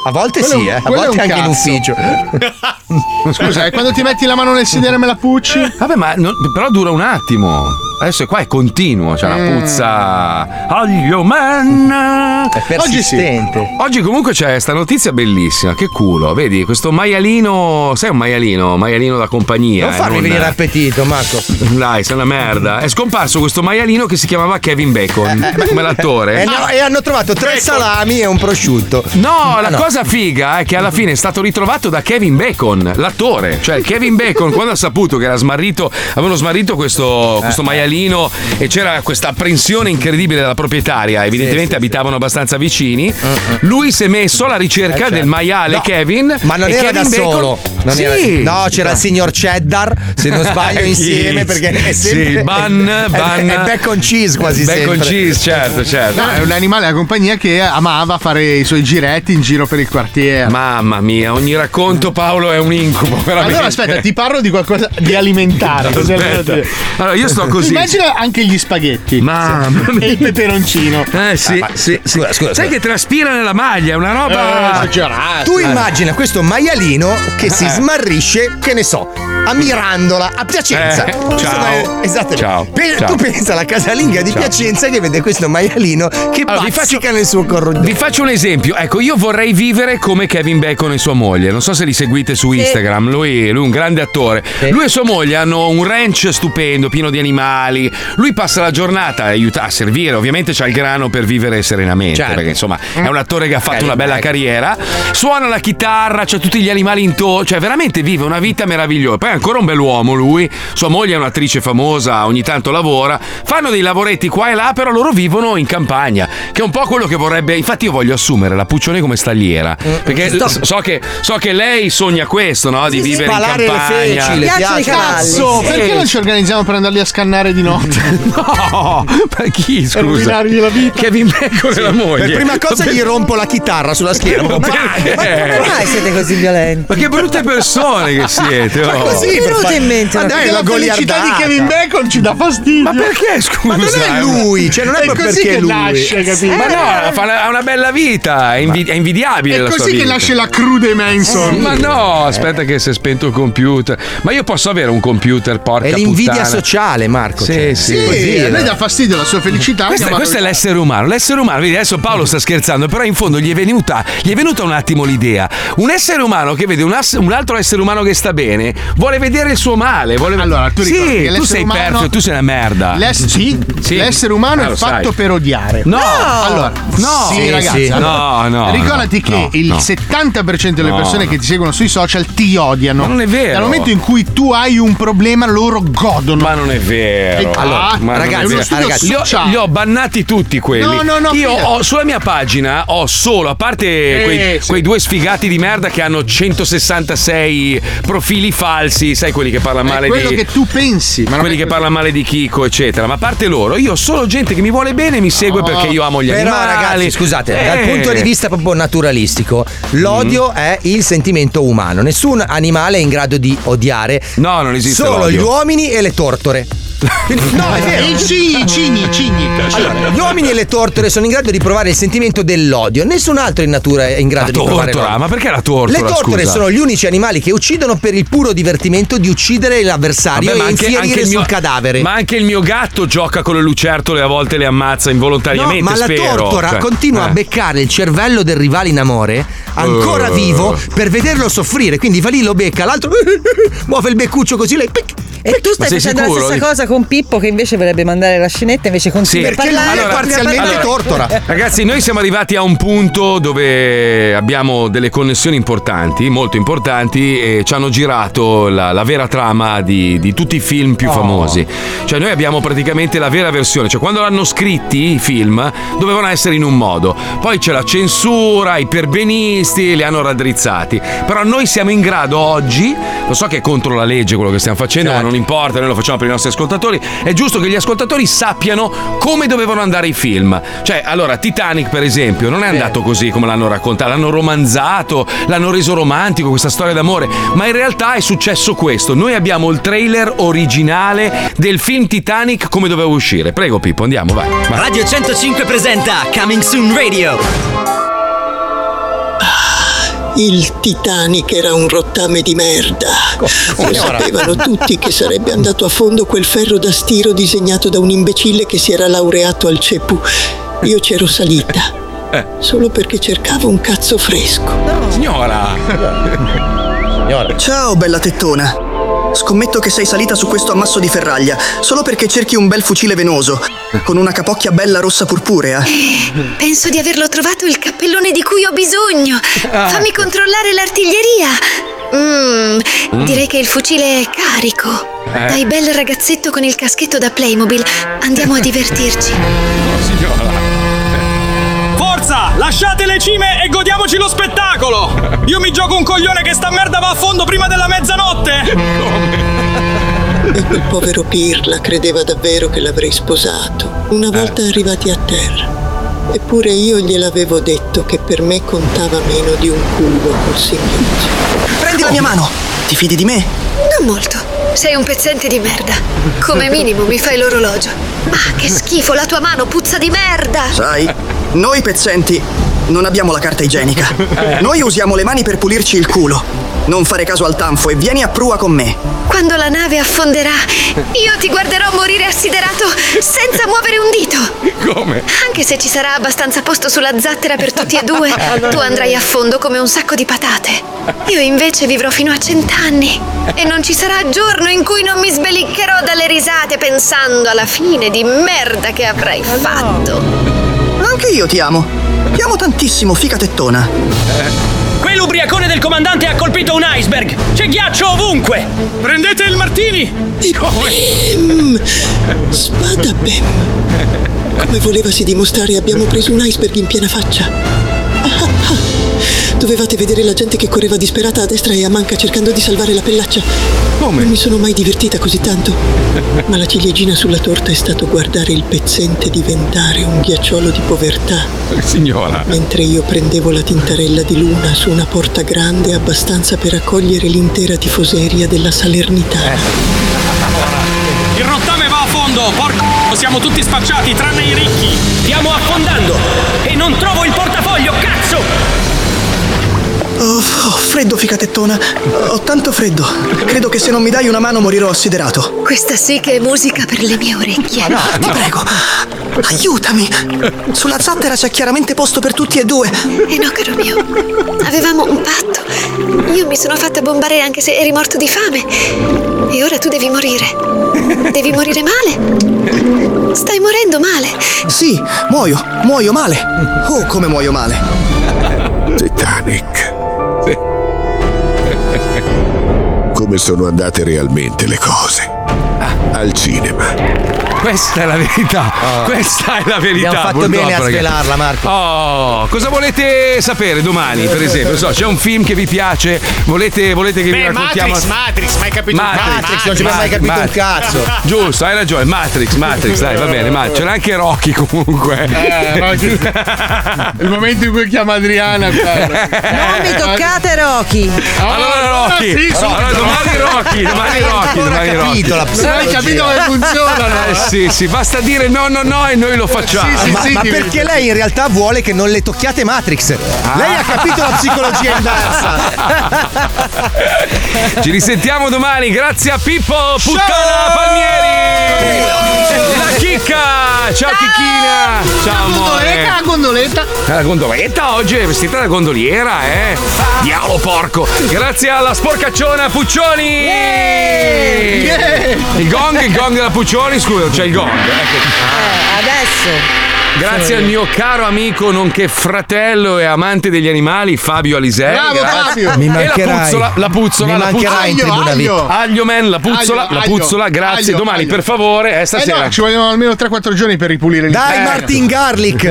S5: a volte
S2: Quello- sì, eh. A quello volte è un anche in cazzo. ufficio. Scusa, e quando ti metti la mano nel sedere me la pucci?
S3: Vabbè, ma non- però dura un attimo. Adesso qua è continuo, c'è
S2: Eh.
S3: una
S6: Mm.
S3: puzza. Aglio man.
S6: persistente.
S3: Oggi sì. Oggi comunque c'è sta notizia bellissima, che culo, vedi questo maialino, sai un maialino, maialino da compagnia.
S5: Non
S3: eh,
S5: farmi venire appetito, Marco.
S3: Dai, sei una merda. È scomparso questo maialino che si chiamava Kevin Bacon, come l'attore.
S5: E, Eh, no- e hanno trovato tre salami e un prosciutto.
S3: No, la cosa figa è che alla fine è stato ritrovato da Kevin Bacon, l'attore. Cioè, Kevin Bacon, quando ha saputo che era smarrito, avevano smarrito questo,
S5: Eh,
S3: questo maialino e c'era questa apprensione incredibile della proprietaria, evidentemente abitavano abbastanza vicini. Lui si è messo alla ricerca
S5: Eh, certo.
S3: del maiale
S5: No,
S3: Kevin.
S5: Ma non
S3: e
S5: era
S3: Kevin
S5: da
S3: Bacon-
S5: solo. Non
S3: Sì.
S5: era- no, c'era il signor Cheddar, se non sbaglio,
S3: Chi?
S5: insieme perché è sempre
S3: Sì, bun,
S5: è-
S3: bun.
S5: è back on cheese quasi
S3: Bacon
S5: sempre.
S3: cheese, certo, certo.
S2: Eh, No, è un animale della compagnia che amava fare i suoi giretti in giro per il quartiere.
S3: Mamma mia, ogni racconto Paolo è un incubo, veramente.
S2: Allora aspetta, ti parlo di qualcosa di alimentare.
S3: No,
S2: così
S3: aspetta.
S2: almeno ti-
S3: Allora, io sto così.
S2: Immagina anche gli spaghetti.
S3: Mamma
S2: E il peperoncino.
S3: Eh sì,
S5: Ah,
S3: sì, sì. Sai che traspira nella maglia, è una
S2: Eh,
S3: roba.
S5: Tu immagina questo maialino che
S3: Eh.
S5: si smarrisce, che ne so, a Mirandola, a Piacenza.
S6: Eh,
S5: Questo
S6: ciao.
S5: ma- esattamente.
S6: Ciao,
S5: esatto. Pe-
S6: ciao.
S5: Tu pensa alla casalinga di
S6: Ciao.
S5: Piacenza che vede questo maialino che
S3: Allora, vi
S5: pazzica nel suo corridoio.
S3: Vi faccio un esempio, ecco, io vorrei vivere come Kevin Bacon e sua moglie. Non so se li seguite su Instagram, lui, lui è un grande attore. Lui e sua moglie hanno un ranch stupendo, pieno di animali. Lui passa la giornata a, aiuta- a servire, ovviamente c'ha il grano per vivere serenamente, perché insomma è un attore che ha fatto una bella
S2: ecco.
S3: carriera. Suona la chitarra, c'ha tutti gli animali intorno, cioè veramente vive una vita meravigliosa. Poi è ancora un bell'uomo lui, sua moglie è un'attrice famosa, ogni tanto lavora, fanno dei lavoretti qua e là, però loro vivono in campagna, che è un po' quello che vorrebbe. Infatti, io voglio assumere la Puccione come stagliera.
S2: Mm.
S3: Perché
S6: sto-
S3: s- so che, so che lei sogna questo, no? Di vivere in
S2: spalare le
S3: campagna.
S2: feci, le
S5: piacciono i cavalli.
S2: Cazzo,
S5: Sì.
S2: perché non ci organizziamo per andarli a scannare di notte?
S6: Oh,
S3: no, per chi
S2: Per
S3: scusa?
S2: rovinargli la vita.
S3: Kevin Bacon e la moglie.
S5: Per prima cosa gli rompo la chitarra sulla schiena.
S3: Ma perché?
S5: siete così violenti?
S3: Ma che brutte persone che siete!
S5: Ma
S3: oh.
S5: così
S2: Cioè, Mi è venuta in mente
S5: Ma
S2: una
S5: dai,
S2: cosa.
S5: la
S2: La felicità di Kevin Bacon ci dà fastidio. Ma
S3: perché scusa?
S5: Ma non è lui, cioè non è,
S2: È
S5: proprio
S2: così
S5: perché
S2: che
S5: lui.
S6: Eh,
S5: Eh,
S2: nasce, capito?
S3: Ma no, fa una- ha una bella vita, è, invi- è invidiabile
S2: È
S3: la sua
S2: così che
S3: vita.
S2: nasce la crude Manson.
S3: Ma no, aspetta che si è spento il computer. Ma io posso avere un computer, porca
S2: È l'invidia
S3: puttana.
S5: sociale, Marco.
S3: Sì,
S5: cioè.
S3: sì. Così,
S2: a
S3: no?
S2: noi dà fastidio la sua felicità.
S3: Questo, è-
S2: andiamo a-
S3: questo è l'essere umano. L'essere umano, vedi, adesso Paolo sta scherzando, però in fondo gli è venuta, gli è venuta un attimo l'idea. Un essere umano che vede un, ass- un altro essere umano che sta bene, vuole vedere il suo male. Vuole...
S2: Allora, tu ricordi che
S3: sì, tu
S2: l'essere
S3: sei
S2: umano-
S3: perso, tu sei una merda.
S2: L'ess- sì,
S3: Ah. Sì.
S2: l'essere umano
S3: Ah,
S2: è
S3: lo
S2: fatto
S3: sai.
S2: per odiare.
S3: No!
S2: allora,
S3: No!
S2: sì,
S3: Sì,
S2: ragazzi,
S3: sì.
S2: allora,
S3: No, no,
S2: ricordati
S3: no,
S2: che
S3: no,
S2: il
S3: no.
S2: 70% delle
S3: No,
S2: persone
S3: no.
S2: che ti seguono sui social ti odiano.
S3: Ma non è vero.
S2: Dal momento in cui tu hai un problema, loro godono.
S3: Ma non è vero.
S2: E- Ah,
S3: ma non
S2: ragazzi,
S3: è
S2: uno
S3: vero.
S2: studio
S3: li, ho,
S2: sociale.
S3: li ho bannati tutti quelli.
S2: No, no, no,
S3: Io
S2: fidati.
S3: ho, sulla mia pagina ho solo, a parte
S5: Eh,
S3: quei, quei due sfigati di merda che hanno 166 profili falsi, sai quelli che parlano male
S2: quello
S3: di.
S2: che tu pensi, ma non
S3: quelli che parlano male di Chico, eccetera. Ma a parte loro, io ho solo gente che mi vuole bene e mi segue perché io amo gli
S5: Però,
S3: animali.
S5: ragazzi, scusate,
S3: Eh.
S5: dal punto di vista proprio naturalistico, l'odio
S3: Mm.
S5: è il sentimento umano. Nessun animale è in grado di odiare.
S3: No, non esiste
S5: Solo
S3: l'odio.
S5: gli uomini e le tortore. No, è vero.
S2: I cigni, cigni, cigni.
S5: Allora, gli uomini e le tortore sono in grado di provare il sentimento dell'odio. Nessun altro in natura è in grado
S3: La
S5: di provare
S3: tortora,
S5: l'odio.
S3: ma perché la tortora?
S5: Le tortore
S3: scusa?
S5: sono gli unici animali che uccidono per il puro divertimento di uccidere l'avversario
S3: Vabbè,
S5: e infierire
S3: il
S5: sul
S3: mio-
S5: cadavere.
S3: Ma anche il mio gatto gioca con le lucertole e a volte le ammazza involontariamente.
S5: No, ma la
S3: spero.
S5: tortora
S3: Cioè,
S5: continua a
S3: eh.
S5: beccare il cervello del rivale in amore, ancora
S3: Eh.
S5: vivo, per vederlo soffrire. Quindi va lì, lo becca, l'altro muove il beccuccio così, lei. pic,
S21: E tu
S5: Ma
S21: stai
S5: sei
S21: facendo
S5: sicuro?
S21: la stessa cosa con Pippo che invece vorrebbe mandare la scenetta, invece
S3: Sì.
S21: continua a parlare. continua a parlare.
S3: Ragazzi, noi siamo arrivati a un punto dove abbiamo delle connessioni importanti, molto importanti, e ci hanno girato la, la vera trama di, di tutti i film più famosi. Cioè, noi abbiamo praticamente la vera versione. Cioè, quando l'hanno scritti i film, dovevano essere in un modo. Poi c'è la censura, i perbenisti li hanno raddrizzati. Però noi siamo in grado oggi, lo so che è contro la legge quello che stiamo facendo, ma non importa, noi lo facciamo per i nostri ascoltatori. È giusto che gli ascoltatori sappiano come dovevano andare i film. Cioè, allora, Titanic, per esempio, non è andato così come l'hanno raccontato, l'hanno romanzato, l'hanno reso romantico, questa storia d'amore. Ma in realtà è successo questo. Noi abbiamo il trailer originale del film Titanic come doveva uscire. Prego, Pippo, andiamo, vai. vai.
S7: Radio 105 presenta Coming Soon Radio. Ah, Il Titanic era un rottame di merda. Lo
S26: signora.
S7: sapevano tutti che sarebbe andato a fondo quel ferro da stiro disegnato da un imbecille che si era laureato al CEPU. Io c'ero salita. Solo perché cercavo un cazzo fresco.
S3: Signora!
S26: Ciao, bella tettona. Scommetto che sei salita su questo ammasso di ferraglia solo perché cerchi un bel fucile venoso, con una capocchia bella rossa eh. purpurea.
S20: Penso di averlo trovato il cappellone di cui ho bisogno.
S26: Ah,
S20: Fammi
S26: ecco.
S20: controllare l'artiglieria. Mm,
S26: Mm.
S20: Direi che il fucile è carico.
S26: Eh.
S20: Dai, bel ragazzetto con il caschetto da Playmobil. Andiamo a divertirci.
S4: Forza! Lasciate le cime e godiamoci lo spettacolo! Io mi gioco un coglione che sta merda va a fondo prima della mezzanotte!
S7: E quel povero Pirla credeva davvero che l'avrei sposato, una volta arrivati a terra. Eppure io gliel'avevo detto che per me contava meno di un culo col signore.
S20: Prendi la
S26: Mia mano! Ti fidi di me?
S20: Non molto. Sei un pezzente di merda. Come minimo mi fai l'orologio. Ah, che schifo, la tua mano puzza di merda.
S26: Sai, noi pezzenti non abbiamo la carta igienica. Noi usiamo le mani per pulirci il culo. Non fare caso al tanfo e vieni a prua con me.
S20: Quando la nave affonderà, io ti guarderò morire assiderato senza muovere un dito.
S3: Come?
S20: Anche se ci sarà abbastanza posto sulla zattera per tutti e due, tu andrai a fondo come un sacco di patate. Io invece vivrò fino a cent'anni e non ci sarà giorno in cui non mi sbeliccherò dalle risate pensando alla fine di merda che avrai fatto.
S26: Anche io ti amo. Ti amo tantissimo, fica tettona.
S4: Quell'ubriacone del comandante ha colpito un iceberg! C'è ghiaccio ovunque! Prendete il martini!
S7: Bem! Spada Bem! Come volevasi dimostrare, abbiamo preso un iceberg in piena faccia. Ah, ah, ah. Dovevate vedere la gente che correva disperata a destra e a manca cercando di salvare la pellaccia. Non mi sono mai divertita così tanto. Ma la ciliegina sulla torta è stato guardare il pezzente diventare un ghiacciolo di povertà.
S3: Signora.
S7: Mentre io prendevo la tintarella di luna su una porta grande abbastanza per accogliere l'intera tifoseria della Salernitana.
S4: Il rottame va a fondo, porco! Siamo tutti spacciati, tranne i ricchi! Stiamo affondando! E non trovo il portafoglio, cazzo!
S26: Oh, oh, freddo, fica tettona. Ho tanto freddo. Credo che se non mi dai una mano morirò assiderato.
S20: Questa sì che è musica per le mie orecchie.
S26: Ti prego, aiutami. Sulla zattera c'è chiaramente posto per tutti e due.
S20: Eh no, caro mio, avevamo un patto. Io mi sono fatta bombare anche se eri morto di fame. E ora tu devi morire. Devi morire male. Stai morendo male.
S26: Sì, muoio, muoio male. Oh, come muoio male.
S12: Titanic. Come sono andate realmente le cose? Ah, Al cinema.
S3: Questa è la verità. Questa è la verità.
S5: Ah. Abbiamo fatto
S3: purtroppo,
S5: bene a
S3: ragazzi.
S5: svelarla, Marco.
S3: Oh, cosa volete sapere domani? Per esempio, non so, c'è un film che vi piace, volete, volete che vi
S6: Beh,
S3: raccontiamo.
S6: Matrix, Matrix, mai capito?
S3: Matrix. Giusto, hai ragione. Matrix, Matrix, dai, va bene. Ma c'era anche Rocky comunque.
S2: Eh, Rocky.
S5: Ah,
S2: Il momento in cui chiama Adriana.
S16: Non mi toccate Rocky.
S3: Allora Rocky,
S2: sì, subito.
S3: allora domani Rocky, domani Rocky, domani
S2: Ancora
S3: Rocky.
S2: capito la psicologia. Non hai capito come funzionano,
S3: Eh
S2: eh?
S3: sì, sì, basta dire no, no, no e noi lo facciamo.
S5: ma, ma perché lei in realtà vuole che non le tocchiate Matrix? Lei ha capito la psicologia inversa.
S3: Ci risentiamo domani, grazie a Pippo Puttana Palmieri.
S6: Eh,
S3: La chicca! Ciao chicchina! Ciao
S2: Gondoletta,
S3: amore!
S2: gondoletta.
S3: La gondoletta oggi è vestita da gondoliera, eh! Diavolo porco! Grazie alla sporcacciona Puccioni! Il gong, il gong della Puccioni, scusa, c'è il gong. Ecco.
S16: Adesso.
S3: Grazie al mio caro amico, nonché fratello e amante degli animali, Fabio Alisei.
S5: Bravo,
S3: Grazie.
S5: Fabio. Mi
S3: E la
S5: mancherai.
S3: puzzola, la puzzola,
S5: Mi
S3: la puzzola.
S5: mancherai in tribuna
S3: aglio,
S5: VIP.
S3: aglio man, la puzzola,
S2: Aglio,
S3: la
S2: aglio,
S3: puzzola, grazie.
S2: aglio,
S3: Domani,
S2: aglio.
S3: per favore, eh,
S2: Eh
S3: stasera.
S2: no, ci vogliono almeno 3-4 giorni per ripulire il
S3: Dai, Martin
S2: Garlic,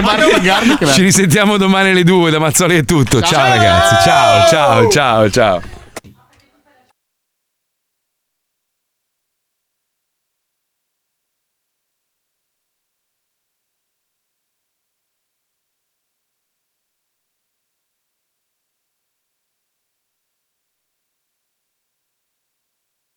S2: Martin Garlic.
S3: Ci risentiamo domani alle 2 da Mazzoli è tutto. Ciao, ragazzi. Ciao, ciao, ciao, ciao.